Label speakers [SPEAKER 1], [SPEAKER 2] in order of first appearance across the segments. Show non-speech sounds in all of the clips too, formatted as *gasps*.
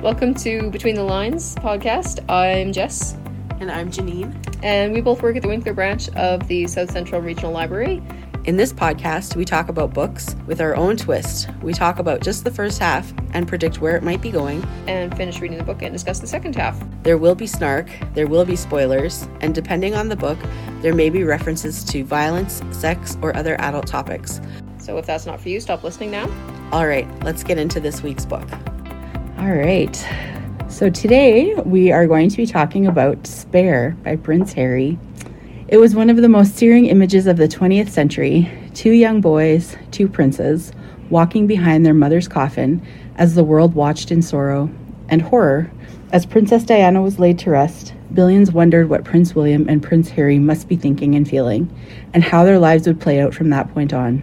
[SPEAKER 1] Welcome to Between the Lines podcast. I'm Jess,
[SPEAKER 2] And I'm Janine.
[SPEAKER 1] and we both work at the Winkler branch of the South Central Regional Library.
[SPEAKER 2] In this podcast, we talk about books with our own twist. We talk about just the first half and predict where it might be going.
[SPEAKER 1] and finish reading the book and discuss the second half.
[SPEAKER 2] There will be snark, there will be spoilers, and depending on the book, there may be references to violence, sex, or other adult topics.
[SPEAKER 1] So if that's not for you, stop listening now.
[SPEAKER 2] All right, let's get into this week's book.
[SPEAKER 3] All right. So today we are going to be talking about Spare by Prince Harry. It was one of the most searing images of the 20th century two young boys, two princes, walking behind their mother's coffin as the world watched in sorrow and horror. As Princess Diana was laid to rest, billions wondered what Prince William and Prince Harry must be thinking and feeling, and how their lives would play out from that point on.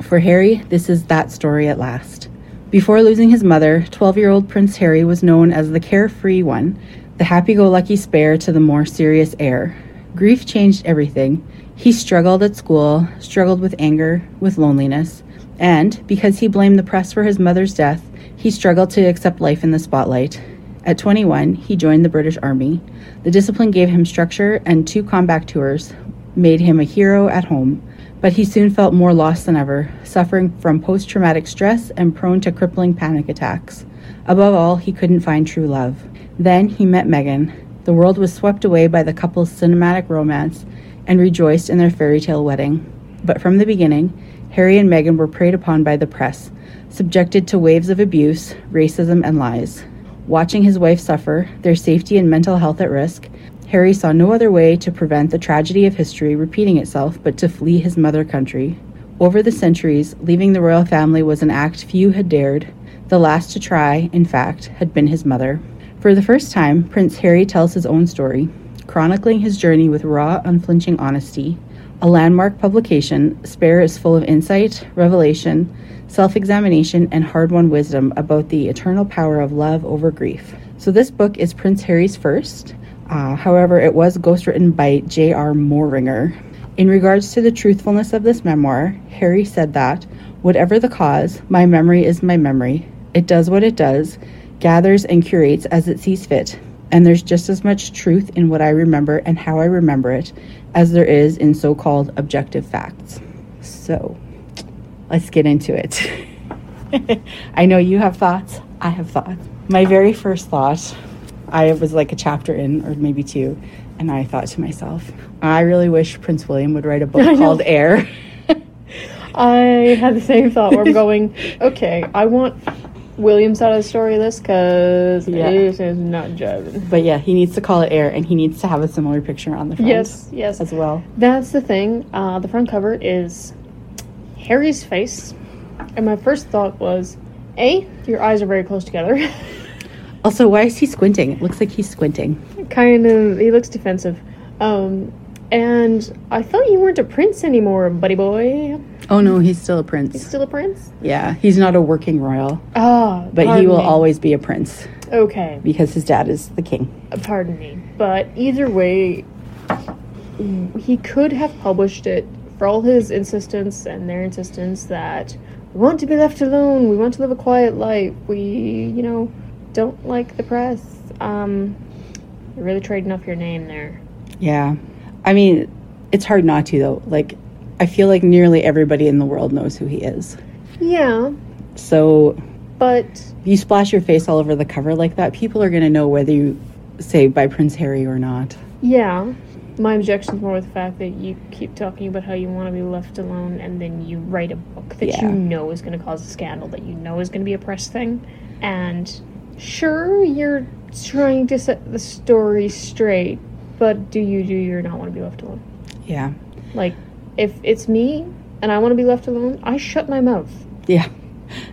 [SPEAKER 3] For Harry, this is that story at last. Before losing his mother, 12 year old Prince Harry was known as the carefree one, the happy go lucky spare to the more serious heir. Grief changed everything. He struggled at school, struggled with anger, with loneliness, and, because he blamed the press for his mother's death, he struggled to accept life in the spotlight. At 21, he joined the British Army. The discipline gave him structure, and two combat tours made him a hero at home. But he soon felt more lost than ever, suffering from post traumatic stress and prone to crippling panic attacks. Above all, he couldn't find true love. Then he met Megan. The world was swept away by the couple's cinematic romance and rejoiced in their fairy tale wedding. But from the beginning, Harry and Meghan were preyed upon by the press, subjected to waves of abuse, racism, and lies. Watching his wife suffer, their safety and mental health at risk, Harry saw no other way to prevent the tragedy of history repeating itself but to flee his mother country. Over the centuries, leaving the royal family was an act few had dared. The last to try, in fact, had been his mother. For the first time, Prince Harry tells his own story, chronicling his journey with raw, unflinching honesty. A landmark publication, Spare is full of insight, revelation, self examination, and hard won wisdom about the eternal power of love over grief. So, this book is Prince Harry's first. Uh, however, it was ghostwritten by J.R. Moringer. In regards to the truthfulness of this memoir, Harry said that, whatever the cause, my memory is my memory. It does what it does, gathers and curates as it sees fit, and there's just as much truth in what I remember and how I remember it as there is in so called objective facts. So, let's get into it. *laughs* I know you have thoughts. I have thoughts. My very first thought, I was like a chapter in, or maybe two, and I thought to myself, I really wish Prince William would write
[SPEAKER 1] *laughs*
[SPEAKER 3] a book called Air. *laughs*
[SPEAKER 1] I had the same thought where I'm *laughs* going, okay, I want Williams out of the story list because
[SPEAKER 3] Yeah.
[SPEAKER 1] this is not jiving.
[SPEAKER 3] but yeah, he needs to call it Air, and he needs to have a similar picture on the front
[SPEAKER 1] Yes, yes.
[SPEAKER 3] as well.
[SPEAKER 1] That's the thing. Uh, the front cover is Harry's face. And my first thought was, A, your eyes are very close together. *laughs*
[SPEAKER 3] Also, why is he squinting? It looks like he's squinting.
[SPEAKER 1] kind of he looks defensive um and i thought you weren't a prince anymore buddy boy
[SPEAKER 3] Oh no, he's still a prince.
[SPEAKER 1] still a prince
[SPEAKER 3] Yeah, he's not a working royal,
[SPEAKER 1] ah
[SPEAKER 3] but he
[SPEAKER 1] pardon
[SPEAKER 3] will
[SPEAKER 1] me.
[SPEAKER 3] always be a prince
[SPEAKER 1] okay
[SPEAKER 3] because his dad is the king.
[SPEAKER 1] uh, pardon me but either way w- he could have published it for all his insistence and their insistence that we want to be left alone we want to live a quiet life we you know don't like the press um you're really trading off your name there
[SPEAKER 3] Yeah. I mean, it's hard not to though. Like I feel like nearly everybody in the world knows who he is.
[SPEAKER 1] yeah
[SPEAKER 3] So,
[SPEAKER 1] but
[SPEAKER 3] if you splash your face all over the cover like that, people are going to know whether you say by Prince Harry or not.
[SPEAKER 1] Yeah. My objection's more with the fact that you keep talking about how you want to be left alone and then you write a book that you
[SPEAKER 3] Yeah.
[SPEAKER 1] know is going to cause a scandal, that you know is going to be a press thing. And sure, you're trying to set the story straight, but do you do you not want to be left alone?
[SPEAKER 3] Yeah.
[SPEAKER 1] Like, if it's me and I want to be left alone, I shut my mouth.
[SPEAKER 3] Yeah.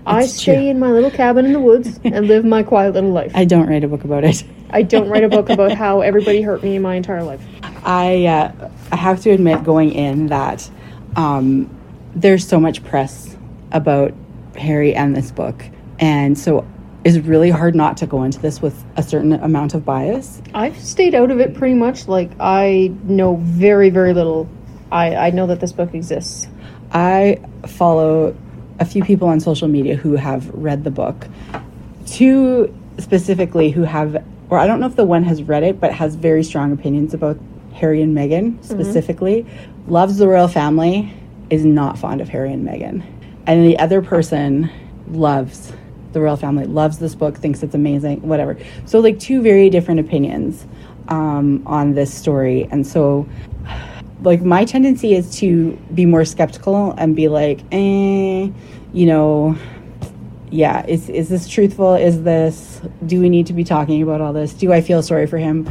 [SPEAKER 1] I
[SPEAKER 3] That's
[SPEAKER 1] stay
[SPEAKER 3] true.
[SPEAKER 1] in my little cabin in the woods and live my quiet little life.
[SPEAKER 3] *laughs* I don't write a book about it. *laughs*
[SPEAKER 1] I don't write a book about how everybody hurt me my entire life.
[SPEAKER 3] I uh, I have to admit going in that um, there's so much press about Harry and this book, and so it's really hard not to go into this with a certain amount of bias.
[SPEAKER 1] I've stayed out of it pretty much. Like I know very very little. I I know that this book exists.
[SPEAKER 3] I follow a few people on social media who have read the book to specifically who have, or I don't know if the one has read it, but has very strong opinions about Harry and Meghan specifically, loves the royal family, is not fond of Harry and Meghan. And the other person loves the royal family, loves this book, thinks it's amazing, whatever. So, like, two very different opinions um, on this story. And so, like my tendency is to be more skeptical and be like, eh, you know, yeah, is is this truthful? Is this do we need to be talking about all this? Do I feel sorry for him?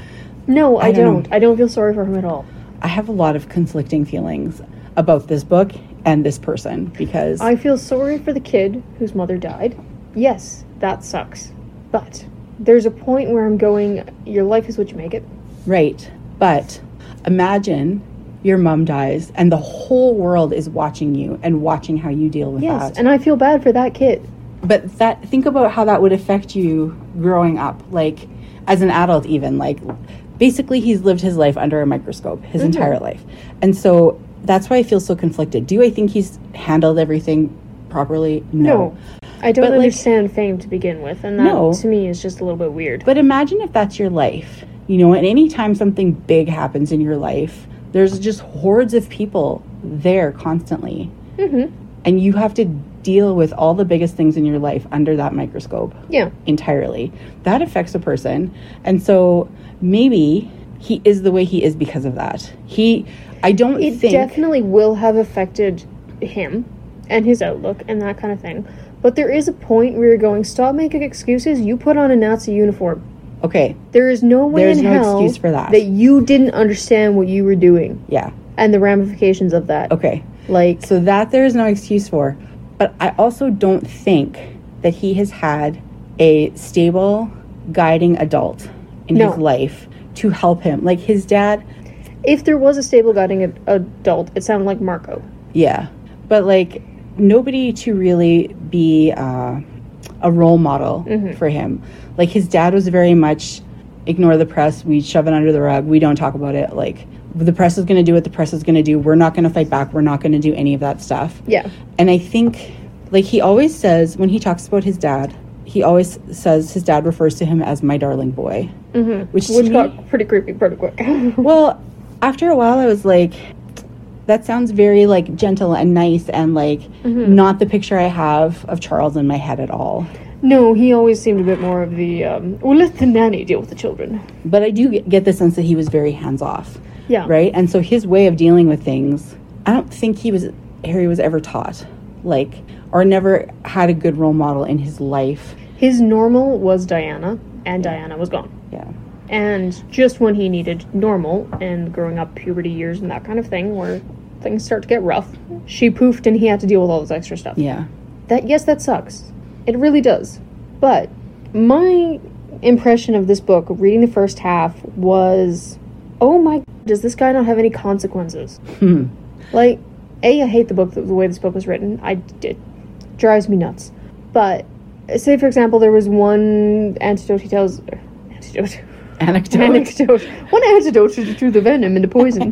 [SPEAKER 1] No, I,
[SPEAKER 3] I don't know.
[SPEAKER 1] don't. I don't feel sorry for him at all.
[SPEAKER 3] I have a lot of conflicting feelings about this book and this person because
[SPEAKER 1] I feel sorry for the kid whose mother died. Yes, that sucks. But there's a point where I'm going, your life is what you make it.
[SPEAKER 3] right, but imagine your mom dies and the whole world is watching you and watching how you deal with
[SPEAKER 1] Yes,
[SPEAKER 3] that.
[SPEAKER 1] and I feel bad for that kid.
[SPEAKER 3] but that think about how that would affect you growing up like as an adult even like basically he's lived his life under a microscope his entire life and so that's why i feel so conflicted do i think he's handled everything properly
[SPEAKER 1] No. I don't
[SPEAKER 3] But, like-
[SPEAKER 1] understand fame to begin with, and that
[SPEAKER 3] No.
[SPEAKER 1] to me is just a little bit weird.
[SPEAKER 3] But imagine if that's your life. You know, and anytime something big happens in your life, there's just hordes of people there constantly. And you have to deal with all the biggest things in your life under that microscope
[SPEAKER 1] Yeah.
[SPEAKER 3] entirely. That affects a person. And so maybe he is the way he is because of that. He, I don't
[SPEAKER 1] It
[SPEAKER 3] think.
[SPEAKER 1] definitely will have affected him and his outlook and that kind of thing. But there is a point where you're going, stop making excuses. You put on a Nazi uniform.
[SPEAKER 3] okay,
[SPEAKER 1] There is no way
[SPEAKER 3] There's
[SPEAKER 1] in
[SPEAKER 3] no
[SPEAKER 1] hell
[SPEAKER 3] excuse for that.
[SPEAKER 1] you didn't understand what you were doing
[SPEAKER 3] yeah,
[SPEAKER 1] and the ramifications of that.
[SPEAKER 3] okay.
[SPEAKER 1] Like,
[SPEAKER 3] So that there is no excuse for. But I also don't think that he has had a stable, guiding adult in
[SPEAKER 1] No.
[SPEAKER 3] his life to help him. Like his dad,
[SPEAKER 1] if there was a stable guiding ad- adult, it sounded like Marco.
[SPEAKER 3] yeah. But like nobody to really be uh, a role model
[SPEAKER 1] Mm-hmm.
[SPEAKER 3] for him. Like his dad was very much ignore the press, we shove it under the rug, we don't talk about it. Like the press is going to do what the press is going to do. We're not going to fight back. We're not going to do any of that stuff.
[SPEAKER 1] Yeah.
[SPEAKER 3] And I think, like, he always says when he talks about his dad, he always says his dad refers to him as my darling boy, mm-hmm. which, to
[SPEAKER 1] Which
[SPEAKER 3] me-
[SPEAKER 1] got pretty creepy pretty quick. *laughs*
[SPEAKER 3] well, after a while, I was like, that sounds very like gentle and nice and like
[SPEAKER 1] Mm-hmm.
[SPEAKER 3] not the picture I have of Charles in my head at all.
[SPEAKER 1] no, he always seemed a bit more of the, um, well, let the nanny deal with the children.
[SPEAKER 3] But I do get- get the sense that he was very hands off,
[SPEAKER 1] Yeah.
[SPEAKER 3] right? And so his way of dealing with things, I don't think he was Harry was ever taught, like, or never had a good role model in his life.
[SPEAKER 1] His normal was Diana, and Diana was gone.
[SPEAKER 3] Yeah.
[SPEAKER 1] And just when he needed normal and growing up puberty years and that kind of thing, where things start to get rough, she poofed and he had to deal with all this extra stuff.
[SPEAKER 3] Yeah.
[SPEAKER 1] That yes, that sucks. It really does. But my impression of this book, reading the first half, was, oh my, does this guy not have any consequences? Like, a, I hate the book the way this book was written. I it drives me nuts. But say, for example, there was one antidote he tells, er, antidote,
[SPEAKER 3] Anecdote.
[SPEAKER 1] antidote, one antidote to, to the venom and the *laughs* poison.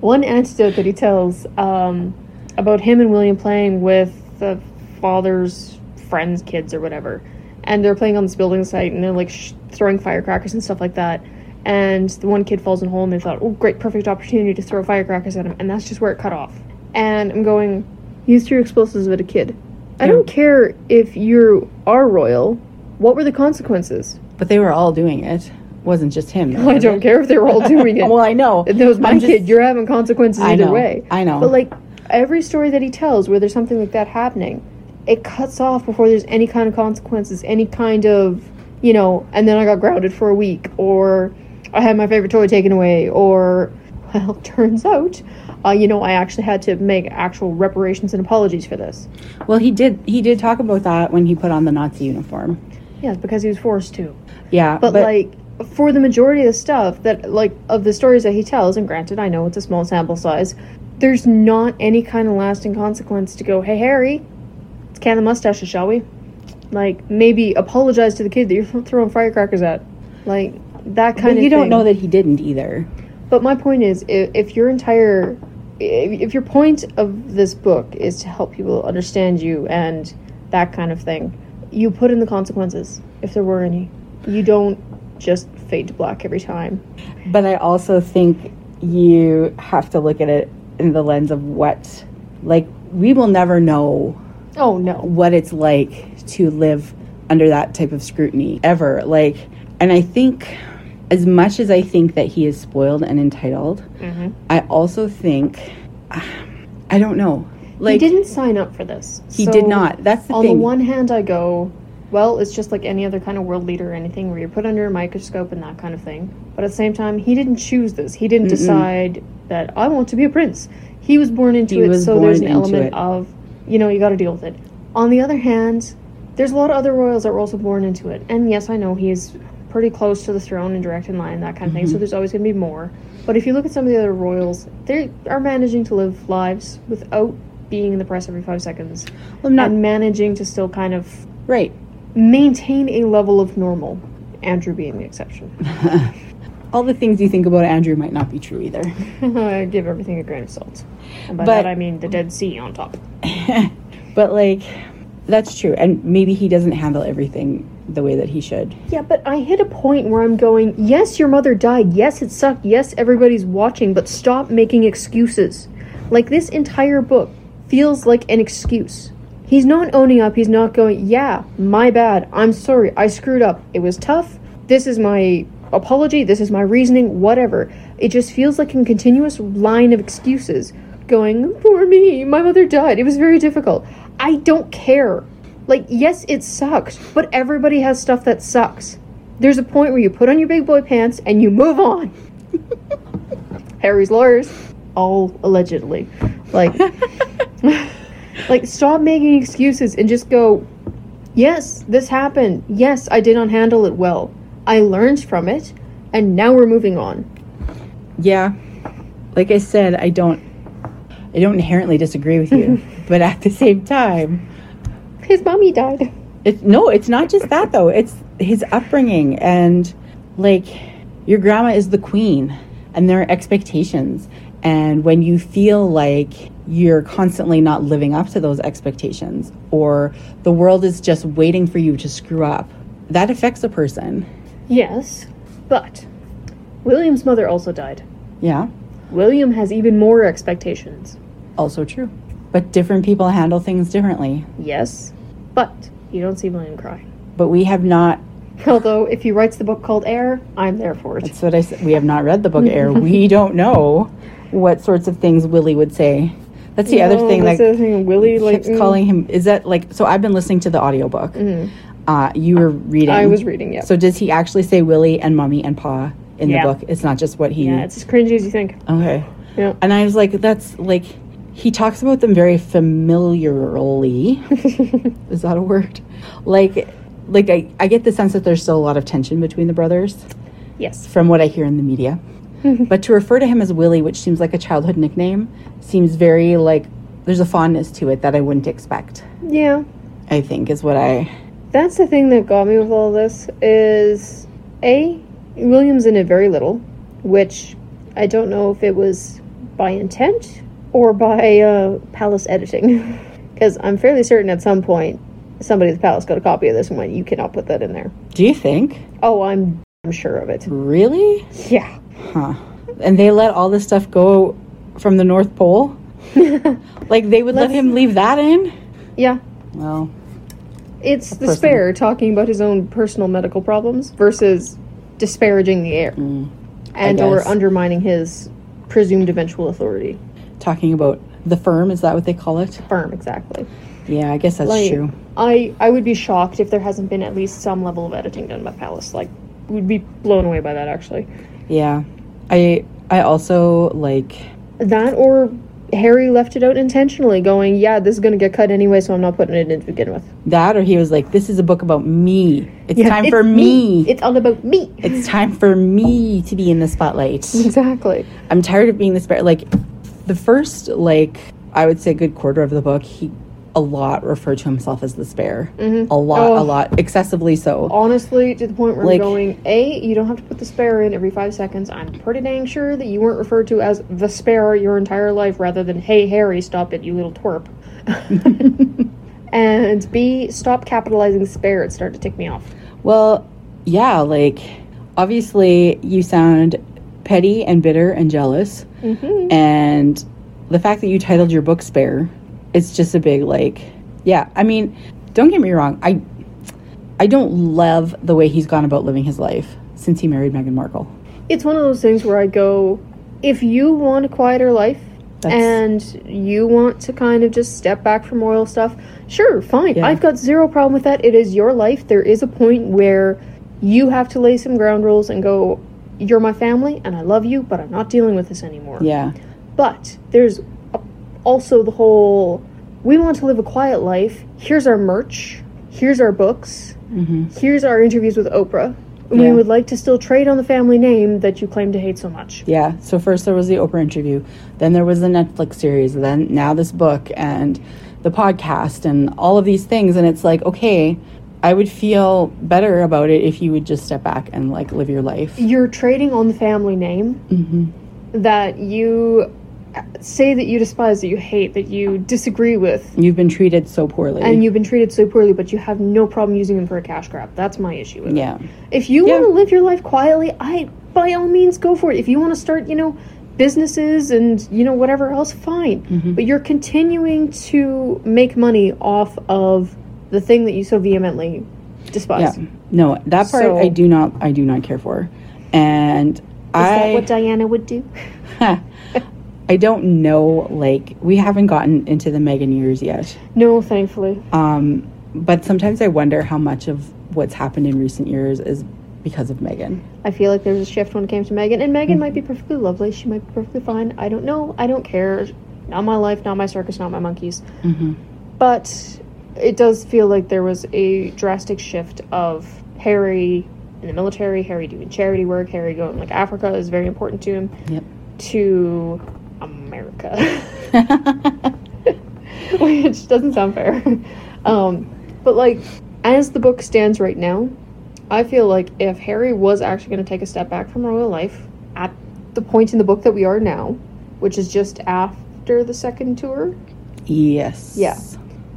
[SPEAKER 1] one antidote that he tells um, about him and William playing with the father's friends' kids or whatever, and they're playing on this building site and they're like sh- throwing firecrackers and stuff like that. And the one kid falls in a hole, and they thought, "Oh, great, perfect opportunity to throw firecrackers at him," and that's just where it cut off. And I'm going, use your explosives at a kid. I don't care if you are royal. What were the consequences?
[SPEAKER 3] But they were all doing it. Wasn't just him.
[SPEAKER 1] I don't care if they were all *laughs* doing it.
[SPEAKER 3] Well, I know.
[SPEAKER 1] If that was my
[SPEAKER 3] I'm just-
[SPEAKER 1] kid, you're having consequences
[SPEAKER 3] I
[SPEAKER 1] either
[SPEAKER 3] know,
[SPEAKER 1] way.
[SPEAKER 3] I know.
[SPEAKER 1] But like every story that he tells where there's something like that happening, it cuts off before there's any kind of consequences, any kind of you know, and then I got grounded for a week or I had my favorite toy taken away or *laughs* well, turns out, uh, you know, I actually had to make actual reparations and apologies for this.
[SPEAKER 3] Well, he did. He did talk about that when he put on the Nazi uniform.
[SPEAKER 1] Yes, because he was forced to.
[SPEAKER 3] Yeah,
[SPEAKER 1] but, like for the majority of the stuff that like of the stories that he tells and granted i know it's a small sample size there's not any kind of lasting consequence to go hey harry let's can the mustaches shall we like maybe apologize to the kid that you're throwing firecrackers at like that
[SPEAKER 3] but
[SPEAKER 1] kind of
[SPEAKER 3] you don't
[SPEAKER 1] thing.
[SPEAKER 3] know that he didn't either.
[SPEAKER 1] But my point is, if, if your entire, if, if your point of this book is to help people understand you and that kind of thing, you put in the consequences if there were any. You don't just fade to black every time.
[SPEAKER 3] But I also think you have to look at it in the lens of what, like, we will never know
[SPEAKER 1] Oh no.
[SPEAKER 3] what it's like to live under that type of scrutiny ever. Like, and I think, as much as I think that he is spoiled and entitled,
[SPEAKER 1] Mm-hmm.
[SPEAKER 3] I also think, I don't know. Like,
[SPEAKER 1] he didn't sign up for this.
[SPEAKER 3] he
[SPEAKER 1] so
[SPEAKER 3] did not. That's the
[SPEAKER 1] on
[SPEAKER 3] thing.
[SPEAKER 1] the one hand, I go, well, it's just like any other kind of world leader or anything where you're put under a microscope and that kind of thing. But at the same time, he didn't choose this. He didn't decide that I want to be a prince. He was born into
[SPEAKER 3] He
[SPEAKER 1] it,
[SPEAKER 3] was
[SPEAKER 1] so there's an
[SPEAKER 3] born into
[SPEAKER 1] element
[SPEAKER 3] it.
[SPEAKER 1] of, you know, you got to deal with it. On the other hand, there's a lot of other royals that were also born into it. And yes, I know he's pretty close to the throne and direct in line, that kind of
[SPEAKER 3] Mm-hmm.
[SPEAKER 1] thing, so there's always going to be more. But if you look at some of the other royals, they are managing to live lives without being in the press every five seconds
[SPEAKER 3] I'm not
[SPEAKER 1] and managing to still kind of
[SPEAKER 3] right.
[SPEAKER 1] maintain a level of normal. Andrew being the exception. *laughs*
[SPEAKER 3] All the things you think about Andrew might not be true either.
[SPEAKER 1] I give everything a grain of salt. And by
[SPEAKER 3] But-
[SPEAKER 1] that I mean the Dead Sea on top.
[SPEAKER 3] But like, that's true. And maybe he doesn't handle everything the way that he should.
[SPEAKER 1] Yeah, but I hit a point where I'm going, yes, your mother died. Yes, it sucked. Yes, everybody's watching, but stop making excuses. Like, this entire book feels like an excuse. He's not owning up. He's not going, yeah, my bad. I'm sorry. I screwed up. It was tough. This is my apology. This is my reasoning. Whatever. It just feels like a continuous line of excuses going, poor me. My mother died. It was very difficult. I don't care. Like, yes, it sucked, but everybody has stuff that sucks. There's a point where you put on your big boy pants and you move on. *laughs* Harry's lawyers, all allegedly. Like, *laughs* like stop making excuses and just go, yes, this happened. Yes, I did not handle it well. I learned from it, and now we're moving on.
[SPEAKER 3] Yeah. Like I said, I don't I don't inherently disagree with you, but at the same time,
[SPEAKER 1] His mommy died.
[SPEAKER 3] it's no, it's not just that though. It's his upbringing and like your grandma is the queen and there are expectations. And when you feel like you're constantly not living up to those expectations or the world is just waiting for you to screw up, that affects a person.
[SPEAKER 1] Yes, but William's mother also died.
[SPEAKER 3] Yeah.
[SPEAKER 1] William has even more expectations.
[SPEAKER 3] Also true. But different people handle things differently.
[SPEAKER 1] Yes, but you don't see William cry.
[SPEAKER 3] But we have not
[SPEAKER 1] Although, if he writes the book called Air, I'm there for it.
[SPEAKER 3] That's what I said. We have not read the book Air. We don't know what sorts of things Willie would say. That's the other thing that
[SPEAKER 1] Oh, that's the other thing. Willie, like, mm, Mm-hmm.
[SPEAKER 3] keeps calling him. Is that like, so I've been listening to the audiobook. Uh, you were reading.
[SPEAKER 1] I was reading, yeah.
[SPEAKER 3] So does he actually say Willie and Mummy and Pa in
[SPEAKER 1] Yeah.
[SPEAKER 3] the book? It's not just what he.
[SPEAKER 1] yeah, it's as cringy as you think.
[SPEAKER 3] Okay.
[SPEAKER 1] Yeah.
[SPEAKER 3] And I was like, that's like, he talks about them very familiarly.
[SPEAKER 1] *laughs*
[SPEAKER 3] Is that a word? Like, like I, I get the sense that there's still a lot of tension between the brothers
[SPEAKER 1] Yes.
[SPEAKER 3] from what I hear in
[SPEAKER 1] *laughs*
[SPEAKER 3] the media. but to refer to him as Willie, which seems like a childhood nickname, seems very like there's a fondness to it that I wouldn't expect.
[SPEAKER 1] Yeah.
[SPEAKER 3] I think is what I
[SPEAKER 1] That's the thing that got me with all this is A, William's in it very little, which I don't know if it was by intent or by uh, palace editing. *laughs* Because I'm fairly certain at some point somebody at the palace got a copy of this and went, you cannot put that in there.
[SPEAKER 3] do you think
[SPEAKER 1] Oh, I'm, I'm sure of it.
[SPEAKER 3] really?
[SPEAKER 1] Yeah.
[SPEAKER 3] Huh? And they let all this stuff go from the North
[SPEAKER 1] *laughs*
[SPEAKER 3] Pole. like they would let him leave that in.
[SPEAKER 1] Yeah.
[SPEAKER 3] Well,
[SPEAKER 1] It's the
[SPEAKER 3] person.
[SPEAKER 1] spare talking about his own personal medical problems versus disparaging the heir and or
[SPEAKER 3] Mm. guess.
[SPEAKER 1] undermining his presumed eventual authority.
[SPEAKER 3] talking about the firm is that what they call it?
[SPEAKER 1] Firm, exactly.
[SPEAKER 3] Yeah, I guess that's
[SPEAKER 1] Like,
[SPEAKER 3] true.
[SPEAKER 1] I I would be shocked if there hasn't been at least some level of editing done by Palace. Like, would be blown away by that actually.
[SPEAKER 3] Yeah, I I also like
[SPEAKER 1] That or Harry left it out intentionally, going, "Yeah, this is gonna get cut anyway, so I'm not putting it in to begin with."
[SPEAKER 3] that, or he was like, "This is a book about me. It's
[SPEAKER 1] Yeah,
[SPEAKER 3] time
[SPEAKER 1] it's
[SPEAKER 3] for me.
[SPEAKER 1] It's all about me.
[SPEAKER 3] it's time for me to be in the spotlight.
[SPEAKER 1] exactly.
[SPEAKER 3] I'm tired of being the spare. Like the first, like I would say, good quarter of the book, he a lot referred to himself as the spare. A lot, a
[SPEAKER 1] Oh.
[SPEAKER 3] lot, excessively so.
[SPEAKER 1] honestly to the point where
[SPEAKER 3] Like-
[SPEAKER 1] I'm going a you don't have to put the spare in every five seconds i'm pretty dang sure that you weren't referred to as the spare your entire life rather than hey harry stop it you little twerp *laughs* And B, stop capitalizing spare. It started to tick me off.
[SPEAKER 3] Well, yeah, like obviously you sound petty and bitter and jealous. And the fact that you titled your book Spare, it's just a big like yeah, I mean, don't get me wrong, I I don't love the way he's gone about living his life since he married Meghan Markle.
[SPEAKER 1] It's one of those things where I go, if you want a quieter life
[SPEAKER 3] That's-
[SPEAKER 1] and you want to kind of just step back from royal stuff, sure, fine.
[SPEAKER 3] Yeah.
[SPEAKER 1] I've got zero problem with that. It is your life. There is a point where you have to lay some ground rules and go, you're my family and I love you, but I'm not dealing with this anymore.
[SPEAKER 3] Yeah.
[SPEAKER 1] But there's a- also the whole we want to live a quiet life. Here's our merch. Here's our books. Here's our interviews with Oprah. We
[SPEAKER 3] Mm-hmm. Yeah.
[SPEAKER 1] would like to still trade on the family name that you claim to hate so much.
[SPEAKER 3] Yeah. So first there was the Oprah interview, then there was the Netflix series, then now this book and the podcast and all of these things and it's like, okay, I would feel better about it if you would just step back and like live your life.
[SPEAKER 1] You're trading on the family name
[SPEAKER 3] Mm-hmm.
[SPEAKER 1] that you say that you despise, that you hate, that you disagree with,
[SPEAKER 3] You've been treated so poorly.
[SPEAKER 1] and you've been treated so poorly, but you have no problem using them for a cash grab. That's my issue with it.
[SPEAKER 3] yeah.
[SPEAKER 1] If you
[SPEAKER 3] Yeah.
[SPEAKER 1] want to live your life quietly, I by all means go for it. If you want to start, you know, businesses and you know whatever else, fine.
[SPEAKER 3] Mm-hmm.
[SPEAKER 1] But you're continuing to make money off of the thing that you so vehemently despise.
[SPEAKER 3] Yeah. No, that part
[SPEAKER 1] So-
[SPEAKER 3] I do not I do not care for. And
[SPEAKER 1] Is
[SPEAKER 3] I
[SPEAKER 1] that what Diana would do? *laughs*
[SPEAKER 3] I don't know like we haven't gotten into the Megan years yet.
[SPEAKER 1] No, thankfully.
[SPEAKER 3] Um, but sometimes I wonder how much of what's happened in recent years is because of Megan.
[SPEAKER 1] I feel like there's a shift when it came to Megan, and
[SPEAKER 3] Mm-hmm.
[SPEAKER 1] Megan might be perfectly lovely. She might be perfectly fine. I don't know. I don't care. Not my life, not my circus, not my monkeys. Mm-hmm. But it does feel like there was a drastic shift of Harry in the military, Harry doing charity work, Harry going like Africa is very important to him,
[SPEAKER 3] Yep.
[SPEAKER 1] to America, *laughs* which doesn't sound fair. *laughs* Um, but like, as the book stands right now, I feel like if Harry was actually going to take a step back from royal life at the point in the book that we are now, which is just after the second tour,
[SPEAKER 3] *laughs* Yes.
[SPEAKER 1] Yeah.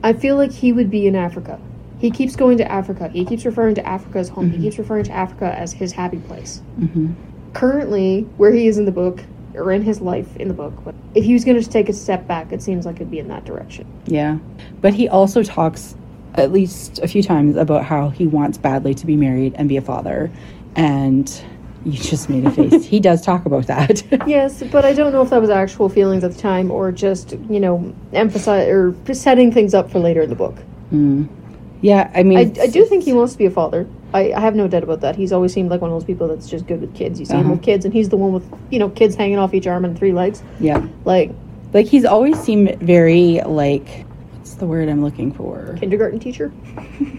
[SPEAKER 1] I feel like he would be in Africa. He keeps going to Africa. He keeps referring to Africa as home. He keeps referring to Africa as his happy place.
[SPEAKER 3] Mhm.
[SPEAKER 1] Currently, where he is in the book, or in his life in the book, if he was going to take a step back, it seems like it'd be in that direction.
[SPEAKER 3] Yeah. But he also talks at least a few times about how he wants badly to be married and be a father. And you just made a face.
[SPEAKER 1] *laughs*
[SPEAKER 3] he does talk about that.
[SPEAKER 1] Yes, but I don't know if that was actual feelings at the time or just, you know, emphasize or setting things up for later in the book.
[SPEAKER 3] Mm. yeah, I mean
[SPEAKER 1] I,
[SPEAKER 3] it's-
[SPEAKER 1] I do think he wants to be a father. I, I have no doubt about that. He's always seemed like one of those people that's just good with kids. You see him with kids, and he's the one with, you know, kids hanging off each arm and three legs.
[SPEAKER 3] Yeah.
[SPEAKER 1] Like,
[SPEAKER 3] Like he's always seemed very like what's the word I'm looking for?
[SPEAKER 1] kindergarten teacher?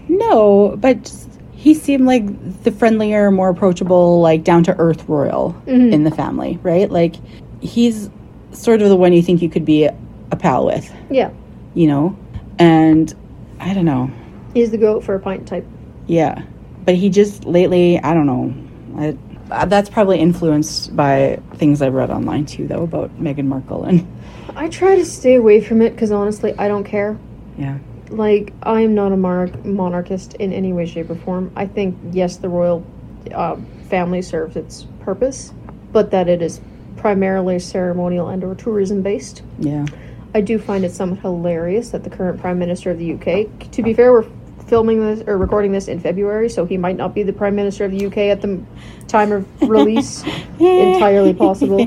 [SPEAKER 3] No, but just, he seemed like the friendlier, more approachable, like down to earth royal in the family, right? Like he's sort of the one you think you could be a, a pal with,
[SPEAKER 1] Yeah.
[SPEAKER 3] you know? And I don't know.
[SPEAKER 1] He's the goat for a pint type.
[SPEAKER 3] Yeah. But he just lately, I don't know. I, uh, that's probably influenced by things I've read online too, though, about Meghan Markle and
[SPEAKER 1] I try to stay away from it because honestly, I don't care.
[SPEAKER 3] yeah.
[SPEAKER 1] Like, I am not a monarch- monarchist in any way, shape, or form. I think, yes, the royal uh, family serves its purpose, but that it is primarily ceremonial and or tourism based.
[SPEAKER 3] Yeah.
[SPEAKER 1] I do find it somewhat hilarious that the current Prime Minister of the UK, to be fair, we're filming this or recording this in February, so he might not be the Prime Minister of the UK at the m- time *laughs* of release. Entirely *laughs* possible.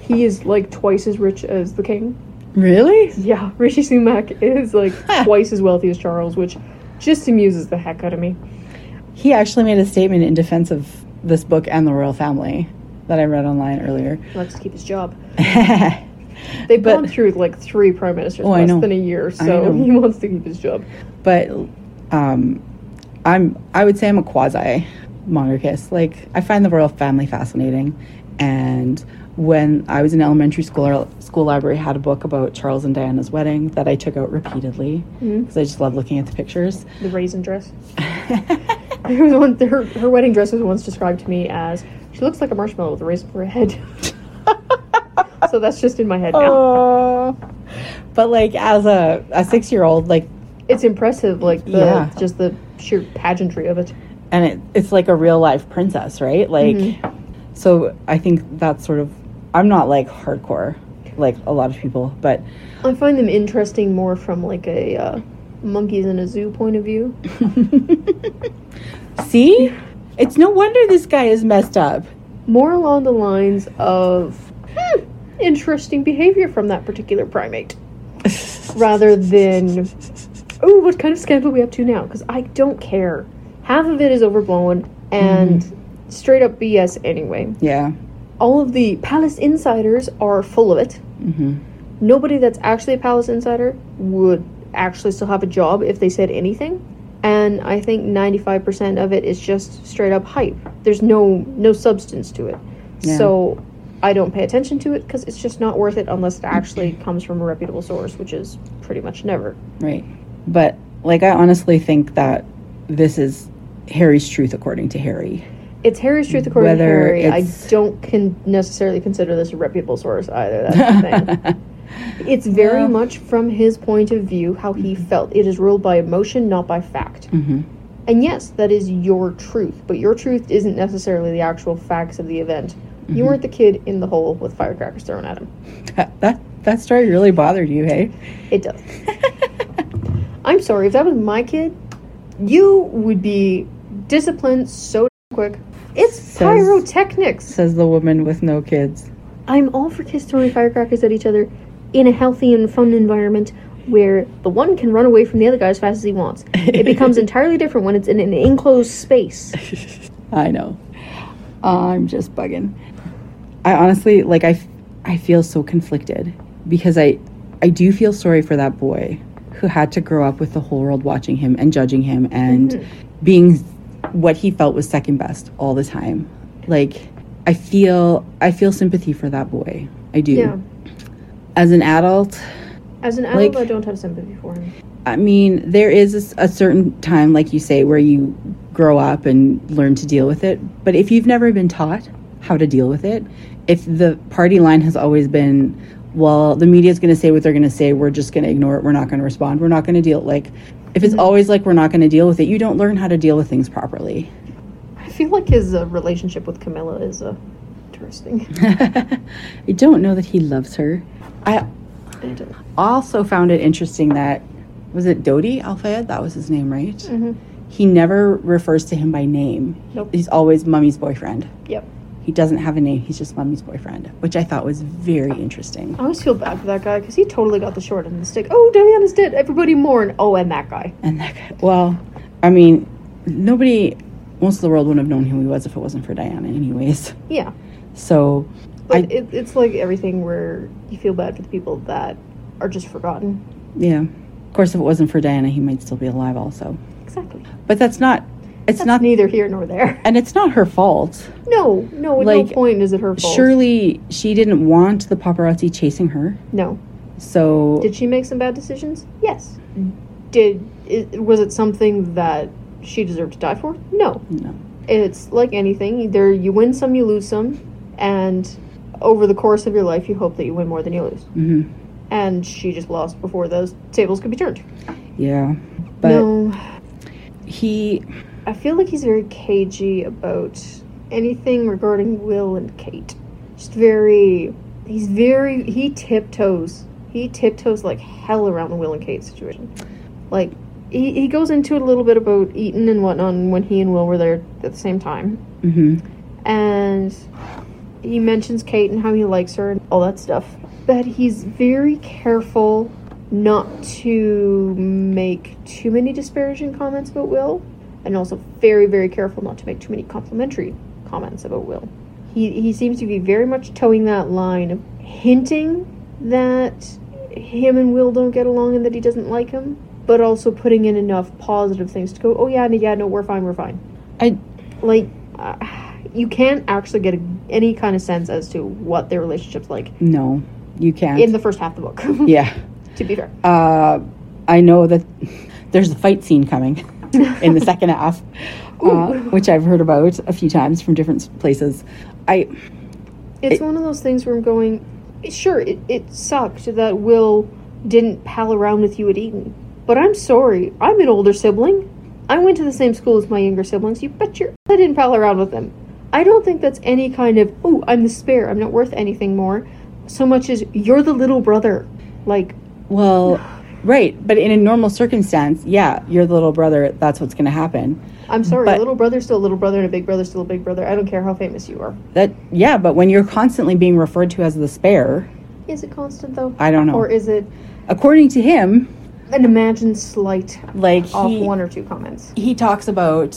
[SPEAKER 1] He is like twice as rich as the king.
[SPEAKER 3] Really?
[SPEAKER 1] Yeah, *laughs* Rishi Sunak is *laughs* like twice as wealthy as Charles, which just amuses the heck out of me.
[SPEAKER 3] He actually made a statement in defense of this book and the royal family that I read online earlier.
[SPEAKER 1] He likes to keep his job.
[SPEAKER 3] but
[SPEAKER 1] They've
[SPEAKER 3] But-
[SPEAKER 1] gone through like three prime ministers
[SPEAKER 3] Oh,
[SPEAKER 1] in
[SPEAKER 3] I
[SPEAKER 1] less
[SPEAKER 3] know.
[SPEAKER 1] than a year, so *laughs*
[SPEAKER 3] know.
[SPEAKER 1] he wants to keep his job.
[SPEAKER 3] *laughs* um, I'm I would say I'm a quasi monarchist. Like I find the royal family fascinating, and when I was in elementary school, our school library had a book about Charles and Diana's wedding that I took out repeatedly because I just love looking at the pictures.
[SPEAKER 1] The raisin dress.
[SPEAKER 3] *laughs*
[SPEAKER 1] There was one, her, her wedding dress was once described to me as she looks like a marshmallow with a raisin for a head. so that's just in my head now.
[SPEAKER 3] Oh. But like as a, a six year old, like
[SPEAKER 1] It's impressive, like the
[SPEAKER 3] Yeah.
[SPEAKER 1] just the sheer pageantry of it.
[SPEAKER 3] and it, it's like a real life princess, right? Like, so I think that's sort of. I'm not like hardcore, like a lot of people, but
[SPEAKER 1] I find them interesting more from like a uh, monkeys in a zoo point of view.
[SPEAKER 3] see, it's no wonder this guy is messed up.
[SPEAKER 1] More along the lines of hmm, interesting behavior from that particular primate, rather than oh, what kind of scandal are we up to now? Because I don't care. Half of it is overblown and straight up BS anyway.
[SPEAKER 3] Yeah.
[SPEAKER 1] All of the palace insiders are full of it.
[SPEAKER 3] hmm
[SPEAKER 1] nobody that's actually a palace insider would actually still have a job if they said anything and i think 95% of it is just straight up hype there's no no substance to it
[SPEAKER 3] Yeah.
[SPEAKER 1] so i don't pay attention to it because it's just not worth it unless it
[SPEAKER 3] *clears throat*
[SPEAKER 1] actually comes from a reputable source which is pretty much never
[SPEAKER 3] Right. But like, I honestly think that this is Harry's truth, according to Harry.
[SPEAKER 1] it's harry's truth according
[SPEAKER 3] Whether
[SPEAKER 1] to harry i
[SPEAKER 3] it's-
[SPEAKER 1] don't can necessarily consider this a reputable source either that's the
[SPEAKER 3] *laughs*
[SPEAKER 1] thing It's very
[SPEAKER 3] Yeah.
[SPEAKER 1] much from his point of view how he felt. It is ruled by emotion, not by fact.
[SPEAKER 3] Mhm.
[SPEAKER 1] And yes, that is your truth, but your truth isn't necessarily the actual facts of the event.
[SPEAKER 3] Mm-hmm.
[SPEAKER 1] You weren't the kid in the hole with firecrackers thrown at him.
[SPEAKER 3] that, that that story really bothered you, hey?
[SPEAKER 1] It does. I'm sorry, if that was my kid, you would be disciplined so quick. It's
[SPEAKER 3] Says-
[SPEAKER 1] pyrotechnics.
[SPEAKER 3] Says the woman with no kids.
[SPEAKER 1] I'm all for kids throwing firecrackers at each other in a healthy and fun environment where the one can run away from the other guy as fast as he wants. It
[SPEAKER 3] *laughs*
[SPEAKER 1] becomes entirely different when it's in an enclosed space.
[SPEAKER 3] I know. I'm just bugging. I honestly like I f- I feel so conflicted because I I do feel sorry for that boy who had to grow up with the whole world watching him and judging him and being what he felt was second best all the time. Like I feel I feel sympathy for that boy. I do.
[SPEAKER 1] Yeah.
[SPEAKER 3] As an adult,
[SPEAKER 1] As an adult, I
[SPEAKER 3] Like-
[SPEAKER 1] don't have sympathy for him.
[SPEAKER 3] I mean, there is a s- a, certain time, like you say, where you grow up and learn to deal with it. But if you've never been taught how to deal with it, if the party line has always been, well, the media's going to say what they're going to say, we're just going to ignore it, we're not going to respond, we're not going to deal. Like, if it's always like we're not going to deal with it, you don't learn how to deal with things properly. *laughs*
[SPEAKER 1] I feel like his uh, relationship with Camilla is uh,
[SPEAKER 3] *laughs*
[SPEAKER 1] interesting.
[SPEAKER 3] I don't know that he loves her. I
[SPEAKER 1] I don't know.
[SPEAKER 3] also found it interesting that was it Dodi Al Fayed? That was his name, right?
[SPEAKER 1] Mhm.
[SPEAKER 3] He never refers to him by name.
[SPEAKER 1] Nope.
[SPEAKER 3] He's always Mummy's boyfriend.
[SPEAKER 1] Yep.
[SPEAKER 3] He doesn't have a name. He's just Mummy's boyfriend, which I thought was very interesting.
[SPEAKER 1] I always feel bad for that guy because he totally got the short end of the stick. Oh, Diana's dead. Everybody mourn. Oh, and that guy.
[SPEAKER 3] And that guy, well, I mean, nobody, most of the world wouldn't have known who he was if it wasn't for Diana, anyways.
[SPEAKER 1] Yeah.
[SPEAKER 3] So,
[SPEAKER 1] But
[SPEAKER 3] I-
[SPEAKER 1] it, it's like everything where you feel bad for the people that are just forgotten.
[SPEAKER 3] yeah. Of course, if it wasn't for Diana, he might still be alive, also.
[SPEAKER 1] Exactly.
[SPEAKER 3] But that's not. It's
[SPEAKER 1] That's
[SPEAKER 3] not,
[SPEAKER 1] neither here nor there.
[SPEAKER 3] *laughs* and it's not her fault.
[SPEAKER 1] No, no, at
[SPEAKER 3] Like,
[SPEAKER 1] no point is it her fault.
[SPEAKER 3] Surely she didn't want the paparazzi chasing her.
[SPEAKER 1] No.
[SPEAKER 3] So
[SPEAKER 1] Did she make some bad decisions? Yes.
[SPEAKER 3] Mm.
[SPEAKER 1] Did it, was it something that she deserved to die for? No.
[SPEAKER 3] No.
[SPEAKER 1] It's like anything. Either you win some, you lose some, and over the course of your life, you hope that you win more than you lose.
[SPEAKER 3] Mhm.
[SPEAKER 1] And she just lost before those tables could be turned.
[SPEAKER 3] yeah, but
[SPEAKER 1] no,
[SPEAKER 3] he
[SPEAKER 1] I feel like he's very cagey about anything regarding Will and Kate. Just very. He's very. He tiptoes. He tiptoes like hell around the Will and Kate situation. Like, he, he goes into it a little bit about Eaton and whatnot when he and Will were there at the same time.
[SPEAKER 3] hmm
[SPEAKER 1] And he mentions Kate and how he likes her and all that stuff. But he's very careful not to make too many disparaging comments about Will, and also very, very careful not to make too many complimentary comments about Will. He, he seems to be very much towing that line of hinting that him and Will don't get along and that he doesn't like him, but also putting in enough positive things to go, oh yeah, no, yeah, no, we're fine, we're fine
[SPEAKER 3] I
[SPEAKER 1] like uh, you can't actually get a, any kind of sense as to what their relationship's like
[SPEAKER 3] no, you can't.
[SPEAKER 1] in the first half of the book *laughs*
[SPEAKER 3] yeah,
[SPEAKER 1] to be fair
[SPEAKER 3] uh, I know that *laughs* there's a fight scene coming *laughs* in the
[SPEAKER 1] *laughs*
[SPEAKER 3] second half, uh, which I've heard about a few times from different s- places. I
[SPEAKER 1] it's one of those things where i'm going sure it, it sucked that will didn't pal around with you at eton But I'm sorry, I'm an older sibling. I went to the same school as my younger siblings. You bet your I didn't pal around with them. I don't think that's any kind of, oh, I'm the spare, I'm not worth anything more, so much as you're the little brother. Like,
[SPEAKER 3] Well, right. But in a normal circumstance, yeah, you're the little brother. That's what's going to happen.
[SPEAKER 1] I'm sorry,
[SPEAKER 3] But-
[SPEAKER 1] a little brother's still a little brother and a big brother's still a big brother. I don't care how famous you are.
[SPEAKER 3] That yeah. But when you're constantly being referred to as the spare,
[SPEAKER 1] Is it constant though?
[SPEAKER 3] I don't know.
[SPEAKER 1] Or is it
[SPEAKER 3] According to him,
[SPEAKER 1] an imagined slight
[SPEAKER 3] like
[SPEAKER 1] off
[SPEAKER 3] he,
[SPEAKER 1] one or two comments?
[SPEAKER 3] he talks about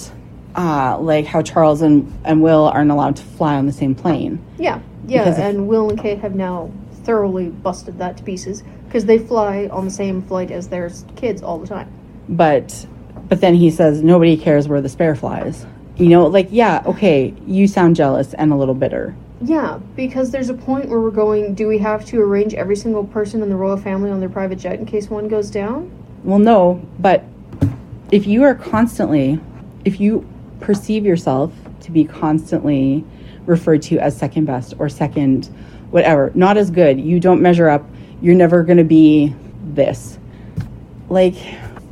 [SPEAKER 3] uh, like how Charles and, and Will aren't allowed to fly on the same plane.
[SPEAKER 1] Yeah, yeah,
[SPEAKER 3] Because if-
[SPEAKER 1] and Will and Kate have now thoroughly busted that to pieces because they fly on the same flight as their s- kids all the time.
[SPEAKER 3] But but then he says nobody cares where the spare flies. You know, like yeah, okay, you sound jealous and a little bitter.
[SPEAKER 1] Yeah, because there's a point where we're going, do we have to arrange every single person in the royal family on their private jet in case one goes down?
[SPEAKER 3] Well, no, but if you are constantly, if you perceive yourself to be constantly referred to as second best or second, whatever, not as good, you don't measure up, you're never going to be this. Like,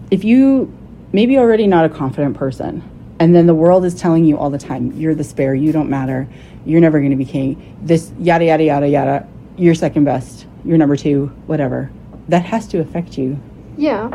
[SPEAKER 3] if you maybe already not a confident person, and then the world is telling you all the time, you're the spare, you don't matter, you're never going to be king, this yada, yada, yada, yada, you're second best, you're number two, whatever. That has to affect you.
[SPEAKER 1] Yeah,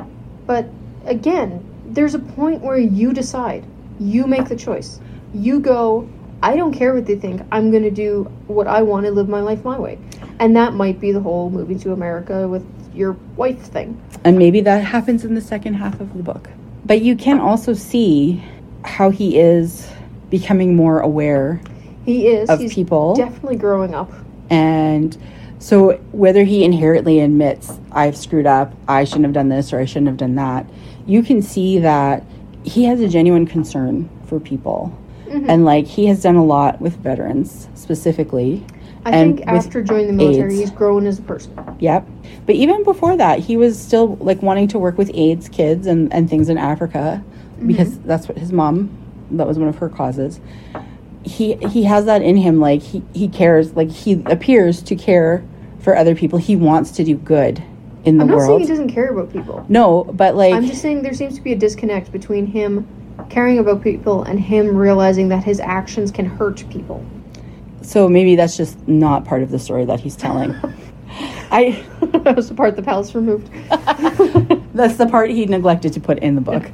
[SPEAKER 1] but again, there's a point where you decide. You make the choice. You go, I don't care what they think. I'm going to do what I want to live my life my way. And that might be the whole moving to America with your wife thing.
[SPEAKER 3] And maybe that happens in the second half of the book. But you can also see how he is becoming more aware
[SPEAKER 1] He is.
[SPEAKER 3] of
[SPEAKER 1] he's
[SPEAKER 3] people.
[SPEAKER 1] definitely growing up.
[SPEAKER 3] and so, whether he inherently admits, I've screwed up, I shouldn't have done this, or I shouldn't have done that, you can see that he has a genuine concern for people.
[SPEAKER 1] Mm-hmm.
[SPEAKER 3] And like he has done a lot with veterans specifically.
[SPEAKER 1] I
[SPEAKER 3] and
[SPEAKER 1] think
[SPEAKER 3] with
[SPEAKER 1] after joining the military,
[SPEAKER 3] AIDS.
[SPEAKER 1] he's grown as a person.
[SPEAKER 3] Yep. But even before that, he was still like wanting to work with AIDS kids and, and things in Africa
[SPEAKER 1] Mm-hmm.
[SPEAKER 3] because that's what his mom, that was one of her causes. He he has that in him like he, he cares like he appears to care for other people. He wants to do good in the
[SPEAKER 1] I'm not saying
[SPEAKER 3] world.
[SPEAKER 1] he doesn't care about people.
[SPEAKER 3] no, but like
[SPEAKER 1] I'm just saying there seems to be a disconnect between him caring about people and him realizing that his actions can hurt people.
[SPEAKER 3] so maybe that's just not part of the story that
[SPEAKER 1] *laughs*
[SPEAKER 3] he's telling. I
[SPEAKER 1] that was the part the palace
[SPEAKER 3] *laughs*
[SPEAKER 1] removed.
[SPEAKER 3] that's the part he neglected to put in the book.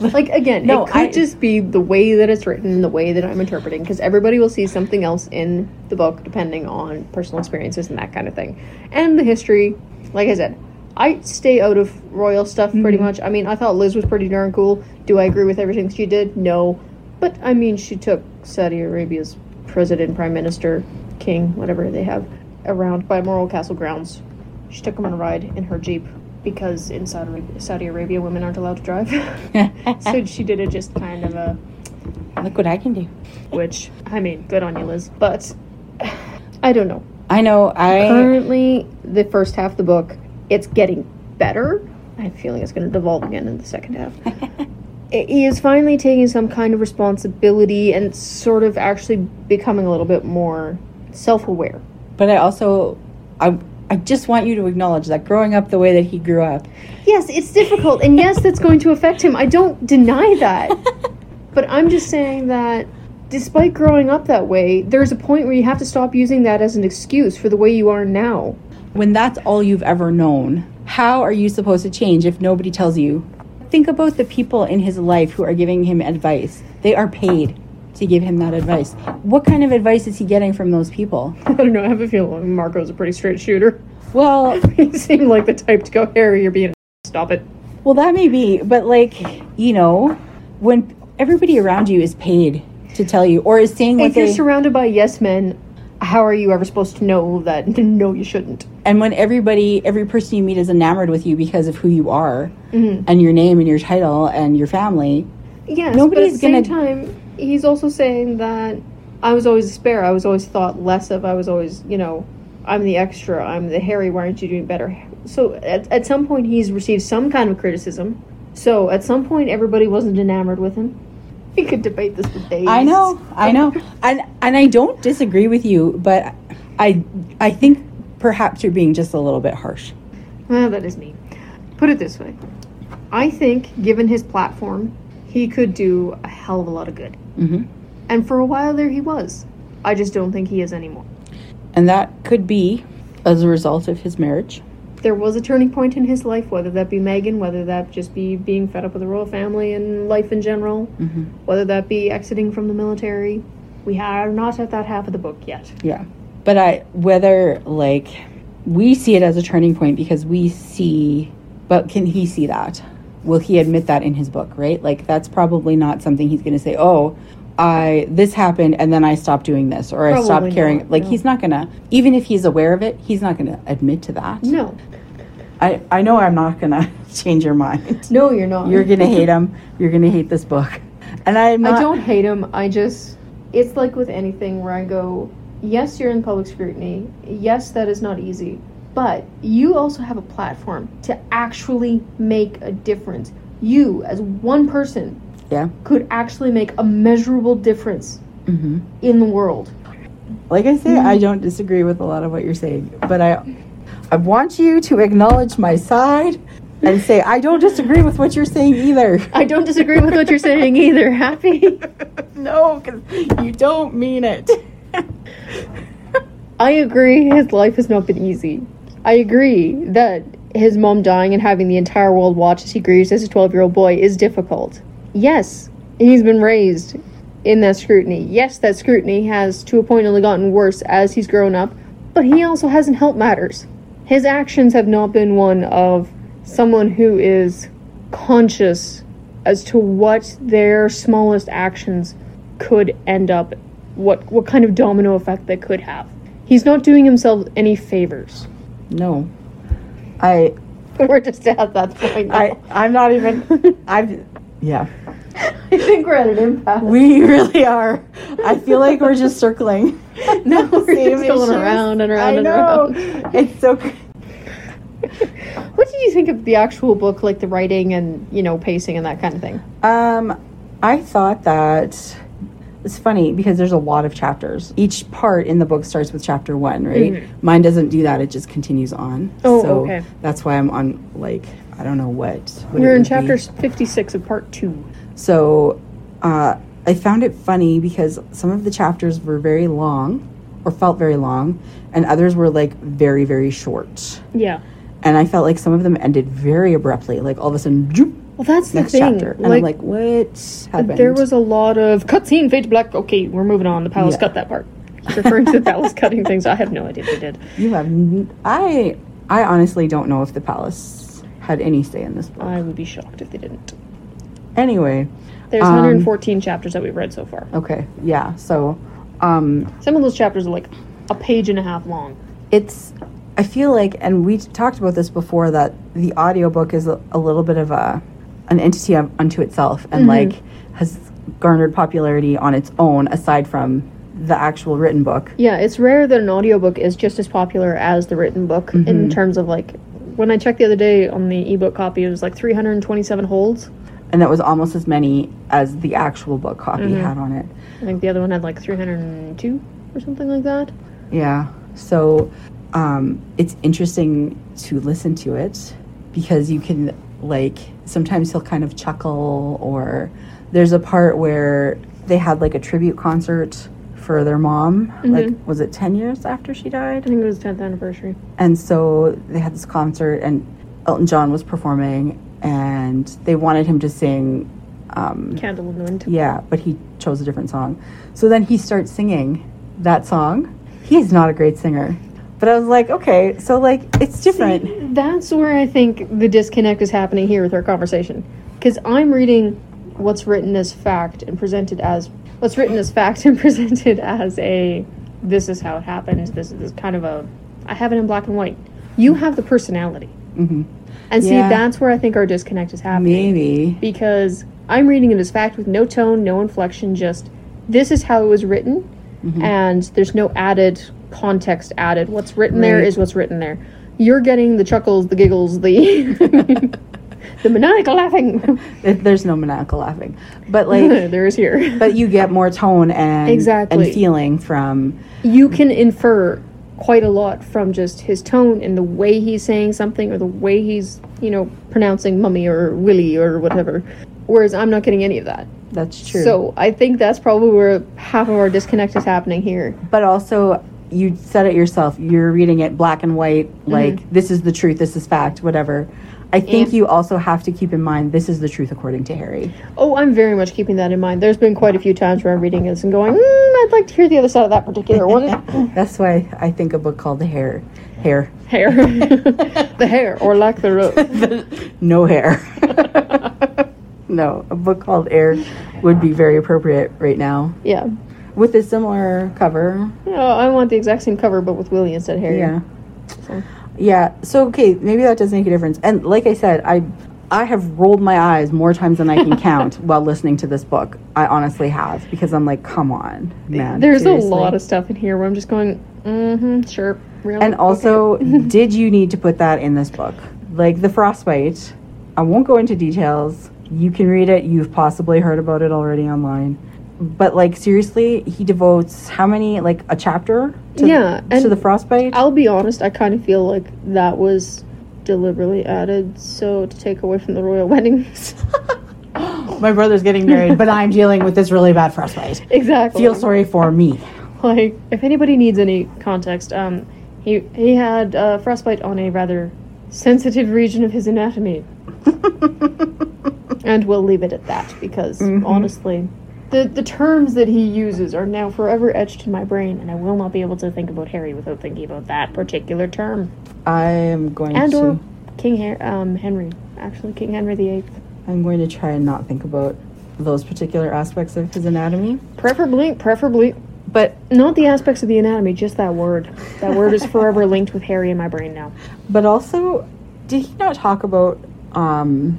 [SPEAKER 1] Like again,
[SPEAKER 3] No,
[SPEAKER 1] it could
[SPEAKER 3] I-
[SPEAKER 1] just be the way that it's written and the way that I'm interpreting because everybody will see something else in the book depending on personal experiences and that kind of thing. And the history, like I said, I stay out of royal stuff
[SPEAKER 3] Mm-hmm.
[SPEAKER 1] pretty much. I mean, I thought Liz was pretty darn cool. Do I agree with everything she did? No. But I mean, she took Saudi Arabia's president, prime minister, king, whatever they have, around Balmoral Castle grounds. She took him on a ride in her Jeep because in Saudi Arabia, Saudi Arabia women aren't allowed to drive. so she did it just kind of a
[SPEAKER 3] Look what I can do.
[SPEAKER 1] which i mean good on you liz but i don't know
[SPEAKER 3] I know I
[SPEAKER 1] currently the first half of the book it's getting better i have a feeling it's going to devolve again in the second half It- he is finally taking some kind of responsibility and sort of actually becoming a little bit more self-aware
[SPEAKER 3] But I also, I, I just want you to acknowledge that growing up the way that he grew up,
[SPEAKER 1] yes it's difficult and yes that's going to affect him i don't deny *laughs* that But I'm just saying that despite growing up that way, there's a point where you have to stop using that as an excuse for the way you are now. *laughs*
[SPEAKER 3] when that's all you've ever known, how are you supposed to change if nobody tells you? Think about the people in his life who are giving him advice. They are paid to give him that advice. What kind of advice is he getting from those people? *laughs*
[SPEAKER 1] I don't know, I have a feeling Marco's a pretty straight shooter. *laughs*
[SPEAKER 3] Well,
[SPEAKER 1] he seemed like the type to go, Harry, you're being a *laughs* stop it.
[SPEAKER 3] well, that may be, but like, you know, when everybody around you is paid to tell you or is saying what
[SPEAKER 1] If you're
[SPEAKER 3] they
[SPEAKER 1] surrounded by yes men, how are you ever supposed to know that *laughs* no you shouldn't?
[SPEAKER 3] and when everybody every person you meet is enamored with you because of who you are and your name and your title and your family
[SPEAKER 1] Yes,
[SPEAKER 3] Nobody's
[SPEAKER 1] but at the
[SPEAKER 3] gonna-
[SPEAKER 1] same time, he's also saying that I was always a spare. I was always thought less of. I was always, you know, I'm the extra. I'm the Harry. Why aren't you doing better? So at, at some point, he's received some kind of criticism. So at some point, everybody wasn't enamored with him. *laughs* We could debate this for days.
[SPEAKER 3] i know
[SPEAKER 1] *laughs*
[SPEAKER 3] i know and and i don't disagree with you but i i think
[SPEAKER 1] Ah,
[SPEAKER 3] perhaps you're being just a little bit harsh
[SPEAKER 1] Well, that is me. Put it this way I think, given his platform, he could do a hell of a lot of good.
[SPEAKER 3] hmm
[SPEAKER 1] And for a while there, he was. I just don't think he is anymore.
[SPEAKER 3] And that could be as a result of his marriage.
[SPEAKER 1] There was a turning point in his life, whether that be Megan, whether that just be being fed up with the royal family and life in general, whether that be exiting from the military. We are not at that half of the book yet.
[SPEAKER 3] Yeah. But I whether like we see it as a turning point because we see but can he see that? Will he admit that in his book, right? Like that's probably not something he's going to say, "Oh, I this happened and then I stopped doing this or I
[SPEAKER 1] Probably
[SPEAKER 3] stopped caring."
[SPEAKER 1] not,
[SPEAKER 3] like
[SPEAKER 1] no.
[SPEAKER 3] he's not going to even if he's aware of it, he's not going to admit to that.
[SPEAKER 1] No.
[SPEAKER 3] I I know I'm not going to *laughs* change your mind.
[SPEAKER 1] No, you're not.
[SPEAKER 3] You're going to hate him. You're going to hate this book. And I'm not
[SPEAKER 1] I don't hate him. I just. It's like with anything where I go, yes, you're in public scrutiny. Yes, that is not easy. But you also have a platform to actually make a difference. You, as one person,
[SPEAKER 3] Yeah.
[SPEAKER 1] could actually make a measurable difference
[SPEAKER 3] Mhm.
[SPEAKER 1] in the world.
[SPEAKER 3] like I say,
[SPEAKER 1] Mm-hmm.
[SPEAKER 3] I don't disagree with a lot of what you're saying, but I, I want you to acknowledge my side and say I don't disagree with what you're saying
[SPEAKER 1] *laughs*
[SPEAKER 3] either.
[SPEAKER 1] I don't disagree with what you're saying either. Happy?
[SPEAKER 3] no, because you don't mean it.
[SPEAKER 1] I agree his life has not been easy. I agree that his mom dying and having the entire world watch as he grieves as a 12 year old boy is difficult. Yes, he's been raised in that scrutiny. Yes, that scrutiny has to a point only gotten worse as he's grown up, but he also hasn't helped matters. His actions have not been one of someone who is conscious as to what their smallest actions could end up what what kind of domino effect they could have. He's not doing himself any favors.
[SPEAKER 3] No, I,
[SPEAKER 1] *laughs* We're just at that point. Now.
[SPEAKER 3] I,
[SPEAKER 1] I,
[SPEAKER 3] I'm
[SPEAKER 1] *laughs*
[SPEAKER 3] not even. I've, yeah,
[SPEAKER 1] think we're at an impasse.
[SPEAKER 3] we really are. I feel like we're just circling.
[SPEAKER 1] *laughs* *laughs*
[SPEAKER 3] *laughs*
[SPEAKER 1] No, we're
[SPEAKER 3] Same
[SPEAKER 1] just going
[SPEAKER 3] issues.
[SPEAKER 1] around and around
[SPEAKER 3] I
[SPEAKER 1] and
[SPEAKER 3] know.
[SPEAKER 1] around.
[SPEAKER 3] It's so. cr-
[SPEAKER 1] *laughs* What did you think of the actual book, like the writing and you know pacing and that kind of thing?
[SPEAKER 3] Um, I thought that it's funny because there's a lot of chapters. Each part in the book starts with chapter one, right? Mine doesn't do that; it just continues on.
[SPEAKER 1] Mm-hmm. Oh,
[SPEAKER 3] so
[SPEAKER 1] okay.
[SPEAKER 3] That's why I'm on like I don't know what. what it
[SPEAKER 1] we're in
[SPEAKER 3] would be.
[SPEAKER 1] chapter fifty six of part two.
[SPEAKER 3] So uh, I found it funny because some of the chapters were very long, or felt very long, and others were like very very short.
[SPEAKER 1] Yeah.
[SPEAKER 3] And I felt like some of them ended very abruptly, like all of a sudden, zoop,
[SPEAKER 1] Well, that's the
[SPEAKER 3] next
[SPEAKER 1] thing.
[SPEAKER 3] chapter, and I'm
[SPEAKER 1] Like,
[SPEAKER 3] like, what happened?
[SPEAKER 1] there was a lot of cutscene fade to black. Okay, we're moving on. The palace
[SPEAKER 3] Yeah.
[SPEAKER 1] cut that part. He's referring to the palace *laughs* cutting things. I have no idea if they did.
[SPEAKER 3] You have. n- I. I honestly don't know if the palace had any say in this book.
[SPEAKER 1] I would be shocked if they didn't.
[SPEAKER 3] Anyway,
[SPEAKER 1] There's
[SPEAKER 3] Um,
[SPEAKER 1] 114 chapters that we've read so far.
[SPEAKER 3] okay, yeah. So, um,
[SPEAKER 1] Some of those chapters are like a page and a half long.
[SPEAKER 3] it's. I feel like, and we talked about this before, that the audiobook is a, a little bit of a an entity of, unto itself, and like has garnered popularity on its own, aside from the actual written book.
[SPEAKER 1] Yeah, it's rare that an audiobook is just as popular as the written book in terms of like when I checked the other day on the ebook copy, it was like 327 holds.
[SPEAKER 3] And that was almost as many as the actual book copy had on it.
[SPEAKER 1] I think the other one had like 302 or something like that.
[SPEAKER 3] Yeah. So um, it's interesting to listen to it because you can, like, sometimes he'll kind of chuckle, or there's a part where they had, like, a tribute concert for their mom. Like, was it 10 years after she died?
[SPEAKER 1] I think it was 10th anniversary.
[SPEAKER 3] And so they had this concert, and Elton John was performing, and they wanted him to sing. Um,
[SPEAKER 1] Candle in the Wind.
[SPEAKER 3] yeah, but he chose a different song. So then he starts singing that song. He's not a great singer. But I was like, okay, so like it's different.
[SPEAKER 1] That's where I think the disconnect is happening here with our conversation. Because I'm reading what's written as fact and presented as what's written as fact *laughs* and presented as a this is how it happened. This is kind of a I have it in black and white. You have the personality,
[SPEAKER 3] hmm
[SPEAKER 1] and see
[SPEAKER 3] Yeah.
[SPEAKER 1] that's where I think our disconnect is happening.
[SPEAKER 3] Maybe.
[SPEAKER 1] Because I'm reading it as fact with no tone, no inflection, just this is how it was written, and there's no added context added. What's written there
[SPEAKER 3] Right.
[SPEAKER 1] is what's written there. You're getting the chuckles, the giggles, the *laughs* the maniacal laughing *laughs*
[SPEAKER 3] If There's no maniacal laughing. But like
[SPEAKER 1] there is here.
[SPEAKER 3] but you get more tone and
[SPEAKER 1] Exactly.
[SPEAKER 3] and feeling from
[SPEAKER 1] You can infer quite a lot from just his tone and the way he's saying something or the way he's, you know, pronouncing mummy or willy or whatever. Whereas I'm not getting any of that.
[SPEAKER 3] That's true.
[SPEAKER 1] So I think that's probably where half of our disconnect is happening here.
[SPEAKER 3] but also you said it yourself you're reading it black and white
[SPEAKER 1] Mm-hmm.
[SPEAKER 3] like this is the truth this is fact whatever i think
[SPEAKER 1] Yeah.
[SPEAKER 3] you also have to keep in mind this is the truth according to harry
[SPEAKER 1] Oh, I'm very much keeping that in mind. There's been quite a few times where I'm reading this and going, mm, I'd like to hear the other side of that particular
[SPEAKER 3] *laughs*
[SPEAKER 1] one.
[SPEAKER 3] that's why i think a book called the hair hair
[SPEAKER 1] hair. *laughs* the hair, or lack thereof.
[SPEAKER 3] *laughs* no hair *laughs* no a book called air would be very appropriate right now
[SPEAKER 1] Yeah.
[SPEAKER 3] with a similar cover
[SPEAKER 1] Oh, I want the exact same cover, but with Willie instead of Harry.
[SPEAKER 3] yeah
[SPEAKER 1] So-
[SPEAKER 3] yeah so okay maybe that does make a difference and like i said i i have rolled my eyes more times than i can
[SPEAKER 1] *laughs*
[SPEAKER 3] count while listening to this book i honestly have because i'm like come on man
[SPEAKER 1] There's
[SPEAKER 3] seriously.
[SPEAKER 1] a lot of stuff in here where I'm just going, mm-hmm, sure. Real,
[SPEAKER 3] and also did you need to put that in this book like the frostbite i won't go into details you can read it you've possibly heard about it already online but like seriously he devotes how many like a chapter to,
[SPEAKER 1] Yeah, and-
[SPEAKER 3] to the frostbite
[SPEAKER 1] I'll be honest, I kind of feel like that was deliberately added so to take away from the royal *laughs* weddings.
[SPEAKER 3] my brother's getting married but i'm dealing with this really bad frostbite
[SPEAKER 1] exactly.
[SPEAKER 3] feel sorry for me.
[SPEAKER 1] like if anybody needs any context um he he had uh, frostbite on a rather sensitive region of his anatomy and we'll leave it at that because honestly the the terms that he uses are now forever etched in my brain and i will not be able to think about harry without thinking about that particular term
[SPEAKER 3] I am going
[SPEAKER 1] and
[SPEAKER 3] to.
[SPEAKER 1] or king Her- um henry actually king henry the eighth
[SPEAKER 3] I'm going to try and not think about those particular aspects of his anatomy.
[SPEAKER 1] preferably preferably
[SPEAKER 3] But
[SPEAKER 1] not the aspects of the anatomy just that word that word is forever linked with harry in my brain now
[SPEAKER 3] but also, did he not talk about um,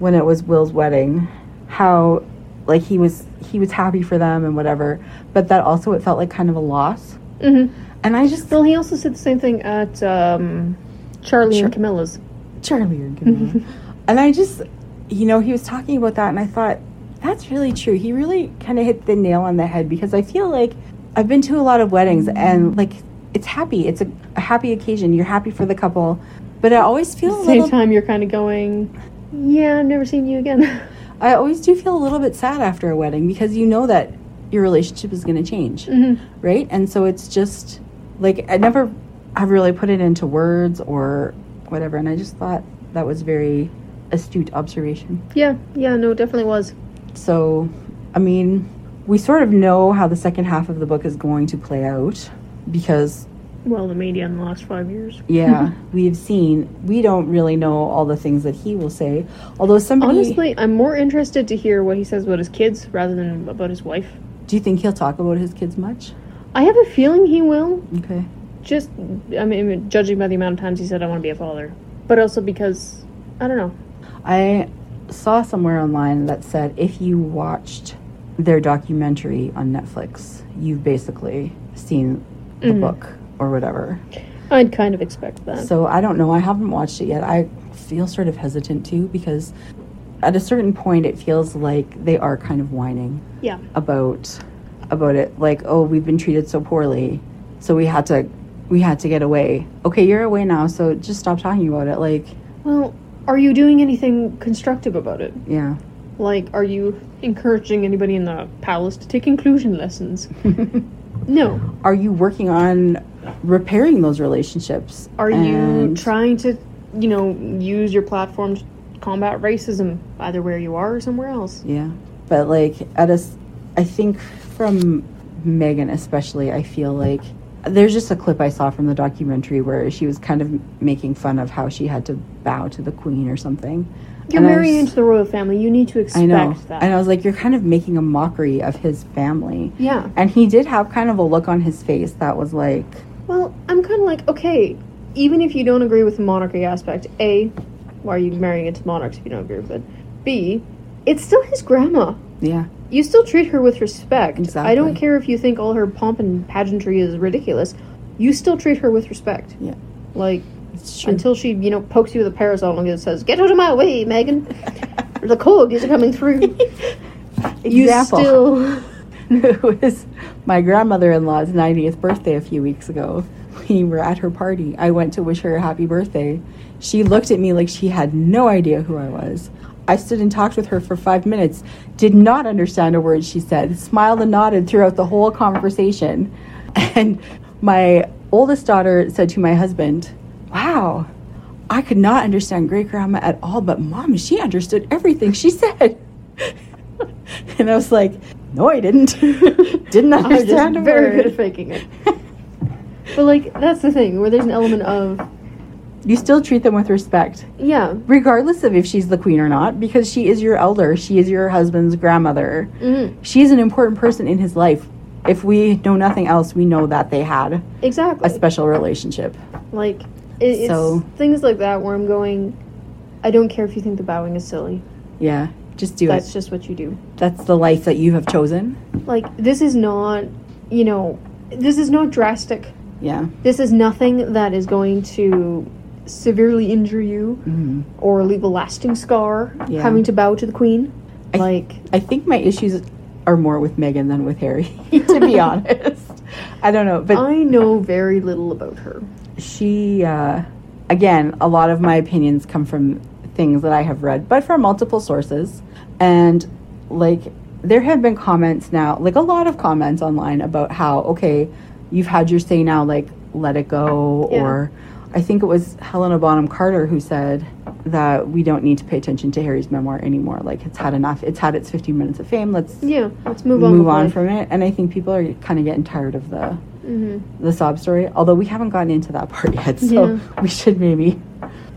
[SPEAKER 3] when it was Will's wedding, how like he was he was happy for them and whatever, but that also it felt like kind of a loss.
[SPEAKER 1] mm-hmm
[SPEAKER 3] And I just
[SPEAKER 1] Well, he also said the same thing at um, Charlie and Camilla's.
[SPEAKER 3] Charlie or Camilla. and I just, you know, he was talking about that, and I thought that's really true. He really kind of hit the nail on the head because I feel like I've been to a lot of weddings, and like it's happy. It's a, a happy occasion. You're happy for the couple, but I always feel a
[SPEAKER 1] At the
[SPEAKER 3] little.
[SPEAKER 1] same time, you're kind of going, "Yeah, I've never seen you again."
[SPEAKER 3] I always do feel a little bit sad after a wedding because you know that your relationship is going to change,
[SPEAKER 1] Mm.
[SPEAKER 3] right? And so it's just like I never have really put it into words or whatever, and I just thought that was very astute observation.
[SPEAKER 1] *laughs* yeah, yeah, no, definitely was.
[SPEAKER 3] So, I mean, we sort of know how the second half of the book is going to play out because,
[SPEAKER 1] Well, the media in the last five
[SPEAKER 3] Mm-hmm.
[SPEAKER 1] years.
[SPEAKER 3] yeah, we've seen, we don't really know all the things that he will say. Although, somebody,
[SPEAKER 1] Honestly, I'm more interested to hear what he says about his kids rather than about his wife.
[SPEAKER 3] do you think he'll talk about his kids much?
[SPEAKER 1] I have a feeling he will.
[SPEAKER 3] Okay.
[SPEAKER 1] Just, I mean, judging by the amount of times he said, "I want to be a father," but also because I don't know.
[SPEAKER 3] I saw somewhere online that said if you watched their documentary on Netflix, you've basically seen the book or whatever.
[SPEAKER 1] I'd kind of expect that.
[SPEAKER 3] So I don't know. I haven't watched it yet. I feel sort of hesitant too because at a certain point it feels like they are kind of whining
[SPEAKER 1] yeah,
[SPEAKER 3] about about it like oh we've been treated so poorly so we had to we had to get away okay you're away now so just stop talking about it like
[SPEAKER 1] Well, are you doing anything constructive about it?
[SPEAKER 3] yeah
[SPEAKER 1] Like, are you encouraging anybody in the palace to take inclusion lessons?
[SPEAKER 3] *laughs*
[SPEAKER 1] no.
[SPEAKER 3] are you working on repairing those relationships
[SPEAKER 1] Are you
[SPEAKER 3] And-
[SPEAKER 1] trying to, you know, use your platform to combat racism, either where you are or somewhere else?
[SPEAKER 3] Yeah, but like at us, I think from Megan especially, I feel like there's just a clip I saw from the documentary where she was kind of making fun of how she had to bow to the queen or something.
[SPEAKER 1] You're
[SPEAKER 3] And I
[SPEAKER 1] marrying
[SPEAKER 3] was-
[SPEAKER 1] into the royal family. You need to expect
[SPEAKER 3] I know,
[SPEAKER 1] that.
[SPEAKER 3] and I was like, you're kind of making a mockery of his family.
[SPEAKER 1] Yeah.
[SPEAKER 3] And he did have kind of a look on his face that was like,
[SPEAKER 1] Well, I'm kind of like, okay, even if you don't agree with the monarchy aspect, A, why are you marrying into monarchs if you don't agree with it? B, it's still his grandma.
[SPEAKER 3] yeah,
[SPEAKER 1] You still treat her with respect. I
[SPEAKER 3] Exactly.
[SPEAKER 1] don't care if you think all her pomp and pageantry is ridiculous. You still treat her with respect.
[SPEAKER 3] Yeah.
[SPEAKER 1] Like
[SPEAKER 3] it's true.
[SPEAKER 1] until she, you know, pokes you with a parasol and says, "Get out of my way,
[SPEAKER 3] *laughs*
[SPEAKER 1] Megan! the corgis are coming through." you
[SPEAKER 3] Example.
[SPEAKER 1] still.
[SPEAKER 3] *laughs* it was my grandmother in law's 90th birthday a few weeks ago. We were at her party. I went to wish her a happy birthday. She looked at me like she had no idea who I was. I stood and talked with her for five minutes, did not understand a word she said, smiled and nodded throughout the whole conversation. *laughs* And my oldest daughter said to my husband, Wow, I could not understand great grandma at all, but mom, she understood everything she said. *laughs* and I was like, No, I didn't. *laughs* didn't
[SPEAKER 1] I'm *laughs* just
[SPEAKER 3] understand a
[SPEAKER 1] very
[SPEAKER 3] word.
[SPEAKER 1] good at faking it. But like that's the thing where there's an element of
[SPEAKER 3] you still treat them with respect.
[SPEAKER 1] yeah,
[SPEAKER 3] regardless of if she's the queen or not, because she is your elder, she is your husband's grandmother.
[SPEAKER 1] Mhm.
[SPEAKER 3] She is an important person in his life. If we know nothing else, we know that they had
[SPEAKER 1] exactly.
[SPEAKER 3] a special relationship.
[SPEAKER 1] like it,
[SPEAKER 3] So-
[SPEAKER 1] it's things like that where I'm going. I don't care if you think the bowing is silly.
[SPEAKER 3] Yeah, just do
[SPEAKER 1] That's
[SPEAKER 3] it.
[SPEAKER 1] just what you do.
[SPEAKER 3] That's the life that you have chosen.
[SPEAKER 1] Like this is not, you know, this is not drastic.
[SPEAKER 3] Yeah.
[SPEAKER 1] This is nothing that is going to severely injure you
[SPEAKER 3] Mhm.
[SPEAKER 1] or leave a lasting scar.
[SPEAKER 3] Yeah.
[SPEAKER 1] Having to bow to the queen,
[SPEAKER 3] I-
[SPEAKER 1] like
[SPEAKER 3] I think my issues are more with Megan than with Harry, *laughs*
[SPEAKER 1] *laughs*
[SPEAKER 3] to be honest. I don't know, but
[SPEAKER 1] I know very little about her.
[SPEAKER 3] she uh, again a lot of my opinions come from things that i have read but from multiple sources and like there have been comments now like a lot of comments online about how okay you've had your say now like let it go
[SPEAKER 1] Yeah.
[SPEAKER 3] or i think it was helena bonham carter who said that we don't need to pay attention to harry's memoir anymore like it's had enough it's had its 15 minutes of fame let's
[SPEAKER 1] Yeah, let's move
[SPEAKER 3] move
[SPEAKER 1] on.
[SPEAKER 3] on,
[SPEAKER 1] with life.
[SPEAKER 3] from it and i think people are kind of getting tired of the
[SPEAKER 1] Mhm.
[SPEAKER 3] the sob story. Although we haven't gotten into that *laughs* part yet, so we should maybe.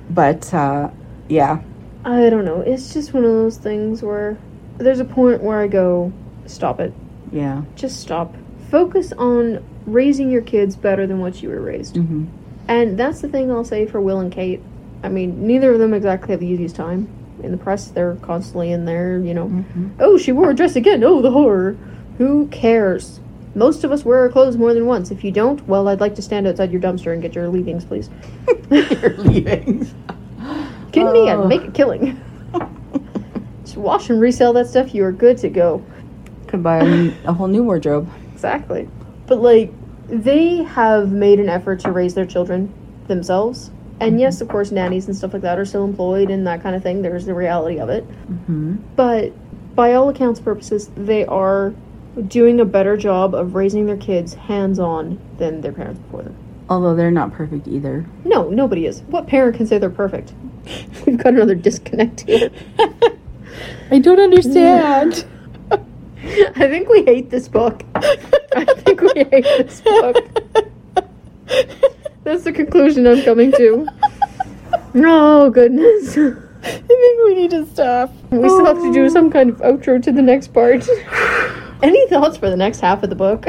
[SPEAKER 3] But uh, yeah,
[SPEAKER 1] I don't know. It's just one of those things where there's a point where I go, stop it.
[SPEAKER 3] yeah,
[SPEAKER 1] Just stop. Focus on raising your kids better than what you were raised.
[SPEAKER 3] hmm
[SPEAKER 1] And that's the thing I'll say for Will and Kate. I mean, neither of them exactly have the easiest time in the press. They're constantly in there, you know.
[SPEAKER 3] Mm-hmm. *laughs*
[SPEAKER 1] Oh, she wore a dress again. Oh, the horror. Who cares? Most of us wear our clothes more than once. If you don't, well, I'd like to stand outside your dumpster and get your leavings, please. *laughs*
[SPEAKER 3] you're leaving.
[SPEAKER 1] Kidding me? I'd
[SPEAKER 3] Oh.
[SPEAKER 1] make a killing. Just wash and resell that stuff. You are good to go.
[SPEAKER 3] Could buy a, new- a whole new wardrobe.
[SPEAKER 1] Exactly. But like, they have made an effort to raise their children themselves. And yes, of course, nannies and stuff like that are still employed and that kind of thing. There's the reality of it.
[SPEAKER 3] Mm-hmm.
[SPEAKER 1] But by all accounts, purposes, they are doing a better job of raising their kids hands on than their parents before them.
[SPEAKER 3] Although they're not perfect either.
[SPEAKER 1] No, nobody is. What parent can say they're perfect? *laughs* We've got another disconnect here.
[SPEAKER 3] I don't understand.
[SPEAKER 1] *laughs* I think we hate this book. *laughs* I think we hate this book. *laughs* That's the conclusion I'm coming to. Oh goodness.
[SPEAKER 3] I think we need to stop.
[SPEAKER 1] We still have to do some kind of outro to the next part. *laughs* Any thoughts for the next half of the book?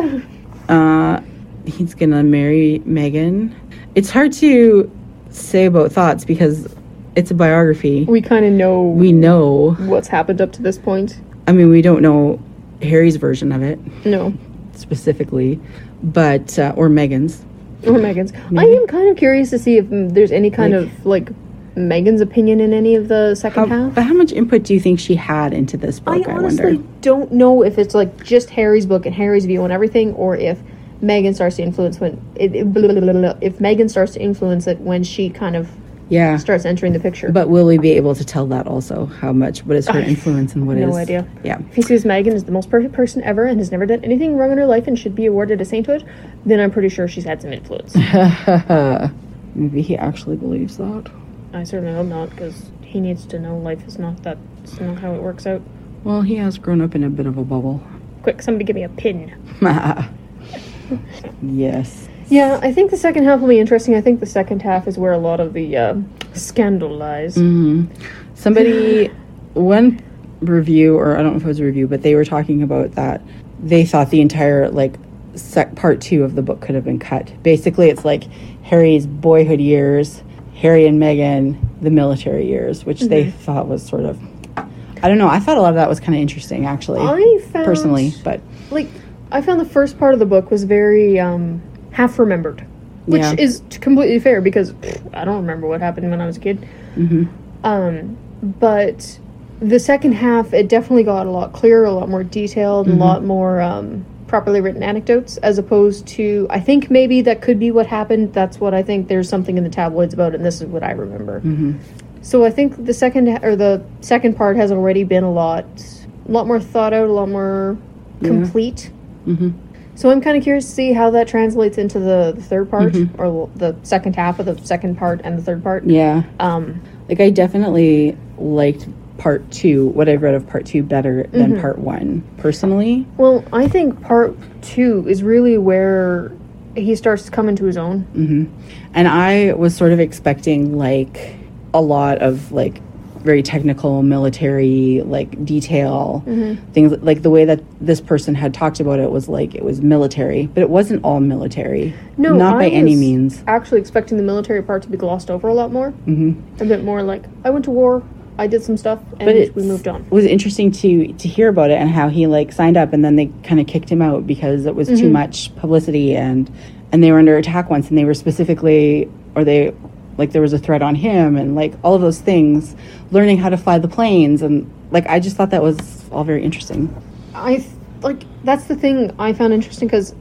[SPEAKER 3] Uh, he's gonna marry Megan. It's hard to say about thoughts because it's a biography.
[SPEAKER 1] We kind of know
[SPEAKER 3] We know.
[SPEAKER 1] what's happened up to this point.
[SPEAKER 3] I mean, we don't know Harry's version of it.
[SPEAKER 1] No.
[SPEAKER 3] specifically, but uh, or Megan's.
[SPEAKER 1] Or Megan's. I am kind of curious to see if mm, there's any kind
[SPEAKER 3] Like-
[SPEAKER 1] of like Megan's opinion in any of the
[SPEAKER 3] How,
[SPEAKER 1] second half.
[SPEAKER 3] but how much input do you think she had into this
[SPEAKER 1] Um, I
[SPEAKER 3] book? I,
[SPEAKER 1] honestly
[SPEAKER 3] wonder.
[SPEAKER 1] don't know if it's like just Harry's book and Harry's view on everything, or if Megan starts to influence when it, it- blah, blah, blah, blah, if Megan starts to influence it when she kind of
[SPEAKER 3] Yeah,
[SPEAKER 1] starts entering the picture.
[SPEAKER 3] but will we be able to tell that also? How much? What is her
[SPEAKER 1] I
[SPEAKER 3] influence and what is?
[SPEAKER 1] no idea.
[SPEAKER 3] *laughs* Yeah,
[SPEAKER 1] if he sees Megan is the most perfect person ever and has never done anything wrong in her life and should be awarded a sainthood, then I'm pretty sure she's had some
[SPEAKER 3] *laughs*
[SPEAKER 1] influence.
[SPEAKER 3] maybe he actually believes that.
[SPEAKER 1] I certainly hope not, because he needs to know life is not that. It's not how it works out.
[SPEAKER 3] Well, he has grown up in a bit of a bubble. *laughs*
[SPEAKER 1] Quick, somebody give me a pin.
[SPEAKER 3] yes.
[SPEAKER 1] Yeah, I think the second half will be interesting. I think the second half is where a lot of the uh, scandal lies.
[SPEAKER 3] hmm
[SPEAKER 1] *sighs*
[SPEAKER 3] Somebody, one review, or I don't know if it was a review, but they were talking about that they thought the entire like sec- part two of the book could have been cut. Basically, it's like Harry's boyhood years, Harry and Meghan, the military years, which they
[SPEAKER 1] Mm-hmm.
[SPEAKER 3] thought was sort of. I don't know. I thought a lot of that was kind of interesting, actually,
[SPEAKER 1] I found
[SPEAKER 3] personally. But
[SPEAKER 1] like I found the first part of the book was very um, half remembered, which
[SPEAKER 3] Yeah.
[SPEAKER 1] is t- completely fair because pfft, I don't remember what happened when I was a kid.
[SPEAKER 3] mm-hmm,
[SPEAKER 1] Um, but the second half, it definitely got a lot clearer, a lot more detailed, a lot more um, properly written anecdotes as opposed to I think maybe that could be what happened. That's what I think there's something in the tabloids about and this is what I remember. So I think the second or the second part has already been a lot a lot more thought out, a lot more complete. So I'm kind of curious to see how that translates into the, the third part or the second half of the second part and the third part.
[SPEAKER 3] Yeah.
[SPEAKER 1] Um,
[SPEAKER 3] Like I definitely liked part two, what I've read of part two better than
[SPEAKER 1] Mm-hmm.
[SPEAKER 3] part one, personally.
[SPEAKER 1] Well, I think part two is really where he starts to come into his own.
[SPEAKER 3] Mm, And I was sort of expecting like a lot of like very technical military like detail
[SPEAKER 1] Mm-hmm.
[SPEAKER 3] things like the way that this person had talked about it was like it was military but it wasn't all military
[SPEAKER 1] No,
[SPEAKER 3] not by
[SPEAKER 1] I
[SPEAKER 3] any
[SPEAKER 1] was
[SPEAKER 3] means
[SPEAKER 1] Actually, expecting the military part to be glossed over a lot more, mm-hmm. a bit more like I went to war, I did some stuff, and
[SPEAKER 3] it
[SPEAKER 1] we moved on.
[SPEAKER 3] was interesting to to hear about it and how he like signed up and then they kind of kicked him out because it was
[SPEAKER 1] Mm-hmm.
[SPEAKER 3] too much publicity and and they were under attack once and they were specifically or they like there was a threat on him and like all of those things learning how to fly the planes and like I just thought that was all very interesting.
[SPEAKER 1] I th- like that's the thing I found interesting because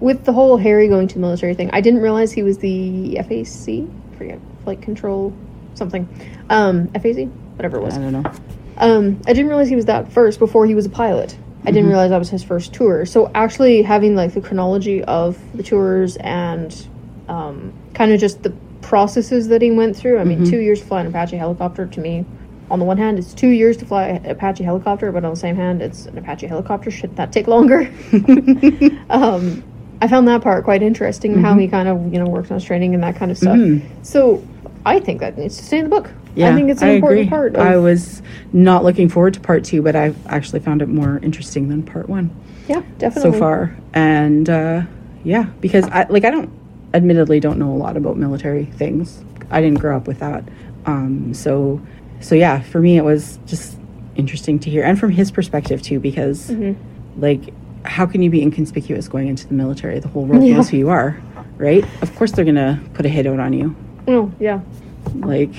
[SPEAKER 1] with the whole Harry going to the military thing, I didn't realize he was the FAC, forget flight control something, um, FAC, whatever it was.
[SPEAKER 3] I don't know.
[SPEAKER 1] Um, I didn't realize he was that first before he was a pilot. I didn't realize that was his first tour. So actually having like the chronology of the tours and um, kind of just the processes that he went through. I mean, two years to fly an Apache helicopter to me, on the one hand, it's two years to fly an Apache helicopter, but on the same hand, it's an Apache helicopter. Should that take longer? um, I found that part quite interesting. How he kind of you know worked on his training and that kind of stuff. So I think that needs to stay in the book. I think it's an important part. Of,
[SPEAKER 3] I was not looking forward to part two, but I've actually found it more interesting than part one.
[SPEAKER 1] yeah,
[SPEAKER 3] so
[SPEAKER 1] definitely.
[SPEAKER 3] far and uh, yeah because i like i don't admittedly don't know a lot about military things i didn't grow up with that um, so so yeah for me it was just interesting to hear and from his perspective too because
[SPEAKER 1] Mm-hmm.
[SPEAKER 3] like how can you be inconspicuous going into the military the whole world
[SPEAKER 1] Yeah.
[SPEAKER 3] knows who you are right of course they're gonna put a hit out on you
[SPEAKER 1] Oh, yeah.
[SPEAKER 3] like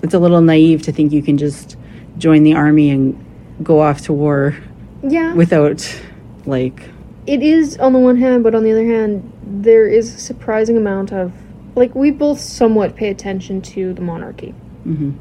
[SPEAKER 3] it's a little naive to think you can just join the army and go off to war
[SPEAKER 1] Yeah.
[SPEAKER 3] without like
[SPEAKER 1] it is on the one hand, but on the other hand, there is a surprising amount of like we both somewhat pay attention to the monarchy. Mm-hmm.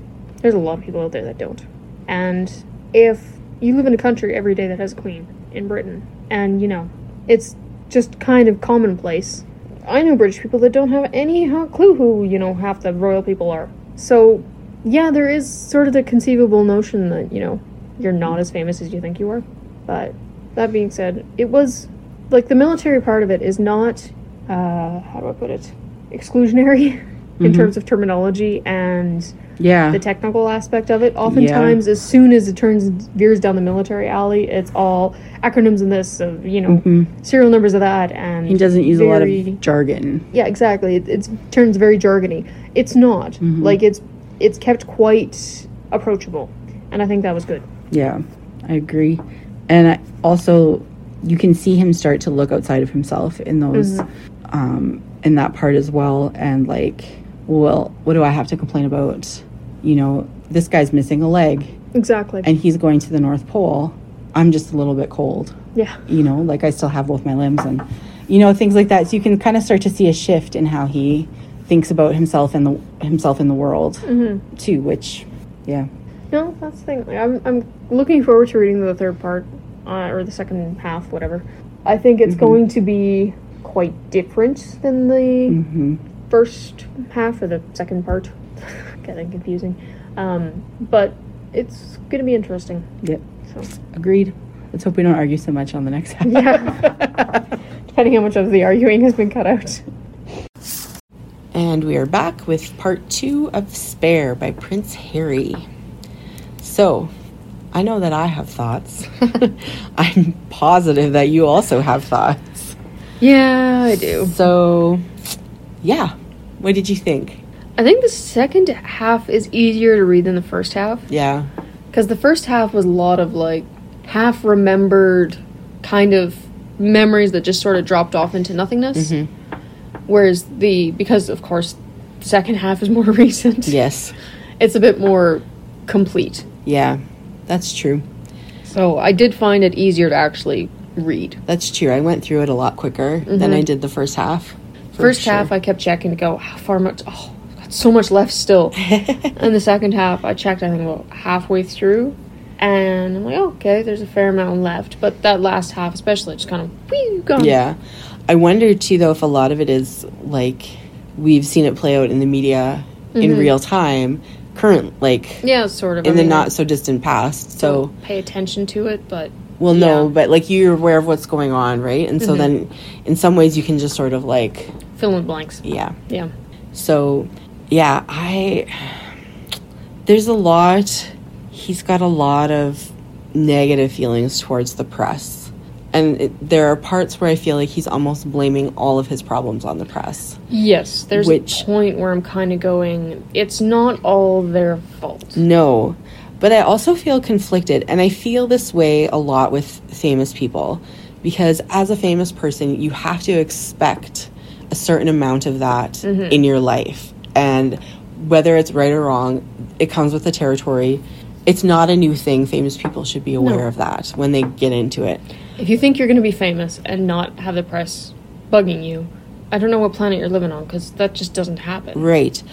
[SPEAKER 1] There's a lot of people out there that don't, and if you live in a country every day that has a queen in Britain, and you know, it's just kind of commonplace. I know British people that don't have any ho- clue who you know half the royal people are. So, yeah, there is sort of the conceivable notion that you know you're not as famous as you think you are, but that being said, it was like the military part of it is not uh, how do I put it exclusionary *laughs* in terms of terminology and
[SPEAKER 3] yeah
[SPEAKER 1] the technical aspect of it. Oftentimes, as soon as it turns veers down the military alley, it's all acronyms and this, of you know, serial numbers of that, and
[SPEAKER 3] Mm-hmm. He doesn't use a lot
[SPEAKER 1] very-
[SPEAKER 3] of jargon.
[SPEAKER 1] yeah, exactly. It it's, turns very jargony. It's not
[SPEAKER 3] Mm-hmm.
[SPEAKER 1] like it's it's kept quite approachable, and I think that was good.
[SPEAKER 3] Yeah, I agree. And I, also, you can see him start to look outside of himself in those,
[SPEAKER 1] Mm-hmm.
[SPEAKER 3] um, in that part as well. And like, well, what do I have to complain about? You know, this guy's missing a leg,
[SPEAKER 1] Exactly.
[SPEAKER 3] and he's going to the North Pole. I'm just a little bit cold.
[SPEAKER 1] yeah.
[SPEAKER 3] You know, like I still have both my limbs, and you know things like that. So you can kind of start to see a shift in how he thinks about himself and the himself in the world
[SPEAKER 1] Mm-hmm.
[SPEAKER 3] too. Which, yeah,
[SPEAKER 1] No, that's the thing. Like, I'm, I'm looking forward to reading the third part, uh, or the second half, whatever. I think
[SPEAKER 3] Mm-hmm.
[SPEAKER 1] it's going to be quite different than the
[SPEAKER 3] Mm-hmm.
[SPEAKER 1] first half or the second part. *laughs* Getting confusing. Um, but it's going to be interesting. *laughs*
[SPEAKER 3] yep.
[SPEAKER 1] So,
[SPEAKER 3] Agreed. Let's hope we don't argue so much on the next half.
[SPEAKER 1] yeah. *laughs* Depending how much of the arguing has been cut out.
[SPEAKER 2] *laughs* And we are back with part two of Spare by Prince Harry. So, I know that I have thoughts.
[SPEAKER 3] *laughs*
[SPEAKER 2] I'm positive that you also have thoughts.
[SPEAKER 1] Yeah, I do.
[SPEAKER 2] So, yeah. What did you think?
[SPEAKER 1] I think the second half is easier to read than the first half.
[SPEAKER 2] Yeah.
[SPEAKER 1] Because the first half was a lot of like half remembered kind of memories that just sort of dropped off into nothingness. Whereas the, because of course, the second half is more *laughs* recent,
[SPEAKER 2] Yes.
[SPEAKER 1] it's a bit more complete.
[SPEAKER 2] Yeah. That's true.
[SPEAKER 1] So I did find it easier to actually read.
[SPEAKER 2] That's true. I went through it a lot quicker than I did the first half. for
[SPEAKER 1] First
[SPEAKER 2] sure.
[SPEAKER 1] half, I kept checking to go how far much. Oh, I've got so much left
[SPEAKER 2] *laughs*
[SPEAKER 1] still. and the second half, I checked. I think about halfway through, and I'm like, oh, okay, there's a fair amount left. But that last half, especially, just kind of whew, gone.
[SPEAKER 2] Yeah. I wonder too though if a lot of it is like we've seen it play out in the media in real time, current like
[SPEAKER 1] Mm-hmm. yeah, sort of. I
[SPEAKER 2] in the
[SPEAKER 1] mean,
[SPEAKER 2] not so distant past. So
[SPEAKER 1] don't pay attention to it, but
[SPEAKER 2] well no,
[SPEAKER 1] yeah. Mm-hmm.
[SPEAKER 2] but like you're aware of what's going on, right? And so then in some ways you can just sort of like
[SPEAKER 1] fill in blanks.
[SPEAKER 2] yeah.
[SPEAKER 1] Yeah.
[SPEAKER 2] So yeah, I there's a lot he's got a lot of negative feelings towards the press. And it, there are parts where I feel like he's almost blaming all of his problems on the press.
[SPEAKER 1] Yes, there's
[SPEAKER 2] Which-
[SPEAKER 1] a point where I'm kind of going. It's not all their fault.
[SPEAKER 2] No. But I also feel conflicted, and I feel this way a lot with famous people because as a famous person, you have to expect a certain amount of that in your life. And whether it's right or wrong, it comes with the territory. It's not a new thing. Famous people should be aware of that when they get into it.
[SPEAKER 1] If you think you're going to be famous and not have the press bugging you, I don't know what planet you're living on because that just doesn't happen.
[SPEAKER 2] Right.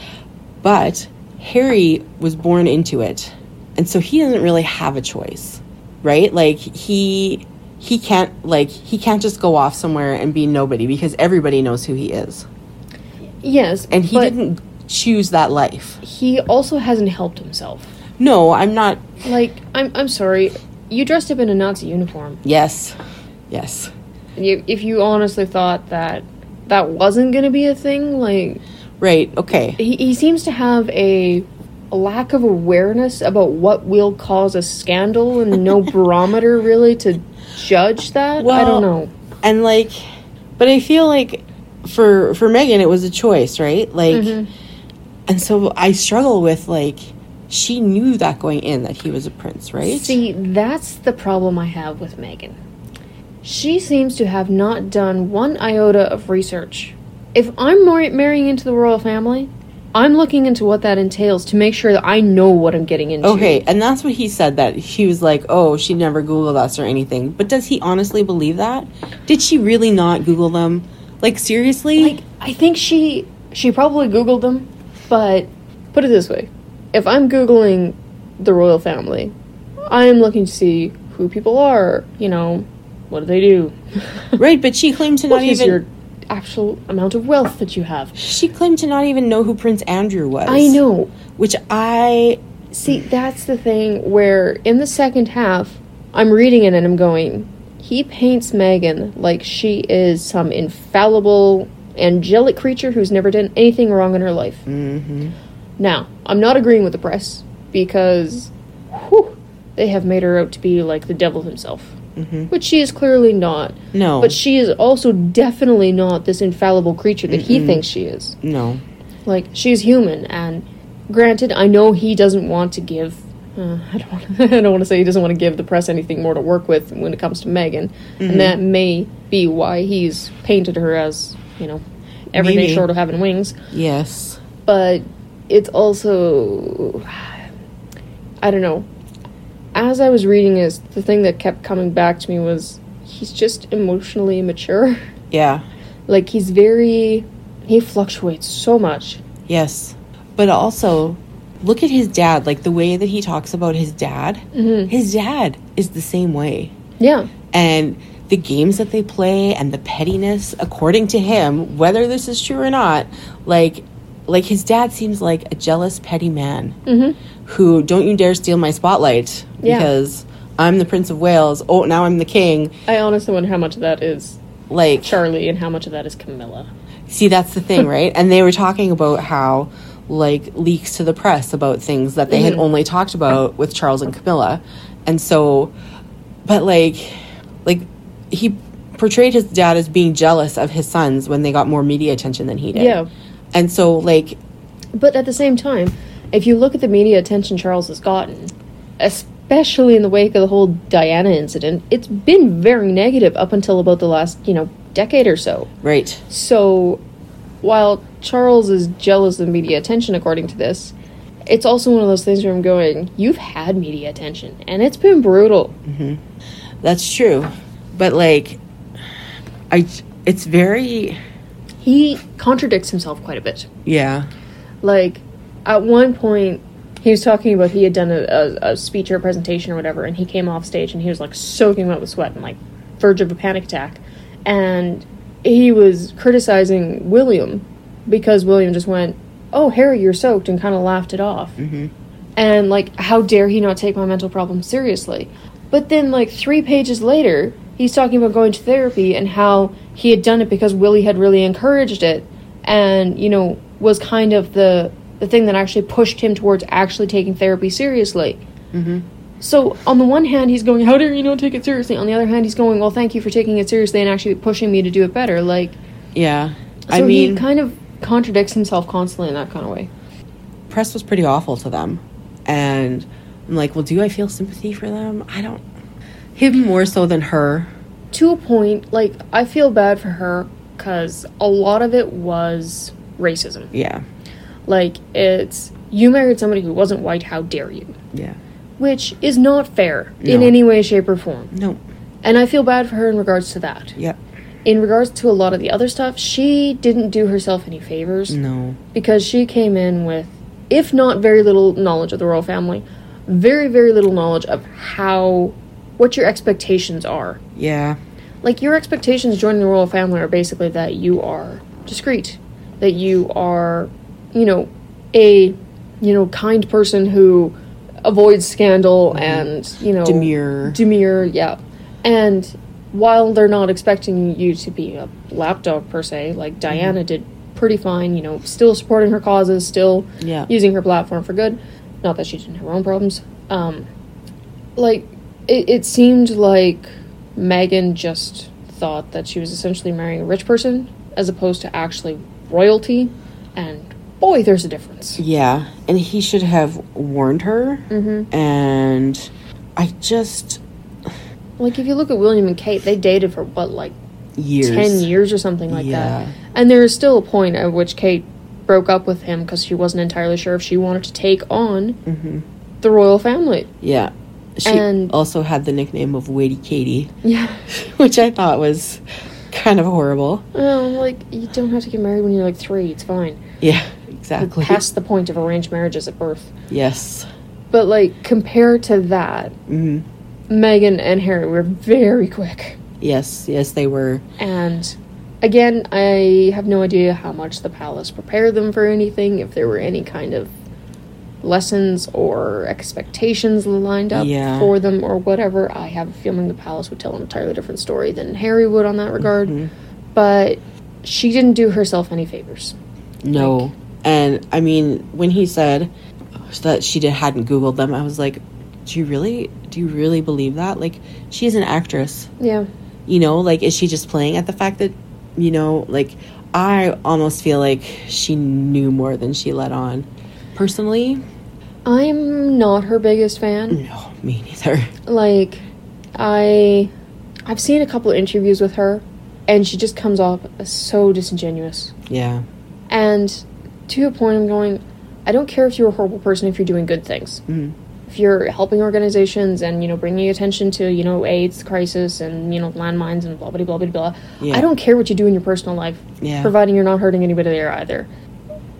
[SPEAKER 2] But Harry was born into it. And so he doesn't really have a choice. Right? Like he he can't like he can't just go off somewhere and be nobody because everybody knows who he is.
[SPEAKER 1] Yes,
[SPEAKER 2] And he
[SPEAKER 1] but
[SPEAKER 2] didn't choose that life.
[SPEAKER 1] He also hasn't helped himself.
[SPEAKER 2] No, I'm not
[SPEAKER 1] Like I'm, I'm sorry. You dressed up in a Nazi uniform.
[SPEAKER 2] yes. Yes.
[SPEAKER 1] You, if you honestly thought that that wasn't going to be a thing, like
[SPEAKER 2] Right. Okay.
[SPEAKER 1] he, he seems to have a, a lack of awareness about what will cause a scandal and
[SPEAKER 2] *laughs*
[SPEAKER 1] no barometer really to judge that. I
[SPEAKER 2] Well,
[SPEAKER 1] don't know.
[SPEAKER 2] and like but i feel like for for megan it was a choice right like
[SPEAKER 1] Mm-hmm.
[SPEAKER 2] and so i struggle with like she knew that going in that he was a prince right
[SPEAKER 1] See, that's the problem I have with Megan. She seems to have not done one iota of research. If I'm mar- marrying into the royal family, I'm looking into what that entails to make sure that I know what I'm getting into.
[SPEAKER 2] okay and that's what he said that he was like oh she never googled us or anything but does he honestly believe that did she really not google them like seriously
[SPEAKER 1] Like, I think she she probably Googled them, but put it this way: if I'm Googling the royal family, I am looking to see who people are. You know, what do they do?
[SPEAKER 2] right but she claimed
[SPEAKER 1] *laughs*
[SPEAKER 2] to
[SPEAKER 1] What
[SPEAKER 2] not
[SPEAKER 1] is
[SPEAKER 2] even
[SPEAKER 1] your actual amount of wealth that you have?
[SPEAKER 2] she claimed to not even know who prince andrew was
[SPEAKER 1] I know.
[SPEAKER 2] which i
[SPEAKER 1] See, that's the thing where in the second half, I'm reading it and I'm going, he paints Megan like she is some infallible, angelic creature who's never done anything wrong in her life. Mm-hmm. Now, I'm not agreeing with the press because whew, they have made her out to be like the devil himself, mm-hmm. which she is clearly not.
[SPEAKER 2] no
[SPEAKER 1] But she is also definitely not this infallible creature that he thinks she is
[SPEAKER 2] no
[SPEAKER 1] like she's human and granted i know he doesn't want to give uh, I don't, want *laughs* I don't want to say he doesn't want to give the press anything more to work with when it comes to Megan, and that may be why he's painted her as you know everything
[SPEAKER 2] Maybe.
[SPEAKER 1] short of having wings.
[SPEAKER 2] yes
[SPEAKER 1] But it's also *sighs* I don't know. As I was reading this, the thing that kept coming back to me was he's just emotionally immature. *laughs*
[SPEAKER 2] yeah
[SPEAKER 1] like he's very he fluctuates so much.
[SPEAKER 2] Yes. But also, look at his dad. Like the way that he talks about his dad, his dad is the same way.
[SPEAKER 1] Yeah.
[SPEAKER 2] And the games that they play and the pettiness, according to him, whether this is true or not, like, like his dad seems like a jealous, petty man who don't you dare steal my spotlight
[SPEAKER 1] Yeah.
[SPEAKER 2] because I'm the Prince of Wales. Oh, now I'm the king.
[SPEAKER 1] I honestly wonder how much of that is
[SPEAKER 2] Like,
[SPEAKER 1] Charlie and how much of that is Camilla.
[SPEAKER 2] See, that's the thing, right? and they were talking about how, like, leaks to the press about things that they
[SPEAKER 1] Mm-hmm.
[SPEAKER 2] had only talked about with Charles and Camilla. And so, but like, like, he portrayed his dad as being jealous of his sons when they got more media attention than he did.
[SPEAKER 1] Yeah.
[SPEAKER 2] And so, like,
[SPEAKER 1] But at the same time, if you look at the media attention Charles has gotten, especially in the wake of the whole Diana incident, it's been very negative up until about the last, you know, decade or so.
[SPEAKER 2] right.
[SPEAKER 1] So while Charles is jealous of media attention, according to this, it's also one of those things where I'm going, you've had media attention and it's been brutal.
[SPEAKER 2] That's true. But like, I it's very
[SPEAKER 1] He contradicts himself quite a bit.
[SPEAKER 2] yeah
[SPEAKER 1] Like, at one point, he was talking about he had done a, a, a speech or a presentation or whatever, and he came off stage and he was like soaking wet with sweat and like verge of a panic attack. And he was criticizing William because William just went, Oh, Harry, you're soaked, and kind of laughed it off. And like, how dare he not take my mental problem seriously? But then, like, three pages later, he's talking about going to therapy and how he had done it because Willie had really encouraged it and, you know, was kind of the, the thing that actually pushed him towards actually taking therapy seriously. Mm-hmm. So, on the one hand, he's going, How dare you not take it seriously? On the other hand, he's going, Well, thank you for taking it seriously and actually pushing me to do it better. Like, so
[SPEAKER 2] yeah. I
[SPEAKER 1] he
[SPEAKER 2] mean,
[SPEAKER 1] kind of contradicts himself constantly in that kind of way.
[SPEAKER 2] press was pretty awful to them, and I'm like, well, do I feel sympathy for them? I don't. Him more so than her.
[SPEAKER 1] to a point, like I feel bad for her because a lot of it was racism.
[SPEAKER 2] Yeah,
[SPEAKER 1] Like it's you married somebody who wasn't white. How dare you?
[SPEAKER 2] yeah.
[SPEAKER 1] Which is not fair in
[SPEAKER 2] No.
[SPEAKER 1] any way, shape, or form.
[SPEAKER 2] No.
[SPEAKER 1] And I feel bad for her in regards to that.
[SPEAKER 2] Yeah.
[SPEAKER 1] In regards to a lot of the other stuff, she didn't do herself any favors
[SPEAKER 2] No.
[SPEAKER 1] because she came in with, if not very little knowledge of the royal family, very, very little knowledge of how, what your expectations are
[SPEAKER 2] Yeah.
[SPEAKER 1] like your expectations joining the royal family are basically that you are discreet that you are you know a you know kind person who avoids scandal and you know
[SPEAKER 2] Demure.
[SPEAKER 1] demure yeah and while they're not expecting you to be a lapdog per se like diana did pretty fine you know still supporting her causes still
[SPEAKER 2] Yeah.
[SPEAKER 1] using her platform for good not that she didn't have her own problems um like it, it seemed like Megan just thought that she was essentially marrying a rich person as opposed to actually royalty, and boy, there's a difference.
[SPEAKER 2] Yeah, and he should have warned her. Mm-hmm. And I just
[SPEAKER 1] Like if you look at William and Kate, they dated for what like
[SPEAKER 2] years.
[SPEAKER 1] ten years or something like
[SPEAKER 2] Yeah.
[SPEAKER 1] that, and there is still a point at which Kate broke up with him because she wasn't entirely sure if she wanted to take on
[SPEAKER 2] Mm-hmm.
[SPEAKER 1] the royal family.
[SPEAKER 2] Yeah. She
[SPEAKER 1] And-
[SPEAKER 2] also had the nickname of Weighty Katie, *laughs*
[SPEAKER 1] Yeah,
[SPEAKER 2] which I thought was kind of horrible.
[SPEAKER 1] *laughs* well, like you don't have to get married when you're like three; it's fine.
[SPEAKER 2] Yeah, exactly.
[SPEAKER 1] Past the point of arranged marriages at birth.
[SPEAKER 2] Yes. Mm-hmm.
[SPEAKER 1] But like compared to that, Megan and Harry were very quick.
[SPEAKER 2] Yes, yes, they were.
[SPEAKER 1] And again, I have no idea how much the palace prepared them for anything, if there were any kind of lessons or expectations lined up
[SPEAKER 2] Yeah.
[SPEAKER 1] for them or whatever. I have a feeling the palace would tell an entirely different story than Harry would on that regard. But she didn't do herself any favors.
[SPEAKER 2] No. and I mean, when he said that she did, hadn't Googled them, I was like, do you really, do you really believe that? Like, she is an actress.
[SPEAKER 1] Yeah.
[SPEAKER 2] you know like is she just playing at the fact that you know like i almost feel like she knew more than she let on personally
[SPEAKER 1] I'm not her biggest fan.
[SPEAKER 2] no me neither *laughs*
[SPEAKER 1] like i i've seen a couple of interviews with her and she just comes off as so disingenuous
[SPEAKER 2] yeah
[SPEAKER 1] and to a point i'm going i don't care if you're a horrible person if you're doing good things
[SPEAKER 2] Mm-hmm.
[SPEAKER 1] if you're helping organizations and you know bringing attention to you know aids crisis and you know landmines and blah blah blah blah blah
[SPEAKER 2] Yeah.
[SPEAKER 1] i don't care what you do in your personal life
[SPEAKER 2] Yeah.
[SPEAKER 1] providing you're not hurting anybody there either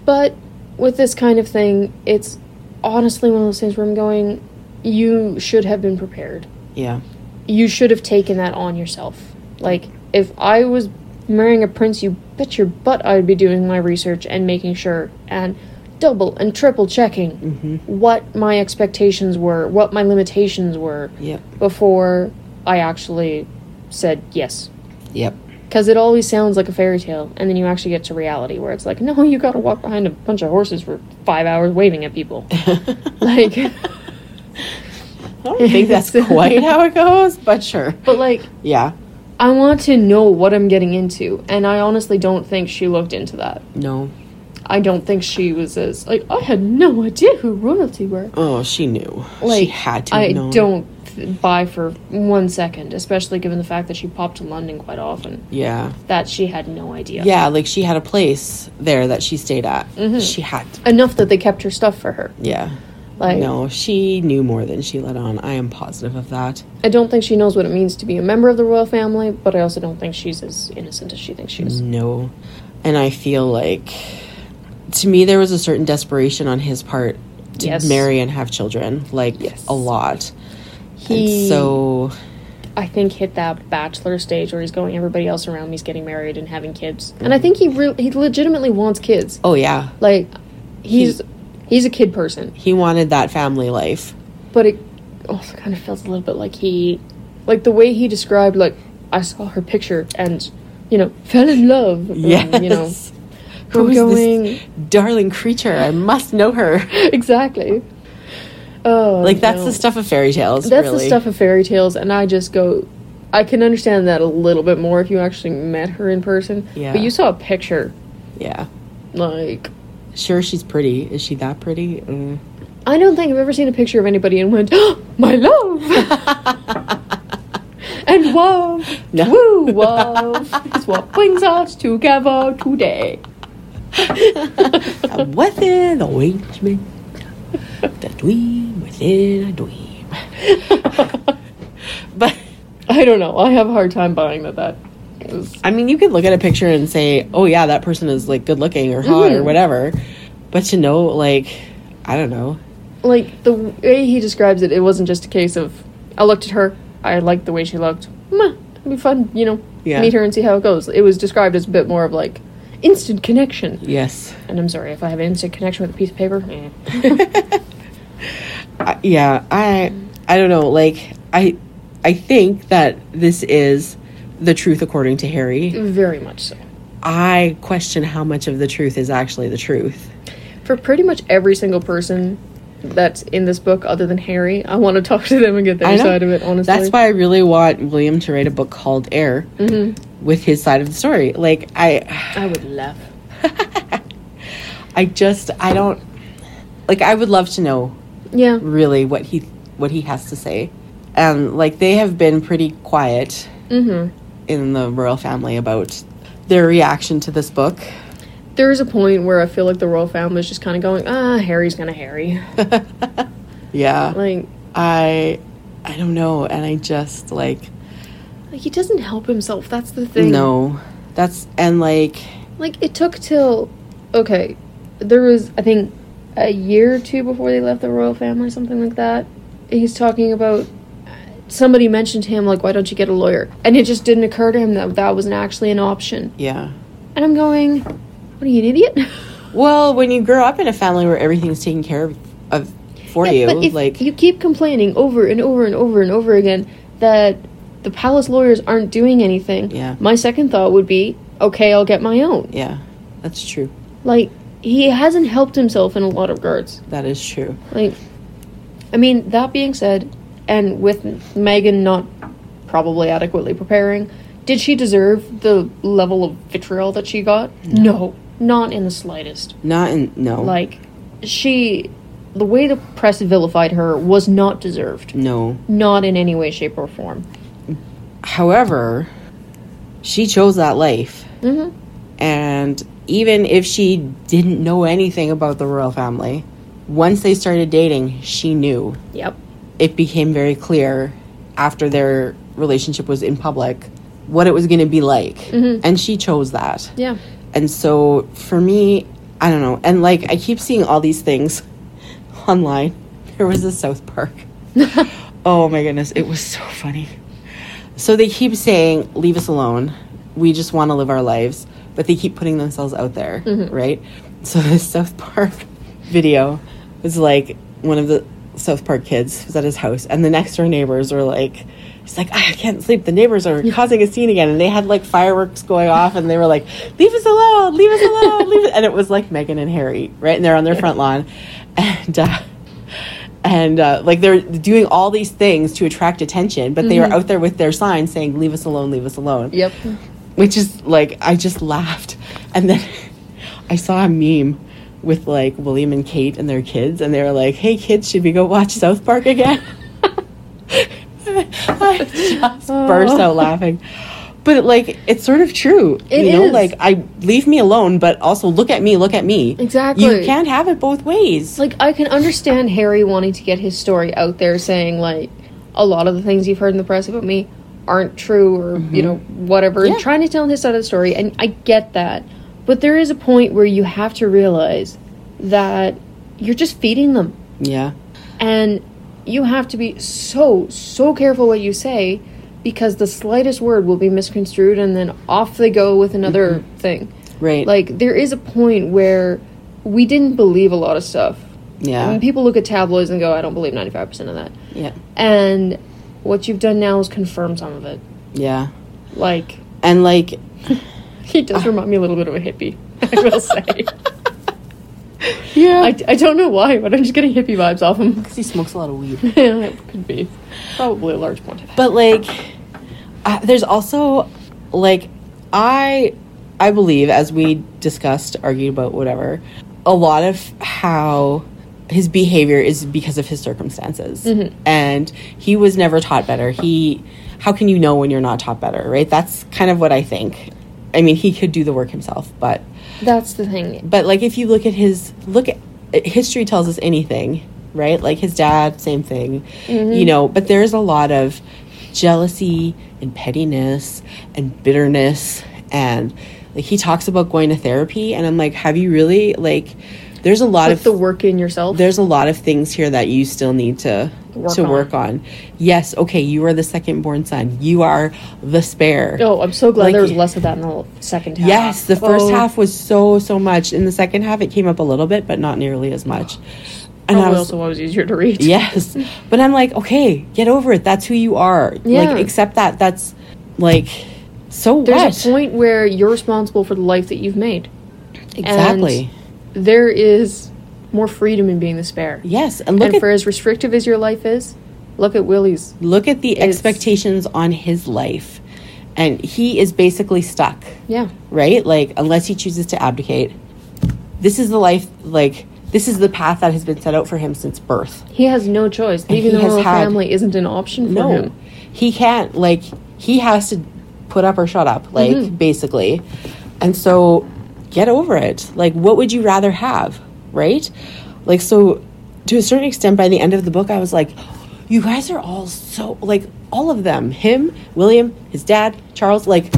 [SPEAKER 1] but with this kind of thing it's honestly one of those things where i'm going you should have been prepared
[SPEAKER 2] yeah
[SPEAKER 1] you should have taken that on yourself. Like, if I was marrying a prince, you bet your butt I would be doing my research and making sure and double and triple checking what my expectations were, what my limitations were
[SPEAKER 2] yep
[SPEAKER 1] before I actually said yes.
[SPEAKER 2] yep
[SPEAKER 1] Because it always sounds like a fairy tale, and then you actually get to reality where it's like, no, you gotta walk behind a bunch of horses for five hours waving at people. like,
[SPEAKER 2] i
[SPEAKER 1] *laughs*
[SPEAKER 2] don't think that's quite how it goes but sure
[SPEAKER 1] but like,
[SPEAKER 2] yeah
[SPEAKER 1] I want to know what I'm getting into, and I honestly don't think she looked into that.
[SPEAKER 2] no
[SPEAKER 1] I don't think she was as like I had no idea who royalty were.
[SPEAKER 2] oh she knew
[SPEAKER 1] Like
[SPEAKER 2] she had to have
[SPEAKER 1] I
[SPEAKER 2] known.
[SPEAKER 1] don't th- buy for one second, especially given the fact that she popped to London quite often.
[SPEAKER 2] yeah
[SPEAKER 1] That she had no idea.
[SPEAKER 2] yeah like she
[SPEAKER 1] Mm-hmm.
[SPEAKER 2] had a place there that she stayed at she had to
[SPEAKER 1] Enough that they kept her stuff for her.
[SPEAKER 2] yeah
[SPEAKER 1] Like,
[SPEAKER 2] No, she knew more than she let on. I am positive of that.
[SPEAKER 1] I don't think she knows what it means to be a member of the royal family, but I also don't think she's as innocent as she thinks she is.
[SPEAKER 2] No. And I feel like to me there was a certain desperation on his part to
[SPEAKER 1] Yes.
[SPEAKER 2] marry and have children. Like
[SPEAKER 1] Yes.
[SPEAKER 2] a lot.
[SPEAKER 1] He-
[SPEAKER 2] and so
[SPEAKER 1] I think hit that bachelor stage where he's going, everybody else around me's getting married and having kids, and I think he re- he legitimately wants kids.
[SPEAKER 2] oh yeah.
[SPEAKER 1] Like, he's he's a kid person,
[SPEAKER 2] He wanted that family life.
[SPEAKER 1] but it also kind of feels a little bit like he, like the way he described, like I saw her picture and you know fell in
[SPEAKER 2] *laughs*
[SPEAKER 1] love. and,
[SPEAKER 2] Yes.
[SPEAKER 1] Mm, you know
[SPEAKER 2] Who
[SPEAKER 1] I'm
[SPEAKER 2] is
[SPEAKER 1] going-
[SPEAKER 2] this *laughs* darling creature? I must know her.
[SPEAKER 1] *laughs* exactly. Oh,
[SPEAKER 2] Like that's
[SPEAKER 1] no.
[SPEAKER 2] the stuff of fairy tales.
[SPEAKER 1] That's
[SPEAKER 2] really.
[SPEAKER 1] the stuff of fairy tales, and I just go. I can understand that a little bit more if you actually met her in person.
[SPEAKER 2] Yeah.
[SPEAKER 1] But you saw a picture,
[SPEAKER 2] Yeah.
[SPEAKER 1] like
[SPEAKER 2] Sure, she's pretty. Is she that pretty? Mm.
[SPEAKER 1] I don't think I've ever seen a picture of anybody and went, oh, "My
[SPEAKER 2] *laughs*
[SPEAKER 1] love," and whoa,
[SPEAKER 2] No.
[SPEAKER 1] woo, whoa, it's what brings us together
[SPEAKER 2] *laughs*
[SPEAKER 1] today. *laughs*
[SPEAKER 2] That was an arrangement that we within a dream. but
[SPEAKER 1] I don't know. I have a hard time buying that. That is
[SPEAKER 2] I mean, you could look at a picture and say, "Oh yeah, that person is like good looking or hot or
[SPEAKER 1] Mhm.
[SPEAKER 2] whatever," but you know, like, I don't know.
[SPEAKER 1] like the way he describes it. It wasn't just a case of I looked at her. I liked the way she looked. Meh, it'd be fun, you know,
[SPEAKER 2] Yeah.
[SPEAKER 1] meet her and see how it goes. It was described as a bit more of like instant connection.
[SPEAKER 2] Yes,
[SPEAKER 1] And I'm sorry if I have instant connection with a piece of paper. eh.
[SPEAKER 2] I, yeah. I I don't know. Like, I I think that this is the truth according to Harry.
[SPEAKER 1] *laughs* Very much so.
[SPEAKER 2] I question how much of the truth is actually the truth.
[SPEAKER 1] For pretty much every single person that's in this book, other than Harry, I want to *laughs* talk to them and get
[SPEAKER 2] I
[SPEAKER 1] their
[SPEAKER 2] know.
[SPEAKER 1] side of it. Honestly,
[SPEAKER 2] That's why I really want William to write a book called Air
[SPEAKER 1] Mm-hmm.
[SPEAKER 2] with his side of the story. Like I
[SPEAKER 1] I would laugh.
[SPEAKER 2] I just I don't like I would love to know
[SPEAKER 1] Yeah,
[SPEAKER 2] really what he what he has to say. And like they have been pretty quiet
[SPEAKER 1] Mm-hmm.
[SPEAKER 2] in the royal family about their reaction to this book.
[SPEAKER 1] there is a point where I feel like the royal family is just kind of going, ah, Harry's gonna Harry. *laughs*
[SPEAKER 2] Yeah.
[SPEAKER 1] like
[SPEAKER 2] I I don't know and I just like
[SPEAKER 1] Like he doesn't help himself. That's the thing.
[SPEAKER 2] no. That's and like
[SPEAKER 1] Like it took till okay, there was I think a year or two before they left the royal family or something like that. He's talking about somebody mentioned to him like why don't you get a lawyer? And it just didn't occur to him that that wasn't actually an option.
[SPEAKER 2] yeah.
[SPEAKER 1] And I'm going, what are you an
[SPEAKER 2] *laughs*
[SPEAKER 1] idiot?
[SPEAKER 2] Well, when you grow up in a family where everything's taken care of, of for
[SPEAKER 1] Yeah, *laughs*
[SPEAKER 2] you,
[SPEAKER 1] but if
[SPEAKER 2] like
[SPEAKER 1] you keep complaining over and over and over and over again that the palace lawyers aren't doing anything.
[SPEAKER 2] Yeah.
[SPEAKER 1] My second thought would be, okay, I'll get my own.
[SPEAKER 2] yeah, that's true.
[SPEAKER 1] like he hasn't helped himself in a lot of regards.
[SPEAKER 2] That is true.
[SPEAKER 1] Like, I mean, that being said, and with Megan not probably adequately preparing, did she deserve the level of vitriol that she got? No, not in the slightest.
[SPEAKER 2] Not in no,
[SPEAKER 1] Like, she, the way the press vilified her was not deserved,
[SPEAKER 2] no.
[SPEAKER 1] not in any way, shape, or form.
[SPEAKER 2] However, she chose that life,
[SPEAKER 1] Mm-hmm.
[SPEAKER 2] and even if she didn't know anything about the royal family, once they started dating, she knew.
[SPEAKER 1] Yep.
[SPEAKER 2] It became very clear after their relationship was in public what it was going to be like, and she chose that.
[SPEAKER 1] Yeah.
[SPEAKER 2] And so for me, I don't know. And like I keep seeing all these things *laughs* online. There was a South Park. oh my goodness, it was so funny. So they keep saying, "Leave us alone. We just want to live our lives," but they keep putting themselves out there, right? So this South Park *laughs* video was like one of the South Park kids was at his house, and the next door neighbors were like, "He's like, I can't sleep. The neighbors are causing a scene again," and they had like fireworks going off, and they were like, "Leave us alone! Leave us alone! Leave us!" And it was like Megan and Harry, right? And they're on their front lawn, *laughs* and. Uh, and uh, like they're doing all these things to attract attention, but they were out there with their signs saying "Leave us alone, leave us alone."
[SPEAKER 1] Yep.
[SPEAKER 2] which is like I just laughed, and then *laughs* I saw a meme with like William and Kate and their kids, and they were like, "Hey kids, should we go watch South Park *laughs* again?" I just burst out laughing. But like it's sort of true.
[SPEAKER 1] It
[SPEAKER 2] you know,
[SPEAKER 1] is.
[SPEAKER 2] like I leave me alone, but also look at me, look at me.
[SPEAKER 1] Exactly.
[SPEAKER 2] You can't have it both ways.
[SPEAKER 1] Like I can understand Harry wanting to get his story out there, saying like a lot of the things you've heard in the press about me aren't true, or you know whatever,
[SPEAKER 2] Yeah.
[SPEAKER 1] and trying to tell his side of the story, and I get that. But there is a point where you have to realize that you're just feeding them,
[SPEAKER 2] yeah.
[SPEAKER 1] and you have to be so so careful what you say because the slightest word will be misconstrued, and then off they go with another thing.
[SPEAKER 2] Right.
[SPEAKER 1] Like there is a point where we didn't believe a lot of stuff
[SPEAKER 2] yeah.
[SPEAKER 1] when people look at tabloids and go, I don't believe 95% of that.
[SPEAKER 2] yeah.
[SPEAKER 1] And what you've done now is confirm some of it.
[SPEAKER 2] Yeah.
[SPEAKER 1] Like, *laughs*
[SPEAKER 2] And like
[SPEAKER 1] he
[SPEAKER 2] Ah.
[SPEAKER 1] does remind me a little bit of a hippie, *laughs* I will
[SPEAKER 2] *laughs*
[SPEAKER 1] say.
[SPEAKER 2] yeah.
[SPEAKER 1] I, I don't know why, but I'm just getting hippie vibes off him. *laughs*
[SPEAKER 2] he smokes a lot of weed.
[SPEAKER 1] it could be. Probably a large quantity.
[SPEAKER 2] but like uh, there's also like i i believe as we discussed argued about whatever a lot of how his behavior is because of his circumstances and he was never taught better he how can you know when you're not taught better right that's kind of what i think i mean he could do the work himself but
[SPEAKER 1] That's the thing.
[SPEAKER 2] but like if you look at his look at history tells us anything right like his dad same thing
[SPEAKER 1] Mm-hmm.
[SPEAKER 2] you know but there's a lot of jealousy and pettiness and bitterness and like he talks about going to therapy and i'm like have you really like there's a lot
[SPEAKER 1] Put
[SPEAKER 2] of
[SPEAKER 1] the work in yourself.
[SPEAKER 2] there's a lot of things here that you still need to
[SPEAKER 1] Work
[SPEAKER 2] to
[SPEAKER 1] on.
[SPEAKER 2] work on yes okay you are the second born son you are the spare
[SPEAKER 1] oh, I'm so glad
[SPEAKER 2] Like-
[SPEAKER 1] there was less of that in the second half.
[SPEAKER 2] Yes, the first
[SPEAKER 1] Oh,
[SPEAKER 2] half was so so much. In the second half, it came up a little bit, but not nearly as much. And I
[SPEAKER 1] Probably
[SPEAKER 2] was
[SPEAKER 1] Oh, also what was easier to read.
[SPEAKER 2] yes, but I'm like, okay, get over it. That's who you are.
[SPEAKER 1] Yeah.
[SPEAKER 2] Like accept that. That's like so
[SPEAKER 1] There's
[SPEAKER 2] what
[SPEAKER 1] a point where you're responsible for the life that you've made.
[SPEAKER 2] exactly.
[SPEAKER 1] there is more freedom in being the spare.
[SPEAKER 2] yes, and look
[SPEAKER 1] and
[SPEAKER 2] at
[SPEAKER 1] for as restrictive as your life is, look at Willie's.
[SPEAKER 2] look at the expectations on his life, and he is basically stuck.
[SPEAKER 1] Yeah.
[SPEAKER 2] right? Like, unless he chooses to abdicate, this is the life, like, this is the path that has been set out for him since birth.
[SPEAKER 1] He has no choice. Leaving
[SPEAKER 2] he
[SPEAKER 1] the
[SPEAKER 2] has
[SPEAKER 1] royal
[SPEAKER 2] had-
[SPEAKER 1] family isn't an option for
[SPEAKER 2] No,
[SPEAKER 1] him.
[SPEAKER 2] he can't, like, he has to put up or shut up, like,
[SPEAKER 1] Mm-hmm.
[SPEAKER 2] basically. And so, get over it. Like, what would you rather have, right? Like, so to a certain extent, by the end of the book, I was like, you guys are all so, like, all of them him, William, his dad, Charles, like,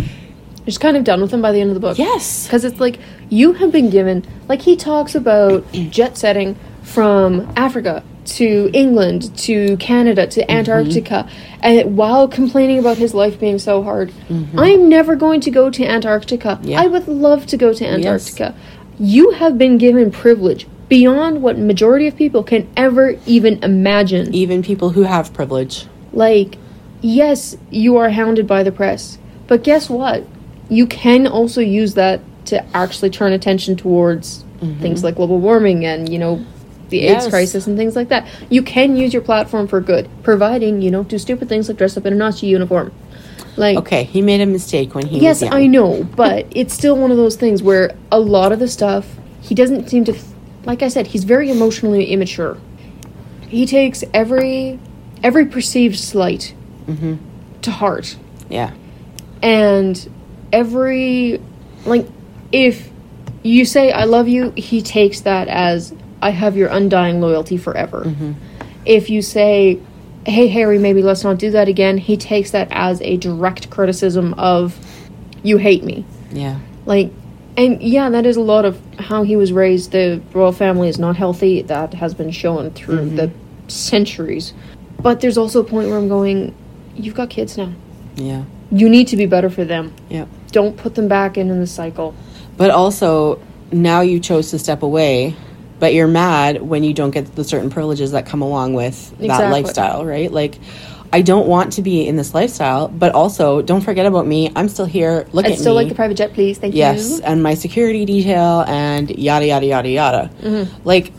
[SPEAKER 1] Just kind of done with him by the end of the book.
[SPEAKER 2] yes.
[SPEAKER 1] Because it's like you have been given, like he talks
[SPEAKER 2] *clears throat*
[SPEAKER 1] about jet setting from Africa to England to Canada
[SPEAKER 2] Mm-hmm.
[SPEAKER 1] to Antarctica, and while complaining about his life being so hard, I'm never going to go to Antarctica.
[SPEAKER 2] Mm-hmm. Yeah.
[SPEAKER 1] I would love to go to Antarctica. You have been given privilege beyond what majority of people can ever even imagine
[SPEAKER 2] Even people who have privilege.
[SPEAKER 1] like yes you are hounded by the press but guess what you can also use that to actually turn attention towards things like global warming and you know the AIDS
[SPEAKER 2] Mm-hmm. Yes.
[SPEAKER 1] crisis and things like that. You can use your platform for good, providing you don't do stupid things like dress up in a Nazi uniform. Like,
[SPEAKER 2] Okay, he made a mistake when he
[SPEAKER 1] yes,
[SPEAKER 2] was young.
[SPEAKER 1] I know, but it's still one of those things where a lot of the stuff he doesn't seem to, f- like I said, he's very emotionally immature. He takes every every perceived slight to heart,
[SPEAKER 2] Yeah.
[SPEAKER 1] and every like if you say I love you, he takes that as I have your undying loyalty forever. If you say Hey Harry, maybe let's not do that again. He takes that as a direct criticism of you hate me.
[SPEAKER 2] Yeah.
[SPEAKER 1] Like, and yeah, that is a lot of how he was raised. The royal family is not healthy. That has been shown through the centuries. But there's also a point where I'm going, you've got kids now.
[SPEAKER 2] Yeah.
[SPEAKER 1] You need to be better for them.
[SPEAKER 2] Yeah.
[SPEAKER 1] Don't put them back into the cycle.
[SPEAKER 2] But also, now you chose to step away, but you're mad when you don't get the certain privileges that come along with that
[SPEAKER 1] Exactly.
[SPEAKER 2] lifestyle, right? Like, I don't want to be in this lifestyle, but also don't forget about me. I'm still here. Look
[SPEAKER 1] I'd
[SPEAKER 2] at
[SPEAKER 1] still
[SPEAKER 2] me.
[SPEAKER 1] like the private jet, please. Thank
[SPEAKER 2] yes,
[SPEAKER 1] you.
[SPEAKER 2] and my security detail, and yada yada yada yada.
[SPEAKER 1] Mm-hmm.
[SPEAKER 2] Like,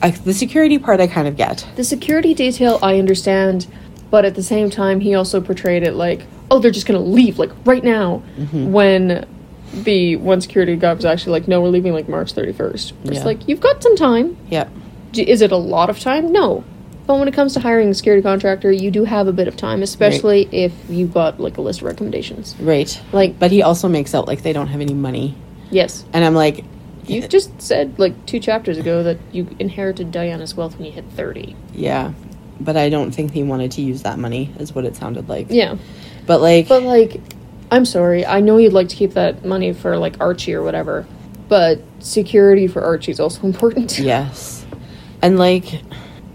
[SPEAKER 2] I, the security part, I kind of get.
[SPEAKER 1] The security detail, I understand, but at the same time, he also portrayed it like, oh, they're just going to leave, like, right now.
[SPEAKER 2] Mm-hmm.
[SPEAKER 1] When the one security guy was actually like, no, we're leaving, like, March 31st. It's
[SPEAKER 2] Yeah.
[SPEAKER 1] like, you've got some time.
[SPEAKER 2] Yep.
[SPEAKER 1] J- Is it a lot of time? No. But when it comes to hiring a security contractor, you do have a bit of time, especially if you got like a list of recommendations.
[SPEAKER 2] Right.
[SPEAKER 1] Like-
[SPEAKER 2] but he also makes out like they don't have any money.
[SPEAKER 1] Yes.
[SPEAKER 2] And I'm like,
[SPEAKER 1] You
[SPEAKER 2] *laughs*
[SPEAKER 1] just said like two chapters ago that you inherited Diana's wealth when you hit 30.
[SPEAKER 2] yeah. But I don't think he wanted to use that money, is what it sounded like.
[SPEAKER 1] Yeah.
[SPEAKER 2] But like,
[SPEAKER 1] But like, I'm sorry. I know you'd like to keep that money for like Archie or whatever, but security for Archie is also *laughs* important.
[SPEAKER 2] yes. And like,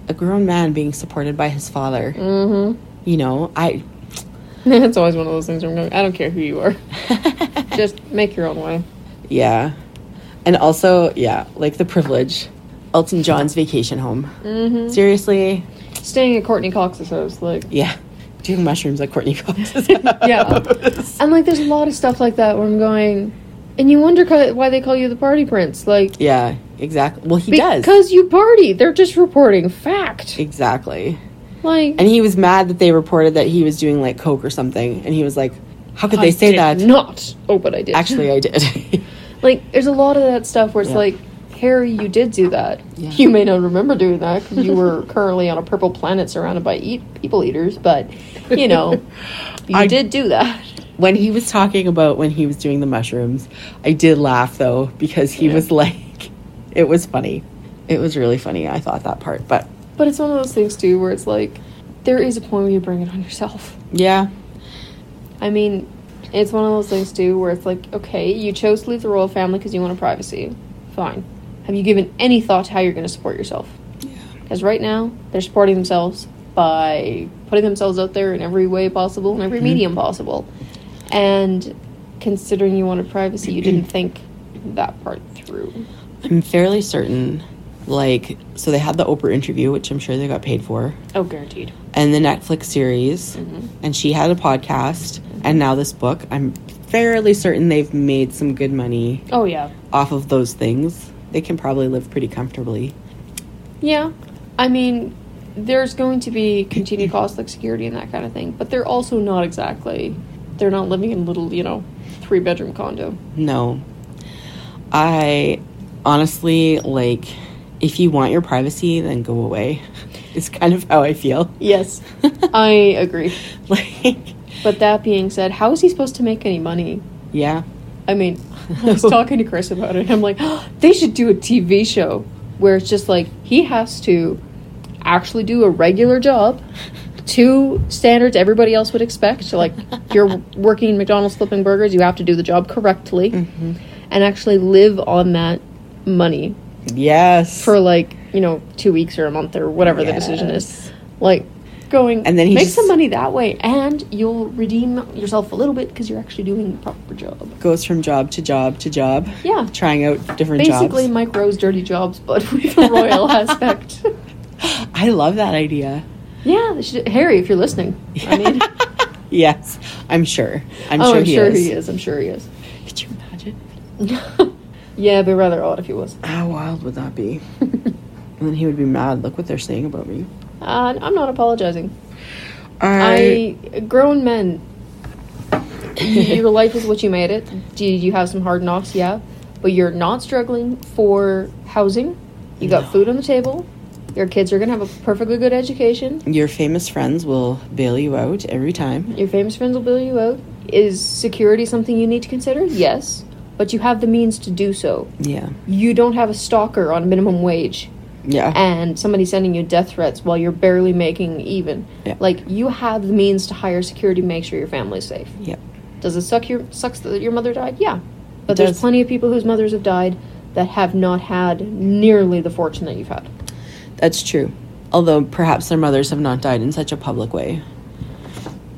[SPEAKER 2] a grown man being supported by his father. Mm-hmm. You know, I.
[SPEAKER 1] That's always one of those things where I'm going, I don't care who you
[SPEAKER 2] *laughs*
[SPEAKER 1] are. Just make your own way.
[SPEAKER 2] Yeah. And also, yeah, like the privilege. Elton John's vacation home.
[SPEAKER 1] Mm-hmm.
[SPEAKER 2] Seriously?
[SPEAKER 1] Staying at Courtney Cox's house, like.
[SPEAKER 2] Yeah. Doing mushrooms at Courtney Cox's
[SPEAKER 1] *laughs* Yeah.
[SPEAKER 2] house.
[SPEAKER 1] And like, there's a lot of stuff like that where I'm going, and you wonder ca- why they call you the party prince. Like,
[SPEAKER 2] Yeah, exactly. Well, he does.
[SPEAKER 1] because you party. They're just reporting fact.
[SPEAKER 2] Exactly.
[SPEAKER 1] Like,
[SPEAKER 2] And he was mad that they reported that he was doing like coke or something. And he was like, how could
[SPEAKER 1] I
[SPEAKER 2] they say
[SPEAKER 1] did
[SPEAKER 2] that?
[SPEAKER 1] Not. Oh, but I did.
[SPEAKER 2] Actually, I did.
[SPEAKER 1] *laughs*
[SPEAKER 2] *laughs*
[SPEAKER 1] Like, there's a lot of that stuff where it's
[SPEAKER 2] Yeah.
[SPEAKER 1] like, Harry, you did do that.
[SPEAKER 2] Yeah.
[SPEAKER 1] You may not remember doing that because you were *laughs* currently on a purple planet surrounded by eat- people eaters, but, you
[SPEAKER 2] *laughs*
[SPEAKER 1] know, you
[SPEAKER 2] I-
[SPEAKER 1] did do that.
[SPEAKER 2] when he was talking about when he was doing the mushrooms, I did laugh though, because he
[SPEAKER 1] Yeah.
[SPEAKER 2] was like, *laughs* it was funny. It was really funny. I thought that part. But
[SPEAKER 1] But it's one of those things, too, where it's like, there is a point where you bring it on yourself.
[SPEAKER 2] yeah,
[SPEAKER 1] I mean, it's one of those things, too, where it's like, okay, you chose to leave the royal family because you wanted privacy. Fine. Have you given any thought to how you're going to support yourself? Because right now, they're supporting themselves by putting themselves out there in every way possible, in every medium possible. And considering you wanted privacy, you *clears throat* didn't think that part through.
[SPEAKER 2] I'm fairly certain. Like, so they had the Oprah interview, which I'm sure they got paid for.
[SPEAKER 1] Oh, guaranteed.
[SPEAKER 2] and the Netflix series, and she had a podcast, and now this book. I'm fairly certain they've made some good money
[SPEAKER 1] Oh, yeah.
[SPEAKER 2] off of those things. They can probably live pretty comfortably.
[SPEAKER 1] Yeah. I mean, there's going to be continued costs like security and that kind of thing, but they're also not exactly, they're not living in little, you know, three bedroom condo.
[SPEAKER 2] No. I honestly like if you want your privacy, then go away. *laughs* It's kind of how I feel. *laughs*
[SPEAKER 1] Yes, I agree.
[SPEAKER 2] like,
[SPEAKER 1] But that being said, how is he supposed to make any money?
[SPEAKER 2] yeah.
[SPEAKER 1] I mean,
[SPEAKER 2] *laughs*
[SPEAKER 1] I was talking to Chris about it. I'm like, *gasps* they should do a TV show where it's just like he has to actually do a regular job to standards everybody else would expect. Like,
[SPEAKER 2] *laughs*
[SPEAKER 1] you're working McDonald's flipping burgers, you have to do the job correctly
[SPEAKER 2] Mm-hmm.
[SPEAKER 1] and actually live on that money
[SPEAKER 2] Yes.
[SPEAKER 1] for like, you know, two weeks or a month or whatever the decision is. Like, going
[SPEAKER 2] And then he
[SPEAKER 1] make
[SPEAKER 2] just-
[SPEAKER 1] some money that way and you'll redeem yourself a little bit because you're actually doing the proper job.
[SPEAKER 2] goes from job to job to job.
[SPEAKER 1] Yeah.
[SPEAKER 2] Trying out different
[SPEAKER 1] basically
[SPEAKER 2] jobs.
[SPEAKER 1] Mike Rose dirty jobs, but *laughs* with a
[SPEAKER 2] *laughs*
[SPEAKER 1] royal aspect.
[SPEAKER 2] I love that idea.
[SPEAKER 1] Yeah, they should- Harry, if you're listening, I mean,
[SPEAKER 2] Yes, I'm sure. *laughs* I'm
[SPEAKER 1] oh,
[SPEAKER 2] sure,
[SPEAKER 1] I'm
[SPEAKER 2] he,
[SPEAKER 1] sure
[SPEAKER 2] is.
[SPEAKER 1] he is. I'm sure he is. *laughs*
[SPEAKER 2] Could you imagine?
[SPEAKER 1] yeah, it'd be rather odd if he was.
[SPEAKER 2] How wild would that be? *laughs* and then he would be mad. Look what they're saying about me.
[SPEAKER 1] Uh, I'm not apologizing.
[SPEAKER 2] I,
[SPEAKER 1] I, grown
[SPEAKER 2] *laughs*
[SPEAKER 1] men. your life is what you made it. Do you have some hard knocks? Yeah, but you're not struggling for housing. You got food on the table. Your kids are gonna have a perfectly good education.
[SPEAKER 2] your famous friends will bail you out every time.
[SPEAKER 1] Your famous friends will bail you out. Is security something you need to consider? Yes. But you have the means to do so.
[SPEAKER 2] Yeah,
[SPEAKER 1] You don't have a stalker on minimum wage
[SPEAKER 2] yeah,
[SPEAKER 1] and somebody sending you death threats while you're barely making even.
[SPEAKER 2] Yeah.
[SPEAKER 1] Like you have the means to hire security, to make sure your family's safe.
[SPEAKER 2] yeah.
[SPEAKER 1] Does it suck your sucks that your mother died? Yeah. But
[SPEAKER 2] It
[SPEAKER 1] there's
[SPEAKER 2] does.
[SPEAKER 1] plenty of people whose mothers have died that have not had nearly the fortune that you've had.
[SPEAKER 2] That's true. Although perhaps their mothers have not died in such a public way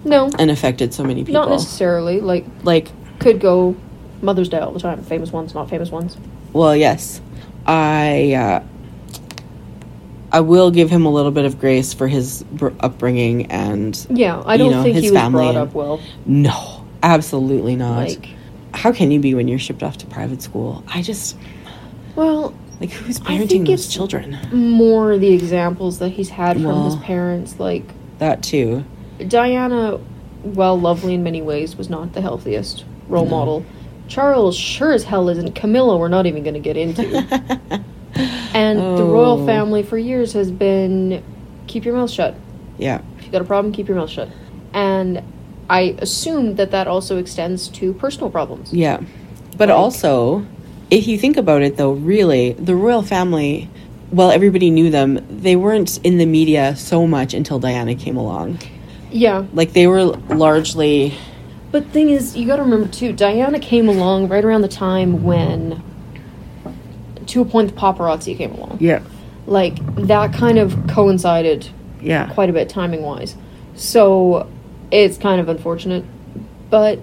[SPEAKER 1] No,
[SPEAKER 2] and affected so many people.
[SPEAKER 1] not necessarily. Like
[SPEAKER 2] like,
[SPEAKER 1] could go mothers die all the time. Famous ones, not famous ones.
[SPEAKER 2] well, yes, I. Uh, I will give him a little bit of grace for his br- upbringing and
[SPEAKER 1] Yeah, I
[SPEAKER 2] you
[SPEAKER 1] don't
[SPEAKER 2] know,
[SPEAKER 1] think
[SPEAKER 2] his
[SPEAKER 1] he was
[SPEAKER 2] family
[SPEAKER 1] brought
[SPEAKER 2] and-
[SPEAKER 1] up well.
[SPEAKER 2] No, absolutely not.
[SPEAKER 1] Like,
[SPEAKER 2] How can you be when you're shipped off to private school? I just
[SPEAKER 1] well,
[SPEAKER 2] like who's
[SPEAKER 1] I
[SPEAKER 2] parenting
[SPEAKER 1] think
[SPEAKER 2] those
[SPEAKER 1] it's-
[SPEAKER 2] children?
[SPEAKER 1] more the examples that he's had from his
[SPEAKER 2] Well.
[SPEAKER 1] parents. Like,
[SPEAKER 2] That too.
[SPEAKER 1] Diana, while lovely in many ways, was not the healthiest role model. Charles sure as hell isn't. Camilla, we're not
[SPEAKER 2] *laughs*
[SPEAKER 1] even going to get into. and the royal
[SPEAKER 2] Oh.
[SPEAKER 1] family for years has been keep your mouth shut.
[SPEAKER 2] Yeah.
[SPEAKER 1] If you got a problem, keep your mouth shut. And I assume that that also extends to personal problems.
[SPEAKER 2] Yeah. But also, if you think about it though, really, the royal family, while everybody knew them, they weren't in the media so much until Diana came along.
[SPEAKER 1] Yeah.
[SPEAKER 2] Like they were largely
[SPEAKER 1] But thing is, you got to remember too. Diana came along right around the time when, to a point, the paparazzi came along.
[SPEAKER 2] Yeah.
[SPEAKER 1] Like that kind of coincided
[SPEAKER 2] Yeah.
[SPEAKER 1] quite a bit timing wise. So it's kind of unfortunate, but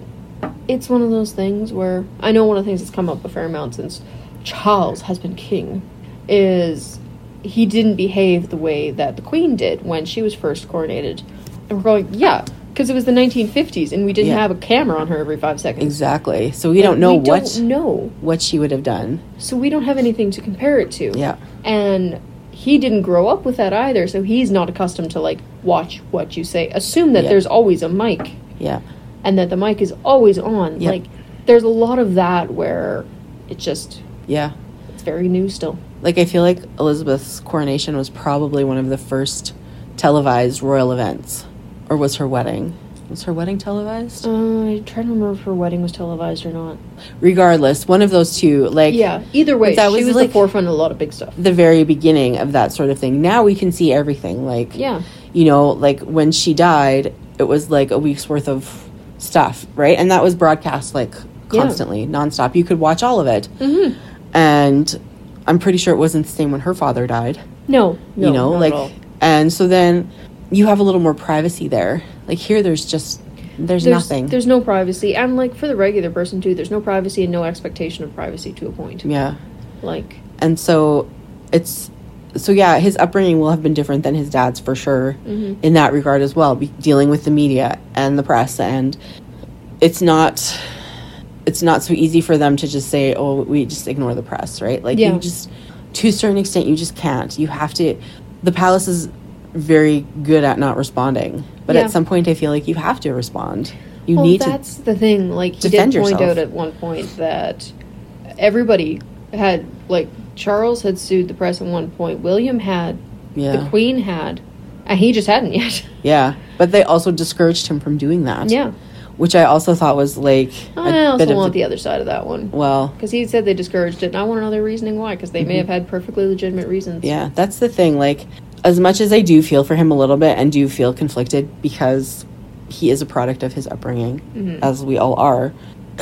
[SPEAKER 1] it's one of those things where I know one of the things that's come up a fair amount since Charles has been king is he didn't behave the way that the queen did when she was first coronated. And we're going, yeah, because it was the 1950s and we didn't
[SPEAKER 2] Yeah.
[SPEAKER 1] have a camera on her every five seconds.
[SPEAKER 2] Exactly. So we don't know
[SPEAKER 1] we
[SPEAKER 2] what
[SPEAKER 1] don't know.
[SPEAKER 2] what she would have done.
[SPEAKER 1] So we don't have anything to compare it to.
[SPEAKER 2] Yeah.
[SPEAKER 1] And he didn't grow up with that either, so he's not accustomed to like watch what you say. Assume that
[SPEAKER 2] Yeah.
[SPEAKER 1] there's always a mic
[SPEAKER 2] Yeah.
[SPEAKER 1] and that the mic is always on.
[SPEAKER 2] Yeah.
[SPEAKER 1] Like there's a lot of that where it just
[SPEAKER 2] Yeah.
[SPEAKER 1] it's very new still.
[SPEAKER 2] Like I feel like Elizabeth's coronation was probably one of the first televised royal events. Or was her wedding? Was her wedding televised?
[SPEAKER 1] Uh, I try to remember if her wedding was televised or not.
[SPEAKER 2] Regardless, one of those two, like
[SPEAKER 1] Yeah. Either way,
[SPEAKER 2] But that
[SPEAKER 1] she
[SPEAKER 2] was,
[SPEAKER 1] was
[SPEAKER 2] like-
[SPEAKER 1] the forefront of a lot of big stuff.
[SPEAKER 2] the very beginning of that sort of thing. Now we can see everything. Like
[SPEAKER 1] Yeah.
[SPEAKER 2] you know, like when she died, it was like a week's worth of stuff, right? And that was broadcast like
[SPEAKER 1] Yeah.
[SPEAKER 2] constantly, nonstop. You could watch all of it.
[SPEAKER 1] Mhm.
[SPEAKER 2] And I'm pretty sure it wasn't the same when her father died.
[SPEAKER 1] No, no,
[SPEAKER 2] you know,
[SPEAKER 1] not at
[SPEAKER 2] like
[SPEAKER 1] all.
[SPEAKER 2] and so then you have a little more privacy there. Like here there's just there's, nothing.
[SPEAKER 1] There's no privacy, and like for the regular person too, there's no privacy and no expectation of privacy to a point.
[SPEAKER 2] yeah.
[SPEAKER 1] Like,
[SPEAKER 2] and so it's so yeah his upbringing will have been different than his dad's for sure
[SPEAKER 1] Mm-hmm.
[SPEAKER 2] in that regard as well be dealing with the media and the press and it's not it's not so easy for them to just say oh we just ignore the press right like
[SPEAKER 1] Yeah.
[SPEAKER 2] you just to a certain extent you just can't you have to the palace is very good at not responding but
[SPEAKER 1] Yeah.
[SPEAKER 2] at some point i feel like you have to respond you
[SPEAKER 1] well,
[SPEAKER 2] need to
[SPEAKER 1] that's the thing. Like, he did
[SPEAKER 2] defend
[SPEAKER 1] point
[SPEAKER 2] yourself.
[SPEAKER 1] out at one point that everybody had like Charles had sued the press at one point. William had,
[SPEAKER 2] Yeah.
[SPEAKER 1] the Queen had, and he just hadn't yet. *laughs*
[SPEAKER 2] yeah but they also discouraged him from doing that
[SPEAKER 1] yeah,
[SPEAKER 2] which I also thought was like a
[SPEAKER 1] I
[SPEAKER 2] bit
[SPEAKER 1] also
[SPEAKER 2] of
[SPEAKER 1] want
[SPEAKER 2] the-
[SPEAKER 1] the, other side of that one
[SPEAKER 2] well,
[SPEAKER 1] because he said they discouraged it, and I want to know their reasoning why because they may have had perfectly legitimate reasons.
[SPEAKER 2] Mm-hmm. yeah, that's the thing. Like, as much as I do feel for him a little bit and do feel conflicted because he is a product of his upbringing, as we all are,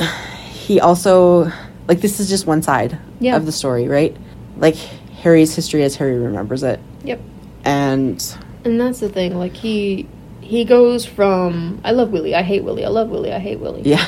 [SPEAKER 2] *sighs* he also like this is just one side
[SPEAKER 1] Yeah.
[SPEAKER 2] of the story, right? Like Harry's history as Harry remembers it,
[SPEAKER 1] Yep.
[SPEAKER 2] and
[SPEAKER 1] And that's the thing, like he he goes from I love Willie, I hate Willie, I love Willie, I hate Willie.
[SPEAKER 2] yeah,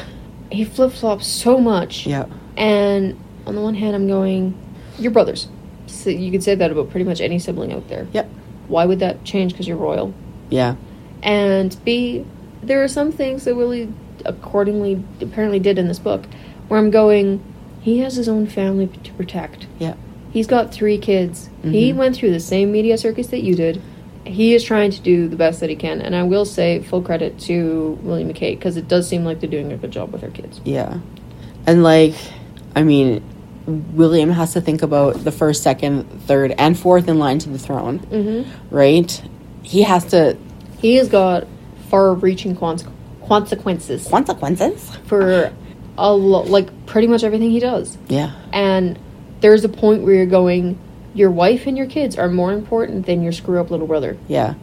[SPEAKER 1] He flip flops so much.
[SPEAKER 2] yeah,
[SPEAKER 1] And on the one hand I'm going, You're brothers. So you could say that about pretty much any sibling out there.
[SPEAKER 2] yep,
[SPEAKER 1] Why would that change because you're royal?
[SPEAKER 2] yeah,
[SPEAKER 1] And B, there are some things that Willie accordingly apparently did in this book where I'm going, he has his own family to protect.
[SPEAKER 2] yeah,
[SPEAKER 1] He's got three kids. He went through the same media circus that you did. He is trying to do the best that he can, and I will say full credit to William McKay because it does seem like they're doing a good job with their kids.
[SPEAKER 2] yeah, and like, I mean. William has to think about the first, second, third, and fourth in line to the throne.
[SPEAKER 1] hmm
[SPEAKER 2] right? He has to
[SPEAKER 1] He has got far-reaching quanse- consequences
[SPEAKER 2] consequences.
[SPEAKER 1] for a lo- like pretty much everything he does,
[SPEAKER 2] Yeah,
[SPEAKER 1] and there's a point where you're going, your wife and your kids are more important than your screw-up little brother.
[SPEAKER 2] yeah,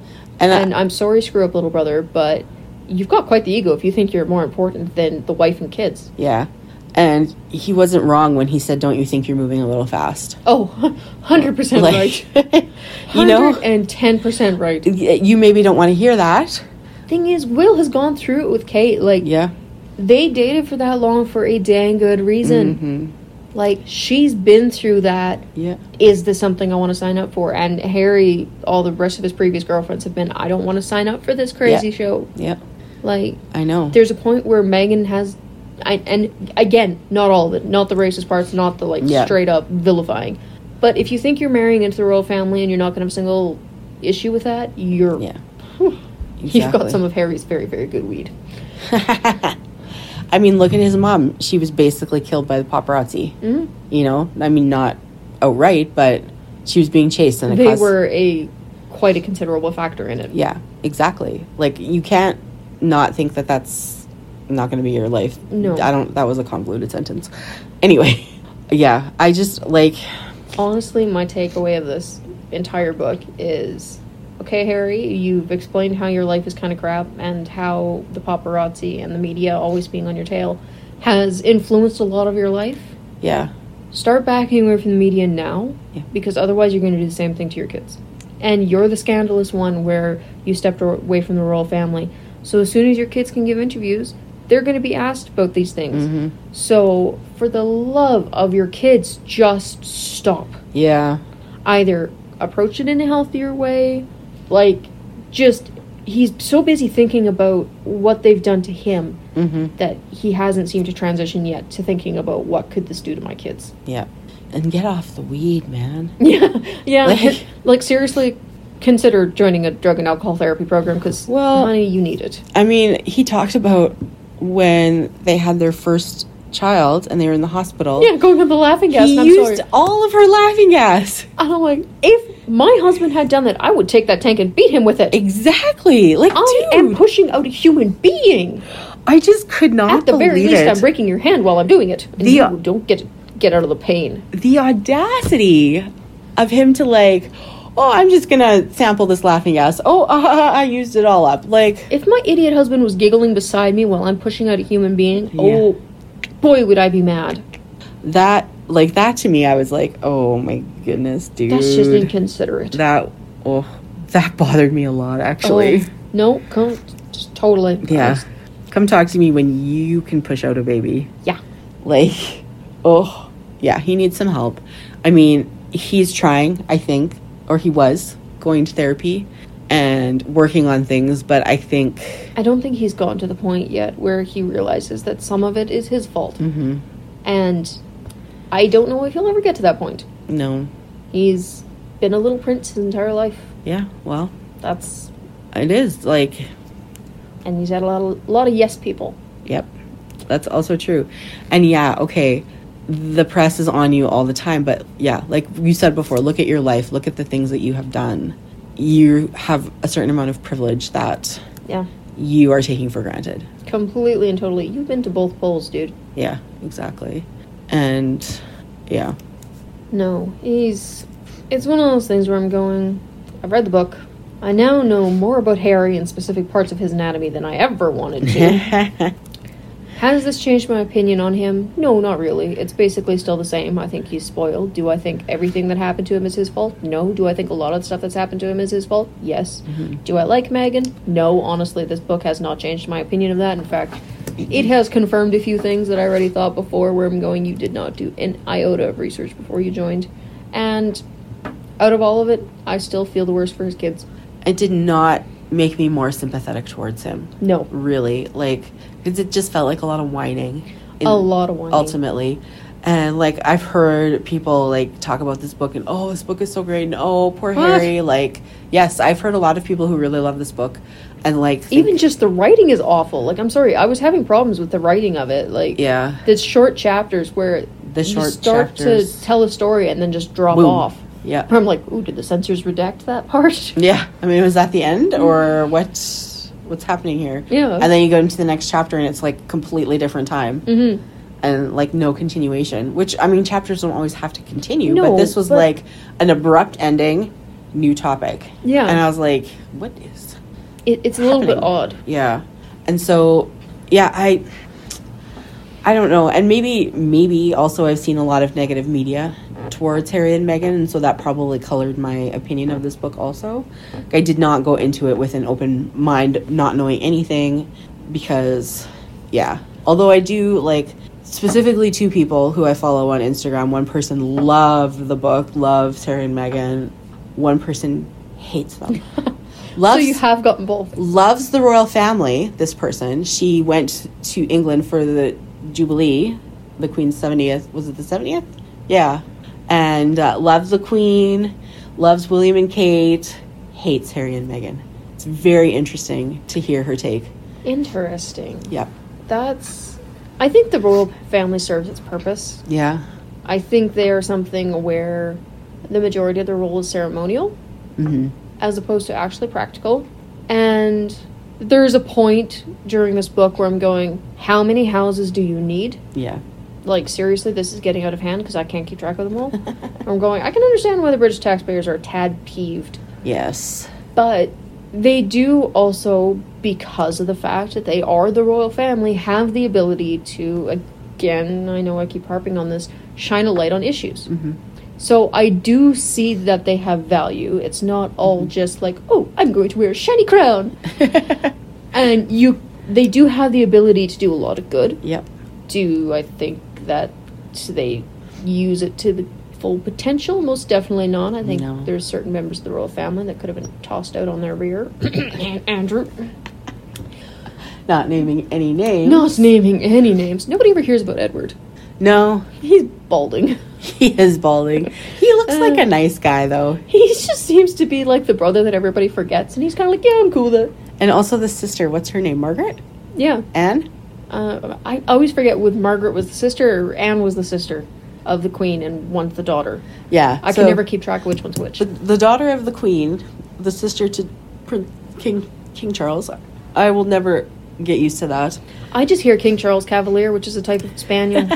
[SPEAKER 2] and, uh,
[SPEAKER 1] And uh, I'm sorry, screw-up little brother, but you've got quite the ego if you think you're more important than the wife and kids.
[SPEAKER 2] yeah, and he wasn't wrong when he said, "Don't you think you're moving a little fast?"
[SPEAKER 1] *laughs* Oh, 100%
[SPEAKER 2] Like,
[SPEAKER 1] right.
[SPEAKER 2] *laughs* you know,
[SPEAKER 1] and 10% right.
[SPEAKER 2] y- you maybe don't want to hear that.
[SPEAKER 1] Thing is, Will has gone through it with Kate. Like,
[SPEAKER 2] Yeah,
[SPEAKER 1] they dated for that long for a dang good reason.
[SPEAKER 2] Mm-hmm.
[SPEAKER 1] Like, she's been through that.
[SPEAKER 2] yeah,
[SPEAKER 1] Is this something I want to sign up for? And Harry, all the rest of his previous girlfriends have been, I don't want to sign up for this crazy
[SPEAKER 2] Yeah.
[SPEAKER 1] show.
[SPEAKER 2] yeah.
[SPEAKER 1] Like,
[SPEAKER 2] I know.
[SPEAKER 1] there's a point where Megan has. I, and again, not all of it, not the racist parts, not the like
[SPEAKER 2] Yeah.
[SPEAKER 1] straight up vilifying. But if you think you're marrying into the royal family and you're not going to have a single issue with that, you're
[SPEAKER 2] yeah,
[SPEAKER 1] *laughs* you've got
[SPEAKER 2] exactly.
[SPEAKER 1] some of Harry's very very good weed.
[SPEAKER 2] I mean, look at his mom. She was basically killed by the paparazzi.
[SPEAKER 1] Mhm.
[SPEAKER 2] You know, I mean, not outright, but she was being chased, and it
[SPEAKER 1] They
[SPEAKER 2] caused,
[SPEAKER 1] were a quite a considerable factor in it.
[SPEAKER 2] Yeah, exactly. Like you can't not think that that's not going to be your life.
[SPEAKER 1] No.
[SPEAKER 2] I don't. That was a convoluted sentence. Anyway, *laughs* yeah, I just like
[SPEAKER 1] Honestly, my takeaway of this entire book is okay, Harry, you've explained how your life is kind of crap and how the paparazzi and the media always being on your tail has influenced a lot of your life.
[SPEAKER 2] yeah,
[SPEAKER 1] Start backing away from the media now
[SPEAKER 2] Yeah.
[SPEAKER 1] because otherwise you're going to do the same thing to your kids. And you're the scandalous one where you stepped ar- away from the royal family. So as soon as your kids can give interviews, they're going to be asked about these things. So for the love of your kids, just stop.
[SPEAKER 2] yeah,
[SPEAKER 1] Either approach it in a healthier way, like just he's so busy thinking about what they've done to him that he hasn't seemed to transition yet to thinking about what could this do to my kids.
[SPEAKER 2] yeah, and get off the weed, man.
[SPEAKER 1] *laughs* Yeah, yeah.
[SPEAKER 2] Like-
[SPEAKER 1] Like, seriously, consider joining a drug and alcohol therapy program because
[SPEAKER 2] Well-
[SPEAKER 1] honey, you need it.
[SPEAKER 2] I mean, he talked about when they had their first child and they were in the hospital.
[SPEAKER 1] Yeah, going on the laughing gas.
[SPEAKER 2] he
[SPEAKER 1] and I'm
[SPEAKER 2] used
[SPEAKER 1] sorry.
[SPEAKER 2] all of her laughing gas.
[SPEAKER 1] And I'm like, if my husband had done that, I would take that tank and beat him with it.
[SPEAKER 2] Exactly. Like,
[SPEAKER 1] I
[SPEAKER 2] dude,
[SPEAKER 1] am pushing out a human being.
[SPEAKER 2] I just could not
[SPEAKER 1] At the very
[SPEAKER 2] believe
[SPEAKER 1] least,
[SPEAKER 2] it.
[SPEAKER 1] I'm breaking your hand while I'm doing it. And
[SPEAKER 2] The- uh,
[SPEAKER 1] you don't get get out of the pain.
[SPEAKER 2] the audacity of him to like oh i'm just gonna sample this laughing gas oh *laughs* uh, i used it all up like
[SPEAKER 1] If my idiot husband was giggling beside me while I'm pushing out a human being,
[SPEAKER 2] Yeah.
[SPEAKER 1] oh boy, would I be mad.
[SPEAKER 2] that like that to me i was like oh my goodness dude
[SPEAKER 1] That's just inconsiderate.
[SPEAKER 2] that oh that bothered me a lot actually
[SPEAKER 1] Oh, no, come, just totally.
[SPEAKER 2] yeah come talk to me when you can push out a baby
[SPEAKER 1] yeah.
[SPEAKER 2] like oh yeah he needs some help i mean he's trying i think or he was going to therapy and working on things but i think
[SPEAKER 1] I don't think he's gotten to the point yet where he realizes that some of it is his fault. Mm-hmm. And I don't know if he'll ever get to that point.
[SPEAKER 2] No.
[SPEAKER 1] He's been a little prince his entire life.
[SPEAKER 2] Yeah. Well,
[SPEAKER 1] That's
[SPEAKER 2] it is like,
[SPEAKER 1] and he's had a lot of, lot of yes people.
[SPEAKER 2] yep. That's also true. And yeah, okay. The press is on you all the time, but yeah, like you said before, look at your life, look at the things that you have done. You have a certain amount of privilege that
[SPEAKER 1] Yeah,
[SPEAKER 2] you are taking for granted.
[SPEAKER 1] completely and totally. You've been to both poles, dude.
[SPEAKER 2] Yeah, exactly. And yeah,
[SPEAKER 1] No, he's. It's one of those things where I'm going. I've read the book. I now know more about Harry and specific parts of his anatomy than I ever wanted *laughs* to. Has this changed my opinion on him? No, not really. It's basically still the same. I think he's spoiled. Do I think everything that happened to him is his fault? No. Do I think a lot of the stuff that's happened to him is his fault? Yes. Do I like Megan? No. Honestly, this book has not changed my opinion of that. In fact, it has confirmed a few things that I already thought before where I'm going, you did not do an iota of research before you joined. And out of all of it, I still feel the worst for his kids.
[SPEAKER 2] it did not make me more sympathetic towards him.
[SPEAKER 1] No.
[SPEAKER 2] Really, like, because it just felt like a lot of whining. in-
[SPEAKER 1] A lot of whining.
[SPEAKER 2] ultimately. And like I've heard people like talk about this book and oh this book is so great and oh poor
[SPEAKER 1] What?
[SPEAKER 2] Harry like yes I've heard a lot of people who really love this book and like think-
[SPEAKER 1] Even just the writing is awful. Like, I'm sorry, I was having problems with the writing of it. Like,
[SPEAKER 2] yeah
[SPEAKER 1] the short chapters where
[SPEAKER 2] The
[SPEAKER 1] you
[SPEAKER 2] short
[SPEAKER 1] start
[SPEAKER 2] chapters.
[SPEAKER 1] to tell a story and then just drop
[SPEAKER 2] Boom.
[SPEAKER 1] off.
[SPEAKER 2] yeah
[SPEAKER 1] I'm like, ooh, did the censors redact that *laughs* part?
[SPEAKER 2] yeah I mean was that the end or what what's happening here
[SPEAKER 1] Mm. Yeah.
[SPEAKER 2] and then you go into the next chapter and it's like completely different time mm-hmm. and like no continuation which I mean chapters don't always have to continue but
[SPEAKER 1] No,
[SPEAKER 2] this was
[SPEAKER 1] but-
[SPEAKER 2] like an abrupt ending new topic
[SPEAKER 1] Yeah.
[SPEAKER 2] and I was like what is
[SPEAKER 1] It, it's a little bit odd.
[SPEAKER 2] happening. Yeah. And so yeah, I I don't know. And maybe maybe also I've seen a lot of negative media towards Harry and Meghan and so that probably colored my opinion of this book also. I did not go into it with an open mind not knowing anything because yeah. Although I do like specifically two people who I follow on Instagram. One person loved the book, loves Harry and Meghan. One person hates them.
[SPEAKER 1] *laughs* so you have gotten both.
[SPEAKER 2] loves the royal family. This person, she went to England for the Jubilee, the Queen's seventieth. Was it the seventieth? Yeah, and uh, loves the Queen, loves William and Kate, hates Harry and Meghan. It's very interesting to hear her take.
[SPEAKER 1] Interesting.
[SPEAKER 2] Yep.
[SPEAKER 1] That's. I think the royal family serves its purpose.
[SPEAKER 2] Yeah. Mm-hmm.
[SPEAKER 1] I think they are something where the majority of their role is ceremonial. as opposed to actually practical. And there's a point during this book where I'm going, how many houses do you need?
[SPEAKER 2] Yeah.
[SPEAKER 1] Like, seriously, this is getting out of hand because I can't keep track of them all. I'm going, I can understand why the British taxpayers are a tad peeved,
[SPEAKER 2] Yes.
[SPEAKER 1] but they do also, because of the fact that they are the royal family, have the ability to, again, I know I keep harping on this, shine a light on issues.
[SPEAKER 3] Mm.
[SPEAKER 2] Mm-hmm.
[SPEAKER 1] So I do see that they have value. It's not all just like, oh, I'm going to wear a shiny crown. and you they do have the ability to do a lot of good.
[SPEAKER 2] *laughs* Yep.
[SPEAKER 1] Do I think that they use it to the full potential? Most definitely not. I think
[SPEAKER 2] No.
[SPEAKER 1] there's certain members of the royal family that could have been tossed out on their
[SPEAKER 2] *coughs*
[SPEAKER 1] rear. *coughs* And Andrew.
[SPEAKER 2] Not naming any names.
[SPEAKER 1] Not naming any names. Nobody ever hears about Edward.
[SPEAKER 2] No. *laughs*
[SPEAKER 1] He's balding. *laughs*
[SPEAKER 2] He is balding. He looks like
[SPEAKER 1] Uh.
[SPEAKER 2] a nice guy though.
[SPEAKER 1] He just seems to be like the brother that everybody forgets, and he's kind of like, yeah, I'm cool with it.
[SPEAKER 2] And also the sister. What's her name? Margaret?
[SPEAKER 1] Yeah.
[SPEAKER 2] Anne?
[SPEAKER 1] Uh, I always forget whether Margaret was the sister or Anne was the sister of the queen and one's the daughter.
[SPEAKER 2] Yeah.
[SPEAKER 1] I
[SPEAKER 2] so
[SPEAKER 1] can never keep track of which one's which.
[SPEAKER 2] the, the daughter of the queen, the sister to Prince King King Charles. I will never get used to that.
[SPEAKER 1] I just hear King Charles Cavalier, which is a type of spaniel,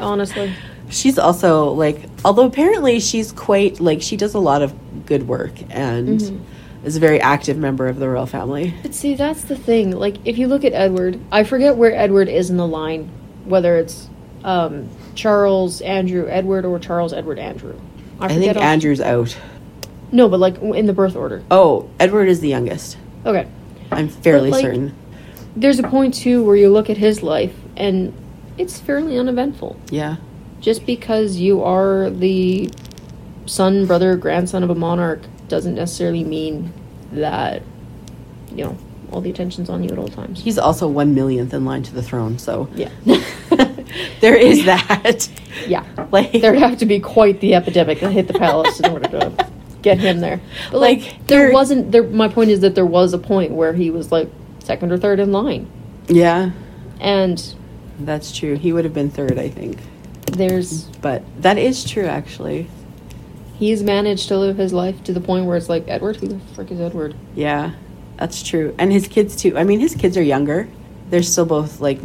[SPEAKER 1] honestly.
[SPEAKER 2] She's also like, although apparently she's quite like she does a lot of good work and
[SPEAKER 1] Mm-hmm.
[SPEAKER 2] is a very active member of the royal family.
[SPEAKER 1] But see, that's the thing. Like, if you look at Edward, I forget where Edward is in the line, whether it's um, Charles, Andrew, Edward, or Charles, Edward, Andrew.
[SPEAKER 2] I think
[SPEAKER 1] all-
[SPEAKER 2] Andrew's out.
[SPEAKER 1] No, but like in the birth order.
[SPEAKER 2] Oh, Edward is the youngest.
[SPEAKER 1] Okay.
[SPEAKER 2] I'm fairly
[SPEAKER 1] like-
[SPEAKER 2] certain.
[SPEAKER 1] There's a point, too, where you look at his life, and it's fairly uneventful.
[SPEAKER 2] Yeah.
[SPEAKER 1] just because you are the son, brother, grandson of a monarch doesn't necessarily mean that you know all the attention's on you at all times.
[SPEAKER 2] He's also one millionth in line to the throne, so
[SPEAKER 1] Yeah,
[SPEAKER 2] *laughs*
[SPEAKER 1] *laughs*
[SPEAKER 2] there is that.
[SPEAKER 1] yeah.
[SPEAKER 2] *laughs* like
[SPEAKER 1] There'd have to be quite the epidemic that hit the palace in order to get him there. But like,
[SPEAKER 2] Like,
[SPEAKER 1] there
[SPEAKER 2] you're-
[SPEAKER 1] wasn't. There, my point is that there was a point where he was like second or third in line,
[SPEAKER 2] Yeah,
[SPEAKER 1] and
[SPEAKER 2] that's true. He would have been third, I think.
[SPEAKER 1] there's
[SPEAKER 2] But that is true actually.
[SPEAKER 1] he's managed to live his life to the point where it's like Edward, who the frick is Edward?
[SPEAKER 2] Yeah, that's true. And his kids too. I mean, his kids are younger. They're still both like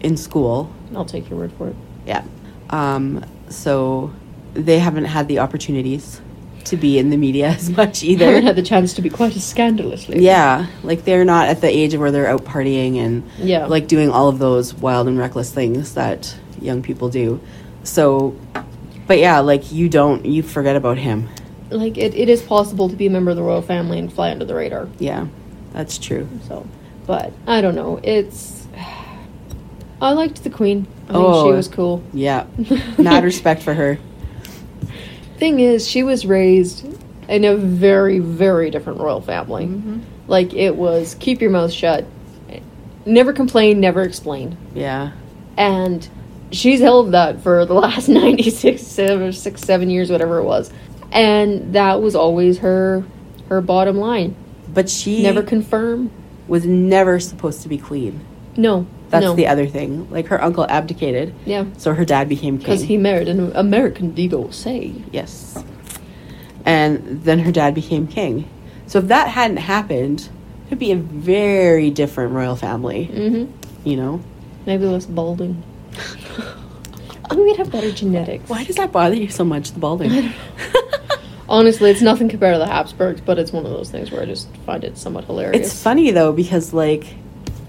[SPEAKER 2] in school.
[SPEAKER 1] I'll take your word for it.
[SPEAKER 2] Yeah. Um, so they haven't had the opportunities to be in the media *laughs* as much
[SPEAKER 1] haven't
[SPEAKER 2] either.
[SPEAKER 1] had the chance to be quite as scandalous lately.
[SPEAKER 2] yeah, like they're not at the age where they're out partying and
[SPEAKER 1] Yeah.
[SPEAKER 2] like doing all of those wild and reckless things that young people do. So, but yeah, like you don't you forget about him.
[SPEAKER 1] Like it, it is possible to be a member of the royal family and fly under the radar.
[SPEAKER 2] Yeah, that's true.
[SPEAKER 1] So, but I don't know. It's *sighs* I liked the queen. I think
[SPEAKER 2] Oh.
[SPEAKER 1] she was cool. *laughs*
[SPEAKER 2] Yeah, mad respect for her.
[SPEAKER 1] Thing is, she was raised in a very very different royal family.
[SPEAKER 2] Mm-hmm.
[SPEAKER 1] Like it was keep your mouth shut. Never complain, never explain.
[SPEAKER 2] Yeah,
[SPEAKER 1] and she's held that for the last *laughs* 96 seven, six, seven years whatever it was and that was always her her bottom line
[SPEAKER 2] but she
[SPEAKER 1] never confirm
[SPEAKER 2] was never supposed to be queen.
[SPEAKER 1] no
[SPEAKER 2] That's
[SPEAKER 1] no.
[SPEAKER 2] the e- other thing. Like her uncle abdicated.
[SPEAKER 1] yeah
[SPEAKER 2] So her dad became king.
[SPEAKER 1] because he married an american deagle say
[SPEAKER 2] yes. And then her dad became king. So if that hadn't happened, it'd be a very different royal family.
[SPEAKER 1] mm-hmm
[SPEAKER 2] You know.
[SPEAKER 1] maybe less balding *laughs* we would have better genetics
[SPEAKER 2] Why does that bother you so much? The
[SPEAKER 1] *laughs*
[SPEAKER 2] balding.
[SPEAKER 1] honestly it's nothing compared to the habsburgs but it's one of those things where i just find it somewhat hilarious
[SPEAKER 2] it's funny though because like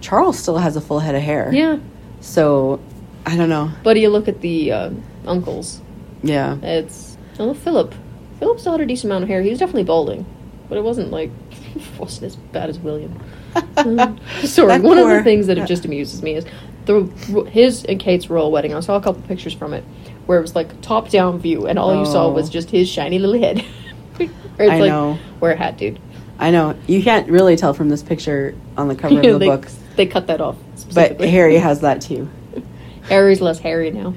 [SPEAKER 2] Charles still has a full head of hair.
[SPEAKER 1] yeah
[SPEAKER 2] So I don't know.
[SPEAKER 1] but you look at the uh, uncles
[SPEAKER 2] Yeah.
[SPEAKER 1] It's oh Philip. Philip still had a decent amount of hair. He was definitely balding, but it wasn't like *laughs* wasn't as bad as William.
[SPEAKER 2] *laughs*
[SPEAKER 1] Um, Sorry.
[SPEAKER 2] That
[SPEAKER 1] one of
[SPEAKER 2] poor-
[SPEAKER 1] the things that it just amuses me is the his and Kate's royal wedding. I saw a couple pictures from it where it was like top down view, and all you saw
[SPEAKER 2] Oh.
[SPEAKER 1] was just his shiny little head. *laughs* Where it's
[SPEAKER 2] I
[SPEAKER 1] like,
[SPEAKER 2] know.
[SPEAKER 1] Wear a hat, dude.
[SPEAKER 2] I know. You can't really tell from this picture on
[SPEAKER 1] *laughs*
[SPEAKER 2] the cover of the
[SPEAKER 1] they,
[SPEAKER 2] book,
[SPEAKER 1] they cut that off.
[SPEAKER 2] but
[SPEAKER 1] specifically.
[SPEAKER 2] Harry has that too.
[SPEAKER 1] Harry's less hairy
[SPEAKER 2] *laughs*
[SPEAKER 1] now.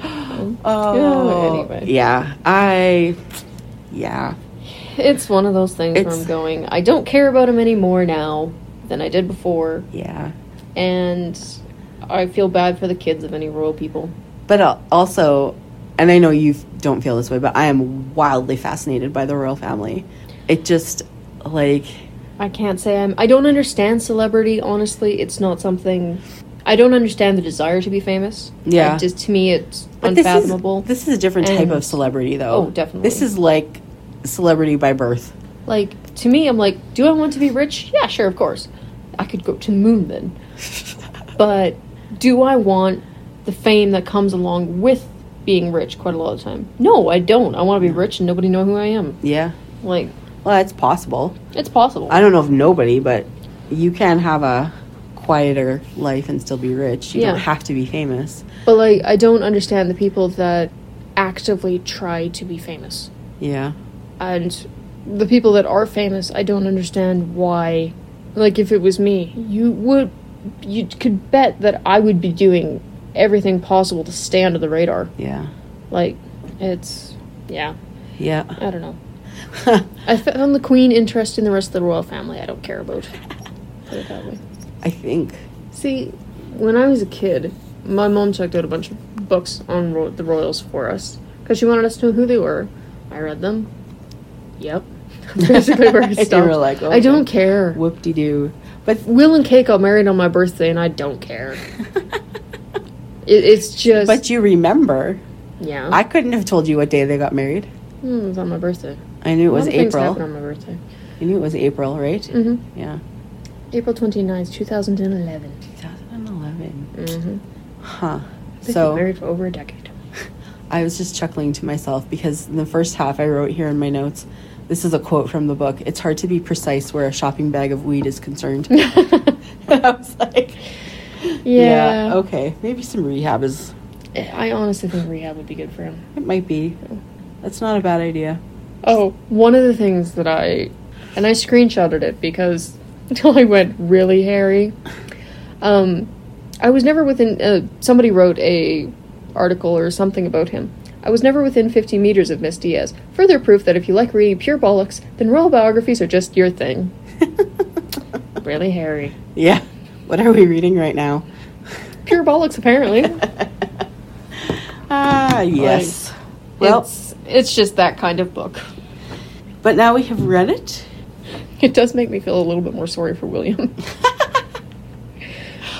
[SPEAKER 1] Um,
[SPEAKER 2] Oh,
[SPEAKER 1] anyway.
[SPEAKER 2] yeah. I, yeah,
[SPEAKER 1] It's one of those things where
[SPEAKER 2] It's-
[SPEAKER 1] I'm going. I don't care about him anymore now than I did before.
[SPEAKER 2] yeah.
[SPEAKER 1] and I feel bad for the kids of any royal people.
[SPEAKER 2] But al- also, and I know you f- don't feel this way, but I am wildly fascinated by the royal family.
[SPEAKER 3] It just like
[SPEAKER 1] I can't say I'm. I don't understand celebrity. Honestly, it's not something. I don't understand the desire to be famous.
[SPEAKER 2] Yeah.
[SPEAKER 1] Like, just to me, it's
[SPEAKER 2] But this is-
[SPEAKER 1] unfathomable.
[SPEAKER 2] This is, a different
[SPEAKER 1] And-
[SPEAKER 2] type of celebrity, though.
[SPEAKER 1] Oh, definitely.
[SPEAKER 2] This is like celebrity by birth.
[SPEAKER 1] like to me, I'm like, do I want to be rich? Yeah, sure, of course. I could go to the moon then. But do I want the fame that comes along with being rich? Quite a lot of time. No, I don't. I want to be rich and nobody know who I am.
[SPEAKER 2] Yeah.
[SPEAKER 1] Like
[SPEAKER 2] Well, that's possible.
[SPEAKER 1] it's possible.
[SPEAKER 2] I don't know if nobody, but you can have a quieter life and still be rich. You don't
[SPEAKER 1] Yeah.
[SPEAKER 2] have to be famous.
[SPEAKER 1] but like, I don't understand the people that actively try to be famous.
[SPEAKER 2] Yeah.
[SPEAKER 1] and the people that are famous i don't understand why like if it was me you would you could bet that i would be doing everything possible to stay under the radar
[SPEAKER 2] Yeah.
[SPEAKER 1] like it's yeah
[SPEAKER 2] Yeah. *laughs*
[SPEAKER 1] i don't know i found the queen interesting the rest of the royal family i don't care about put it that way
[SPEAKER 2] I think.
[SPEAKER 1] See, when I was a kid, my mom checked out a bunch of books on ro- the royals for us because she wanted us to know who they were. I read them. Yep, *laughs* basically where
[SPEAKER 2] And
[SPEAKER 1] it
[SPEAKER 2] *laughs* you
[SPEAKER 1] stopped.
[SPEAKER 2] were like,
[SPEAKER 1] I don't
[SPEAKER 2] okay.
[SPEAKER 1] care.
[SPEAKER 2] Whoop de doo. But
[SPEAKER 1] Will and Kay got married on my birthday, and I don't care. it, it's just,
[SPEAKER 2] but you remember.
[SPEAKER 1] yeah,
[SPEAKER 2] I couldn't have told you what day they got married.
[SPEAKER 1] Hmm, it was on my birthday.
[SPEAKER 2] I knew it was
[SPEAKER 1] things happen
[SPEAKER 2] April.
[SPEAKER 1] on my birthday.
[SPEAKER 2] I knew it was April, right?
[SPEAKER 1] hmm
[SPEAKER 2] Yeah.
[SPEAKER 1] April 29th, 2011.
[SPEAKER 2] 2011.
[SPEAKER 1] Mm-hmm.
[SPEAKER 2] Huh.
[SPEAKER 1] They've
[SPEAKER 2] so
[SPEAKER 1] been married for over a decade.
[SPEAKER 2] I was just chuckling to myself because in the first half I wrote here in my notes, this is a quote from the book. It's hard to be precise where a shopping bag of weed
[SPEAKER 1] *laughs*
[SPEAKER 2] is concerned. *laughs* and I was like,
[SPEAKER 1] Yeah.
[SPEAKER 2] okay, maybe some rehab is,
[SPEAKER 1] I honestly think rehab would be good for him.
[SPEAKER 2] it might be. That's not a bad idea.
[SPEAKER 1] Oh, one of the things that I and I screenshotted it because *laughs* I went really hairy. Um, I was never within. Uh, somebody wrote a article or something about him. I was never within 50 meters of Miss Diaz. Further proof that if you like reading pure bollocks, then royal biographies are just your
[SPEAKER 2] *laughs*
[SPEAKER 1] thing. really hairy.
[SPEAKER 2] Yeah. *laughs* What are we reading right now?
[SPEAKER 1] Pure bollocks, apparently.
[SPEAKER 2] Ah, *laughs* yes. well,
[SPEAKER 1] it's, it's just that kind of book. *laughs*
[SPEAKER 2] but now we have read it.
[SPEAKER 1] It does make me feel a little bit more sorry for William. *laughs*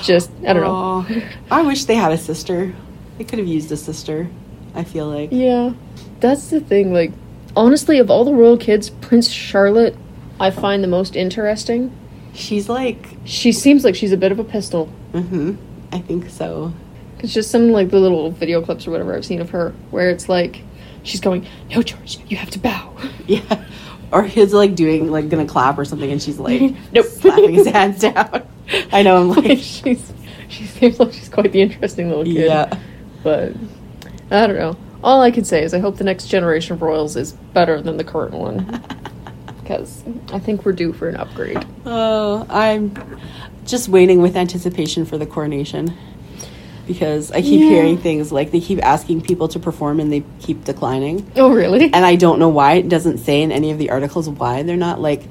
[SPEAKER 1] just, I don't know.
[SPEAKER 2] Aw.
[SPEAKER 1] *laughs*
[SPEAKER 2] I wish they had a sister. They could have used a sister, I feel like.
[SPEAKER 1] Yeah, that's the thing. Like, honestly, of all the royal kids, Prince Charlotte, I find the most interesting.
[SPEAKER 2] She's like
[SPEAKER 1] She seems like she's a bit of a pistol.
[SPEAKER 2] Mm-hmm. I think so. *laughs*
[SPEAKER 1] It's just some like the little video clips or whatever I've seen of her, where it's like she's going, "No, George, you have to bow." *laughs*
[SPEAKER 2] Yeah. Or he's like doing like gonna clap or something, and she's like
[SPEAKER 1] *laughs* Nope.
[SPEAKER 2] slapping
[SPEAKER 1] *laughs*
[SPEAKER 2] his hands down. I know. I'm
[SPEAKER 1] Like
[SPEAKER 2] like
[SPEAKER 1] she's she seems like she's quite the interesting little kid.
[SPEAKER 2] yeah.
[SPEAKER 1] but I don't know. All I can say is I hope the next generation of royals is better than the current
[SPEAKER 2] *laughs*
[SPEAKER 1] one, because I think we're due for an upgrade.
[SPEAKER 2] Oh, I'm just waiting with anticipation for the coronation because I keep
[SPEAKER 1] Yeah.
[SPEAKER 2] hearing things like they keep asking people to perform and they keep declining.
[SPEAKER 1] Oh, really?
[SPEAKER 2] and I don't know why it doesn't say in any of the articles why they're not like.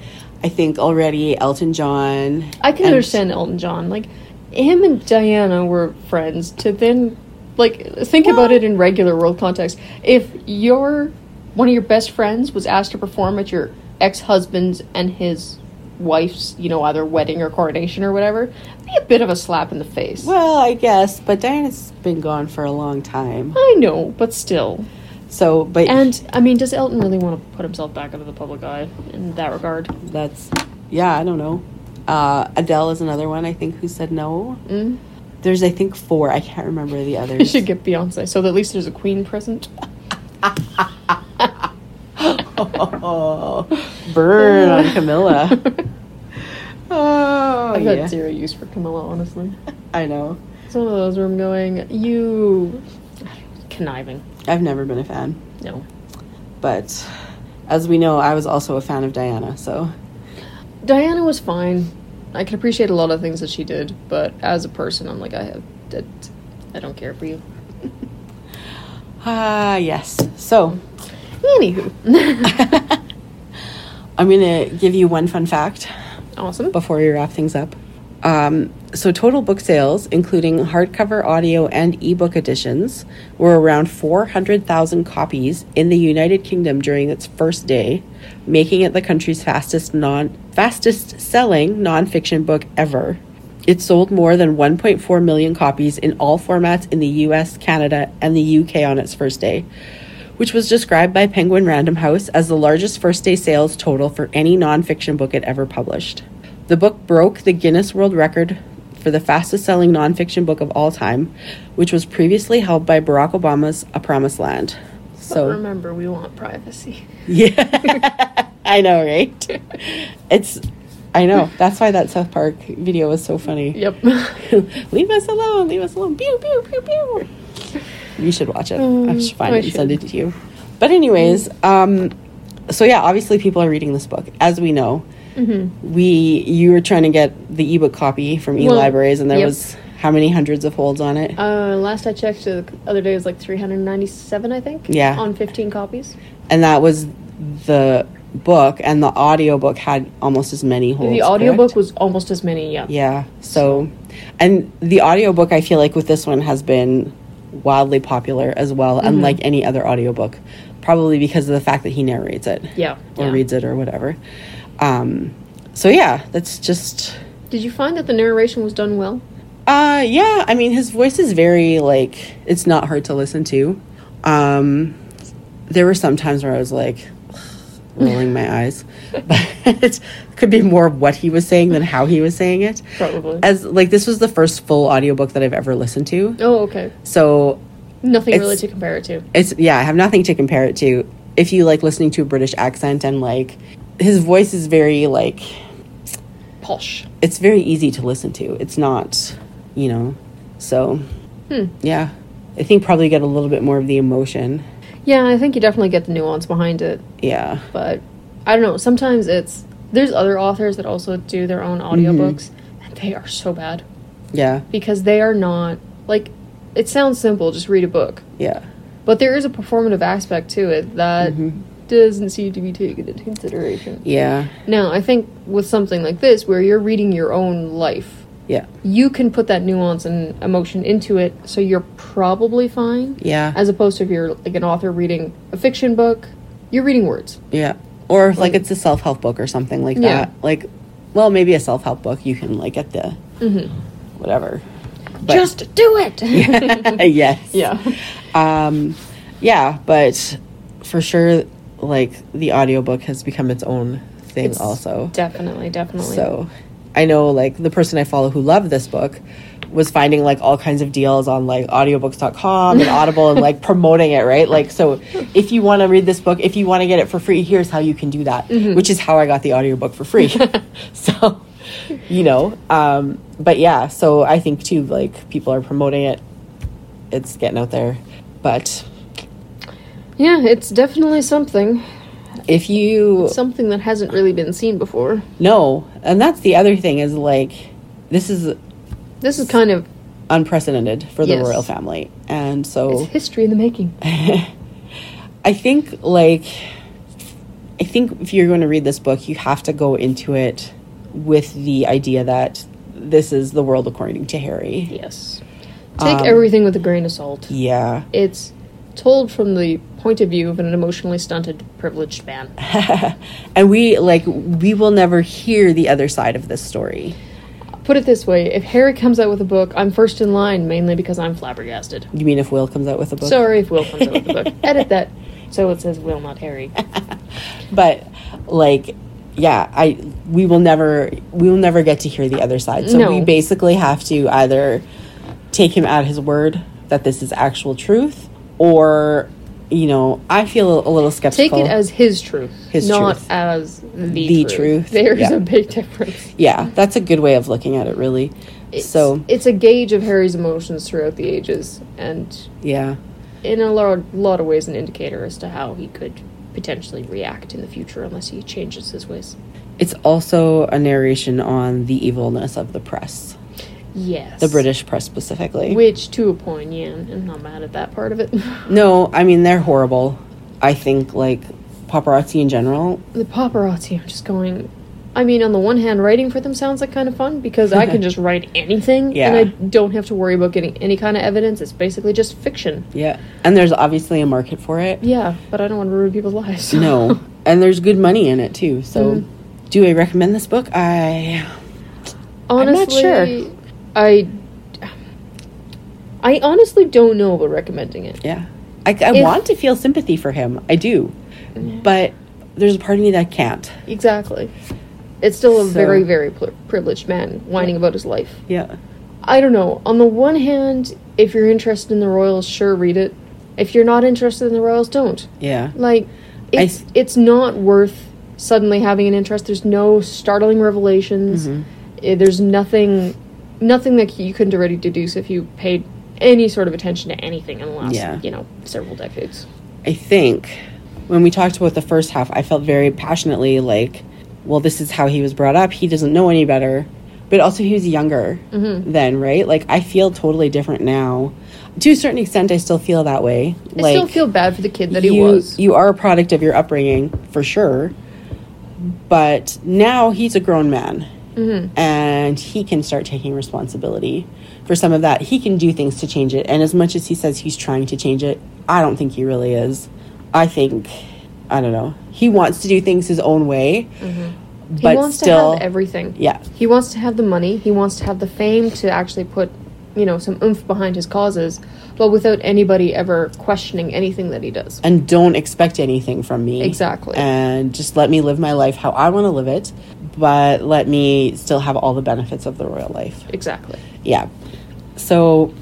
[SPEAKER 2] I think already Elton John.
[SPEAKER 1] I can
[SPEAKER 2] and-
[SPEAKER 1] understand Elton John. Like him and Diana were friends. To then, like, think about it in regular world context. If your one of your best friends was asked to perform at your ex husband's and his wife's, you know, either wedding or coronation or whatever, it'd be a bit of a slap in the face.
[SPEAKER 2] Well, I guess, but Diana's been gone for a long time.
[SPEAKER 1] I know, but still.
[SPEAKER 2] So, but
[SPEAKER 1] And I mean, does Elton really want to put himself back into the public eye in that regard?
[SPEAKER 2] that's yeah i don't know uh, adele is another one i think who said no
[SPEAKER 1] Mm?
[SPEAKER 2] there's i think four i can't remember the
[SPEAKER 1] *laughs* He
[SPEAKER 2] others
[SPEAKER 1] should get Beyonce, so that at least there's a queen present.
[SPEAKER 2] *laughs*
[SPEAKER 1] *laughs*
[SPEAKER 2] burn on *laughs* camilla oh
[SPEAKER 1] I've
[SPEAKER 2] yeah.
[SPEAKER 1] got zero use for Camilla, honestly.
[SPEAKER 2] i know
[SPEAKER 1] It's one of those where I'm going, you conniving.
[SPEAKER 2] i've never been a fan
[SPEAKER 1] No.
[SPEAKER 2] but as we know i was also a fan of diana so
[SPEAKER 1] Diana was fine. I can appreciate a lot of things that she did, but as a person, I'm like, I have, I, I don't care for you.
[SPEAKER 2] ah yes so
[SPEAKER 1] Anywho, *laughs*
[SPEAKER 2] i'm gonna give you one fun fact
[SPEAKER 1] awesome. Mm-hmm.
[SPEAKER 2] before we wrap things up Um, so total book sales, including hardcover, audio, and ebook editions, were around 400,000 copies in the United Kingdom during its first day, making it the country's fastest non fastest selling nonfiction book ever. It sold more than 1.4 million copies in all formats in the US, Canada, and the UK on its first day, which was described by Penguin Random House as the largest first day sales total for any nonfiction book it ever published. The book broke the Guinness World Record for the fastest selling nonfiction book of all time, which was previously held by Barack Obama's A Promised Land.
[SPEAKER 1] But
[SPEAKER 2] So,
[SPEAKER 1] remember, we want
[SPEAKER 2] *laughs*
[SPEAKER 1] privacy.
[SPEAKER 2] yeah, *laughs* I know, right? It's, I know, that's why that South Park video was so funny.
[SPEAKER 1] Yep. *laughs*
[SPEAKER 2] *laughs* leave us alone, leave us alone. Pew, pew, pew, pew. You should watch it. I should
[SPEAKER 1] Mm,
[SPEAKER 2] find
[SPEAKER 1] I
[SPEAKER 2] it and
[SPEAKER 1] should.
[SPEAKER 2] send it to you. But, anyways, um, so yeah, obviously people are reading this book, as we know. We you were trying to get the ebook copy from e
[SPEAKER 1] Mm-hmm. Well,
[SPEAKER 2] libraries, and there
[SPEAKER 1] yep.
[SPEAKER 2] was how many hundreds of holds on it?
[SPEAKER 1] uh, last I checked, the other day it was like 397, I think.
[SPEAKER 2] Yeah.
[SPEAKER 1] On 15 copies.
[SPEAKER 2] and that was the book, and the audiobook had almost as many holds.
[SPEAKER 1] the audiobook
[SPEAKER 2] correct?
[SPEAKER 1] was almost as many, yeah.
[SPEAKER 2] Oh, Yeah. So, and the audiobook, I feel like with this one has been wildly popular as well,
[SPEAKER 1] Mm-hmm.
[SPEAKER 2] unlike any other audiobook, probably because of the fact that he narrates it.
[SPEAKER 1] Yeah,
[SPEAKER 2] Or
[SPEAKER 1] yeah.
[SPEAKER 2] reads it or whatever. Um, so, yeah, that's just.
[SPEAKER 1] Did you find that the narration was done well?
[SPEAKER 2] Uh, yeah, I mean, his voice is very, like, it's not hard to listen to. Um, there were some times where I was like, rolling
[SPEAKER 1] *laughs*
[SPEAKER 2] my eyes, but *laughs* it could be more what he was saying than how he was saying it.
[SPEAKER 1] Probably.
[SPEAKER 2] As, like, this was the first full audiobook that I've ever listened to.
[SPEAKER 1] oh, okay.
[SPEAKER 2] So,
[SPEAKER 1] Nothing
[SPEAKER 2] It's-
[SPEAKER 1] really to compare it to.
[SPEAKER 2] it's, yeah, I have nothing to compare it to. If you like listening to a British accent and, like, his voice is very, like,
[SPEAKER 1] Posh.
[SPEAKER 2] it's very easy to listen to. It's not, you know, so
[SPEAKER 1] Hmm.
[SPEAKER 2] yeah. I think probably get a little bit more of the emotion.
[SPEAKER 1] Yeah, I think you definitely get the nuance behind it,
[SPEAKER 2] Yeah.
[SPEAKER 1] but I don't know. Sometimes it's. There's other authors that also do their own
[SPEAKER 2] Mm-hmm.
[SPEAKER 1] audiobooks, and they are so bad
[SPEAKER 2] Yeah.
[SPEAKER 1] because they are not. Like, it sounds simple, just read a book.
[SPEAKER 2] Yeah.
[SPEAKER 1] But there is a performative aspect to it that doesn't seem to be taken into consideration.
[SPEAKER 2] Mm-hmm. Yeah.
[SPEAKER 1] Now, I think with something like this, where you're reading your own life,
[SPEAKER 2] Yeah.
[SPEAKER 1] you can put that nuance and emotion into it, so you're probably fine.
[SPEAKER 2] Yeah.
[SPEAKER 1] As opposed to if you're like an author reading a fiction book, you're reading words.
[SPEAKER 2] Yeah. Or if, like it's a self help book or something like
[SPEAKER 1] Yeah.
[SPEAKER 2] that. Like well, maybe a self help book you can like get the whatever. But-
[SPEAKER 1] Mm-hmm. Just do
[SPEAKER 2] *laughs*
[SPEAKER 1] it.
[SPEAKER 2] yes. Um yeah, but for sure like the audiobook has become its own thing
[SPEAKER 1] It's
[SPEAKER 2] also.
[SPEAKER 1] Definitely, definitely.
[SPEAKER 2] So I know like the person I follow who loved this book was finding like all kinds of deals on like audiobooks.com and Audible and like promoting it, right? Like so if you want to read this book, if you want to get it for free, here's how you can do that, which is how I got the audiobook for free. *laughs* so you know, um but yeah, so I think too like people are promoting it. It's getting out there. But
[SPEAKER 1] yeah, it's definitely something.
[SPEAKER 2] if you
[SPEAKER 1] Something that hasn't really been seen before.
[SPEAKER 2] know, and that's the other thing is like this is
[SPEAKER 1] This is kind of
[SPEAKER 2] unprecedented for the
[SPEAKER 1] Yes.
[SPEAKER 2] royal family. And
[SPEAKER 1] it's
[SPEAKER 2] so
[SPEAKER 1] history in the making.
[SPEAKER 2] I think like I think if you're going to read this book, you have to go into it with the idea that this is the world according to Harry.
[SPEAKER 1] Yes. Take
[SPEAKER 2] Um,
[SPEAKER 1] everything with a grain of salt.
[SPEAKER 2] Yeah.
[SPEAKER 1] It's told from the point of view of an emotionally stunted, privileged man.
[SPEAKER 2] And we like we will never hear the other side of this story.
[SPEAKER 1] Put it this way if Harry comes out with a book, I'm first in line mainly because I'm flabbergasted.
[SPEAKER 2] You mean if Will comes out with a book?
[SPEAKER 1] Sorry if Will comes out with a book.
[SPEAKER 2] *laughs*
[SPEAKER 1] Edit that so it says Will, not Harry.
[SPEAKER 2] But like yeah, I we will never we will never get to hear the other side. So
[SPEAKER 1] No.
[SPEAKER 2] we basically have to either take him at his word that this is actual truth or you know, I feel a little
[SPEAKER 1] Take
[SPEAKER 2] skeptical.
[SPEAKER 1] it as his truth,
[SPEAKER 2] His
[SPEAKER 1] not
[SPEAKER 2] truth.
[SPEAKER 1] as the,
[SPEAKER 2] The truth,
[SPEAKER 1] There's
[SPEAKER 2] yeah.
[SPEAKER 1] a big difference.
[SPEAKER 2] Yeah, that's a good way of looking at it, really.
[SPEAKER 1] It's,
[SPEAKER 2] so,
[SPEAKER 1] it's a gauge of Harry's emotions throughout the ages, and
[SPEAKER 2] yeah,
[SPEAKER 1] in a lot, lot of ways an indicator as to how he could potentially react in the future unless he changes his ways.
[SPEAKER 2] it's also a narration on the evilness of the press,
[SPEAKER 1] Yes.
[SPEAKER 2] the British press specifically.
[SPEAKER 1] Which, to a point, yeah, I'm not mad at that part of it. *laughs*
[SPEAKER 2] no, I mean they're horrible. I think like paparazzi in general.
[SPEAKER 1] the paparazzi are just going I mean, on the one hand, writing for them sounds like kind of fun because I
[SPEAKER 2] *laughs*
[SPEAKER 1] can just write anything
[SPEAKER 2] Yeah.
[SPEAKER 1] and I don't have to worry about getting any kind of evidence. It's basically just fiction.
[SPEAKER 2] Yeah. And there's obviously a market for it.
[SPEAKER 1] Yeah, but I don't want to ruin people's lives. *laughs*
[SPEAKER 2] No. and there's good money in it too. So
[SPEAKER 1] Mm-hmm.
[SPEAKER 2] do I recommend this book? I
[SPEAKER 1] honestly,
[SPEAKER 2] sure.
[SPEAKER 1] I I honestly don't know about recommending it.
[SPEAKER 2] yeah. I, I
[SPEAKER 1] If-
[SPEAKER 2] want to feel sympathy for him. I do. But there's a part of me that can't.
[SPEAKER 1] Exactly. It's still a
[SPEAKER 2] So-
[SPEAKER 1] very, very pri- privileged man whining about his life.
[SPEAKER 2] Yeah.
[SPEAKER 1] I don't know. On the one hand, if you're interested in the Royals, sure, read it. If you're not interested in the Royals, don't.
[SPEAKER 2] Yeah.
[SPEAKER 1] Like,
[SPEAKER 2] I
[SPEAKER 1] it's,
[SPEAKER 2] s-
[SPEAKER 1] it's not worth suddenly having an interest. There's no startling revelations.
[SPEAKER 2] Mm-hmm.
[SPEAKER 1] Eh, There's nothing, nothing that you couldn't already deduce if you paid any sort of attention to anything in the last,
[SPEAKER 2] Yeah.
[SPEAKER 1] you know, several decades.
[SPEAKER 2] I think when we talked about the first half, I felt very passionately like, well, this is how he was brought up. He doesn't know any better. But also, he was younger
[SPEAKER 1] Mm-hmm.
[SPEAKER 2] then, right? Like, I feel totally different now. To a certain extent, I still feel that way.
[SPEAKER 1] I still feel bad for the kid that
[SPEAKER 2] you,
[SPEAKER 1] he was.
[SPEAKER 2] You are a product of your upbringing, for sure. But now he's a grown man.
[SPEAKER 1] Mm-hmm.
[SPEAKER 2] And he can start taking responsibility for some of that. He can do things to change it. And as much as he says he's trying to change it, I don't think he really is. I think, I don't know. He wants to do things his own way. But
[SPEAKER 1] Mm-hmm. he wants
[SPEAKER 2] still,
[SPEAKER 1] to have everything.
[SPEAKER 2] yeah.
[SPEAKER 1] He wants to have the money. He wants to have the fame to actually put, you know, some oomph behind his causes, but without anybody ever questioning anything that he does.
[SPEAKER 2] and don't expect anything from me.
[SPEAKER 1] Exactly.
[SPEAKER 2] And just let me live my life how I want to live it, but let me still have all the benefits of the royal life.
[SPEAKER 1] Exactly.
[SPEAKER 2] Yeah. So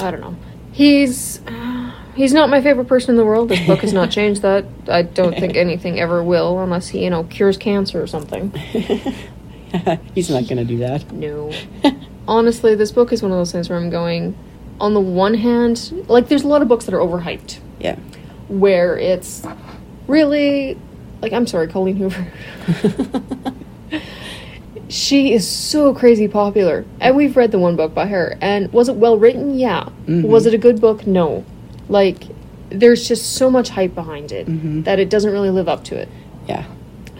[SPEAKER 1] I don't know. He's uh, he's not my favorite person in the world. This book has not changed that. I don't think anything ever will unless he, you know, cures cancer or something.
[SPEAKER 2] he's not going to do that.
[SPEAKER 1] No. Honestly, this book is one of those things where I'm going on the one hand, like there's a lot of books that are overhyped.
[SPEAKER 2] Yeah.
[SPEAKER 1] where it's really like I'm sorry, Colleen Hoover. she is so crazy popular, and we've read the one book by her. And was it well written? Yeah. Was it a good book? No. Like, there's just so much hype behind it that it doesn't really live up to it.
[SPEAKER 2] Yeah.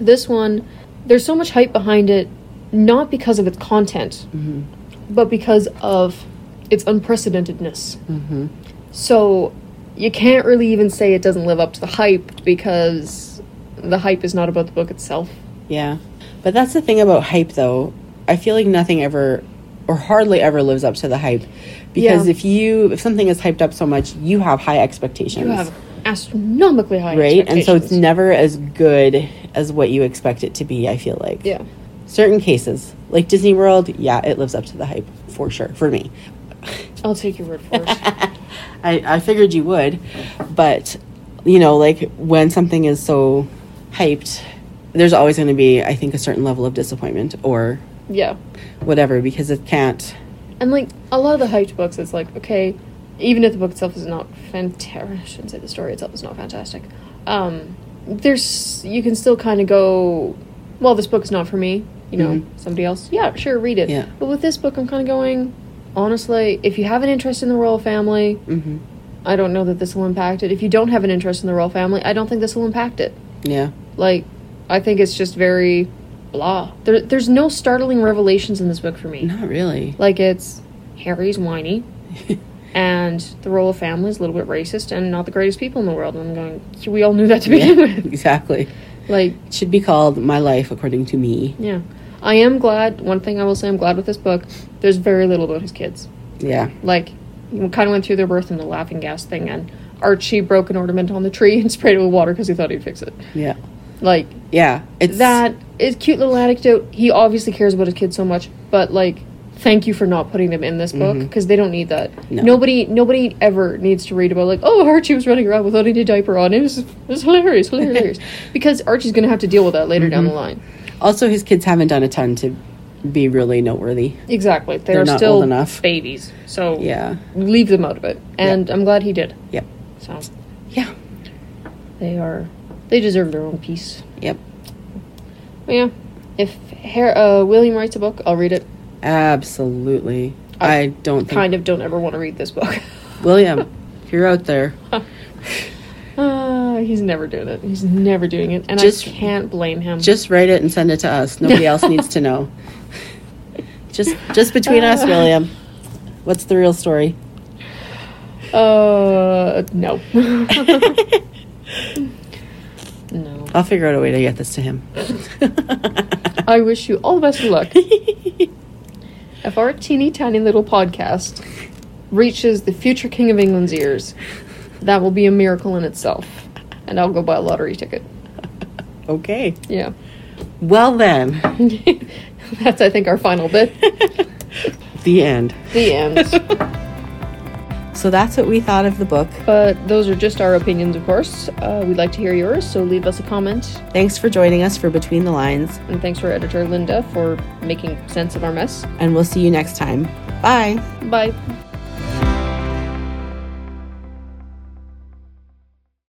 [SPEAKER 1] This one, there's so much hype behind it, not because of its content,
[SPEAKER 2] Mm-hmm.
[SPEAKER 1] but because of its unprecedentedness.
[SPEAKER 2] Mm-hmm.
[SPEAKER 1] So you can't really even say it doesn't live up to the hype because the hype is not about the book itself.
[SPEAKER 2] Yeah. But that's the thing about hype though. I feel like nothing ever or hardly ever lives up to the hype because
[SPEAKER 1] Yeah.
[SPEAKER 2] if you if something is hyped up so much, you have high expectations.
[SPEAKER 1] You have astronomically high
[SPEAKER 2] right? And so it's
[SPEAKER 1] expectations.
[SPEAKER 2] never as good as what you expect it to be, I feel like.
[SPEAKER 1] yeah.
[SPEAKER 2] Certain cases, like Disney World, yeah, it lives up to the hype for sure for me.
[SPEAKER 1] I'll take your word for
[SPEAKER 2] *laughs*
[SPEAKER 1] it.
[SPEAKER 2] I, I figured you would, but you know, like when something is so hyped, there's always going to be, I think, a certain level of disappointment or
[SPEAKER 1] yeah.
[SPEAKER 2] whatever because it can't.
[SPEAKER 1] And like a lot of the hyped books, it's like okay, even if the book itself is not fantastic, I shouldn't say the story itself is not fantastic. Um, there's you can still kind of go, well, this book is not for me. You know, somebody else. Yeah, sure, read it.
[SPEAKER 2] Yeah.
[SPEAKER 1] But with this book, I'm kind of going. Honestly, if you have an interest in the royal family,
[SPEAKER 2] mm-hmm,
[SPEAKER 1] I don't know that this will impact it. If you don't have an interest in the royal family, I don't think this will impact it.
[SPEAKER 2] Yeah,
[SPEAKER 1] Like, I think it's just very blah. There, there's no startling revelations in this book for me.
[SPEAKER 2] not *laughs* really.
[SPEAKER 1] Like it's Harry's whiny, and the royal family is a little bit racist and not the greatest people in the world. And I'm going, we all knew that to begin
[SPEAKER 2] *laughs*
[SPEAKER 1] with. *laughs*
[SPEAKER 2] Exactly.
[SPEAKER 1] Like,
[SPEAKER 2] It should be called My Life According to Me.
[SPEAKER 1] yeah, I am glad. One thing I will say, I'm glad with this book. There's very little about his kids.
[SPEAKER 2] Yeah.
[SPEAKER 1] Like, we kind of went through their birth and the laughing gas thing, and Archie broke an ornament on the tree and *laughs* sprayed it with water because he thought he'd fix it.
[SPEAKER 2] Yeah.
[SPEAKER 1] Like
[SPEAKER 2] Yeah. It's
[SPEAKER 1] that is a cute little anecdote. He obviously cares about his kids so much, but like, thank you for not putting them in this book because they don't need that.
[SPEAKER 2] No.
[SPEAKER 1] Nobody, nobody ever needs to read about like, oh, Archie was running around without any diaper on. It was, it was hilarious, *laughs* hilarious. because Archie's gonna have to deal with that later down the line.
[SPEAKER 2] also his kids haven't done a ton to be really noteworthy.
[SPEAKER 1] Exactly, they're,
[SPEAKER 2] not
[SPEAKER 1] still
[SPEAKER 2] old enough.
[SPEAKER 1] babies, so
[SPEAKER 2] Yeah.
[SPEAKER 1] leave them out of it. And I'm glad he did.
[SPEAKER 2] Yep.
[SPEAKER 1] So
[SPEAKER 2] Yeah.
[SPEAKER 1] they are, they deserve their own peace.
[SPEAKER 2] Yep.
[SPEAKER 1] But yeah, if Har- uh, William writes a book, I'll read it.
[SPEAKER 2] Absolutely. I,
[SPEAKER 1] I
[SPEAKER 2] don't think
[SPEAKER 1] *laughs* Kind of don't ever want to read this book.
[SPEAKER 2] William, if you're out there.
[SPEAKER 1] *laughs* Uh, uh, he's never doing it. He's never doing it, and
[SPEAKER 2] Just-
[SPEAKER 1] I can't blame him.
[SPEAKER 2] Just write it and send it to us. Nobody else needs to know. Just just between us, William. What's the real story?
[SPEAKER 1] uh,
[SPEAKER 2] *laughs*
[SPEAKER 1] no, *laughs* no.
[SPEAKER 2] I'll figure out a way to get this to him. *laughs*
[SPEAKER 1] I wish you all the best of luck. if our teeny tiny little podcast reaches the future King of England's ears, that will be a miracle in itself, and I'll go buy a lottery ticket.
[SPEAKER 2] okay.
[SPEAKER 1] Yeah, *laughs*
[SPEAKER 2] Well then,
[SPEAKER 1] that's I think our final bit.
[SPEAKER 2] the end.
[SPEAKER 1] The
[SPEAKER 2] *laughs*
[SPEAKER 1] end.
[SPEAKER 3] So that's what we thought of the book.
[SPEAKER 1] But those are just our opinions, of course. Uh, we'd like to hear yours, so leave us a comment.
[SPEAKER 2] Thanks for joining us for Between the Lines,
[SPEAKER 1] And thanks for editor Linda for making sense of our mess.
[SPEAKER 2] and we'll see you next time. Bye.
[SPEAKER 1] Bye.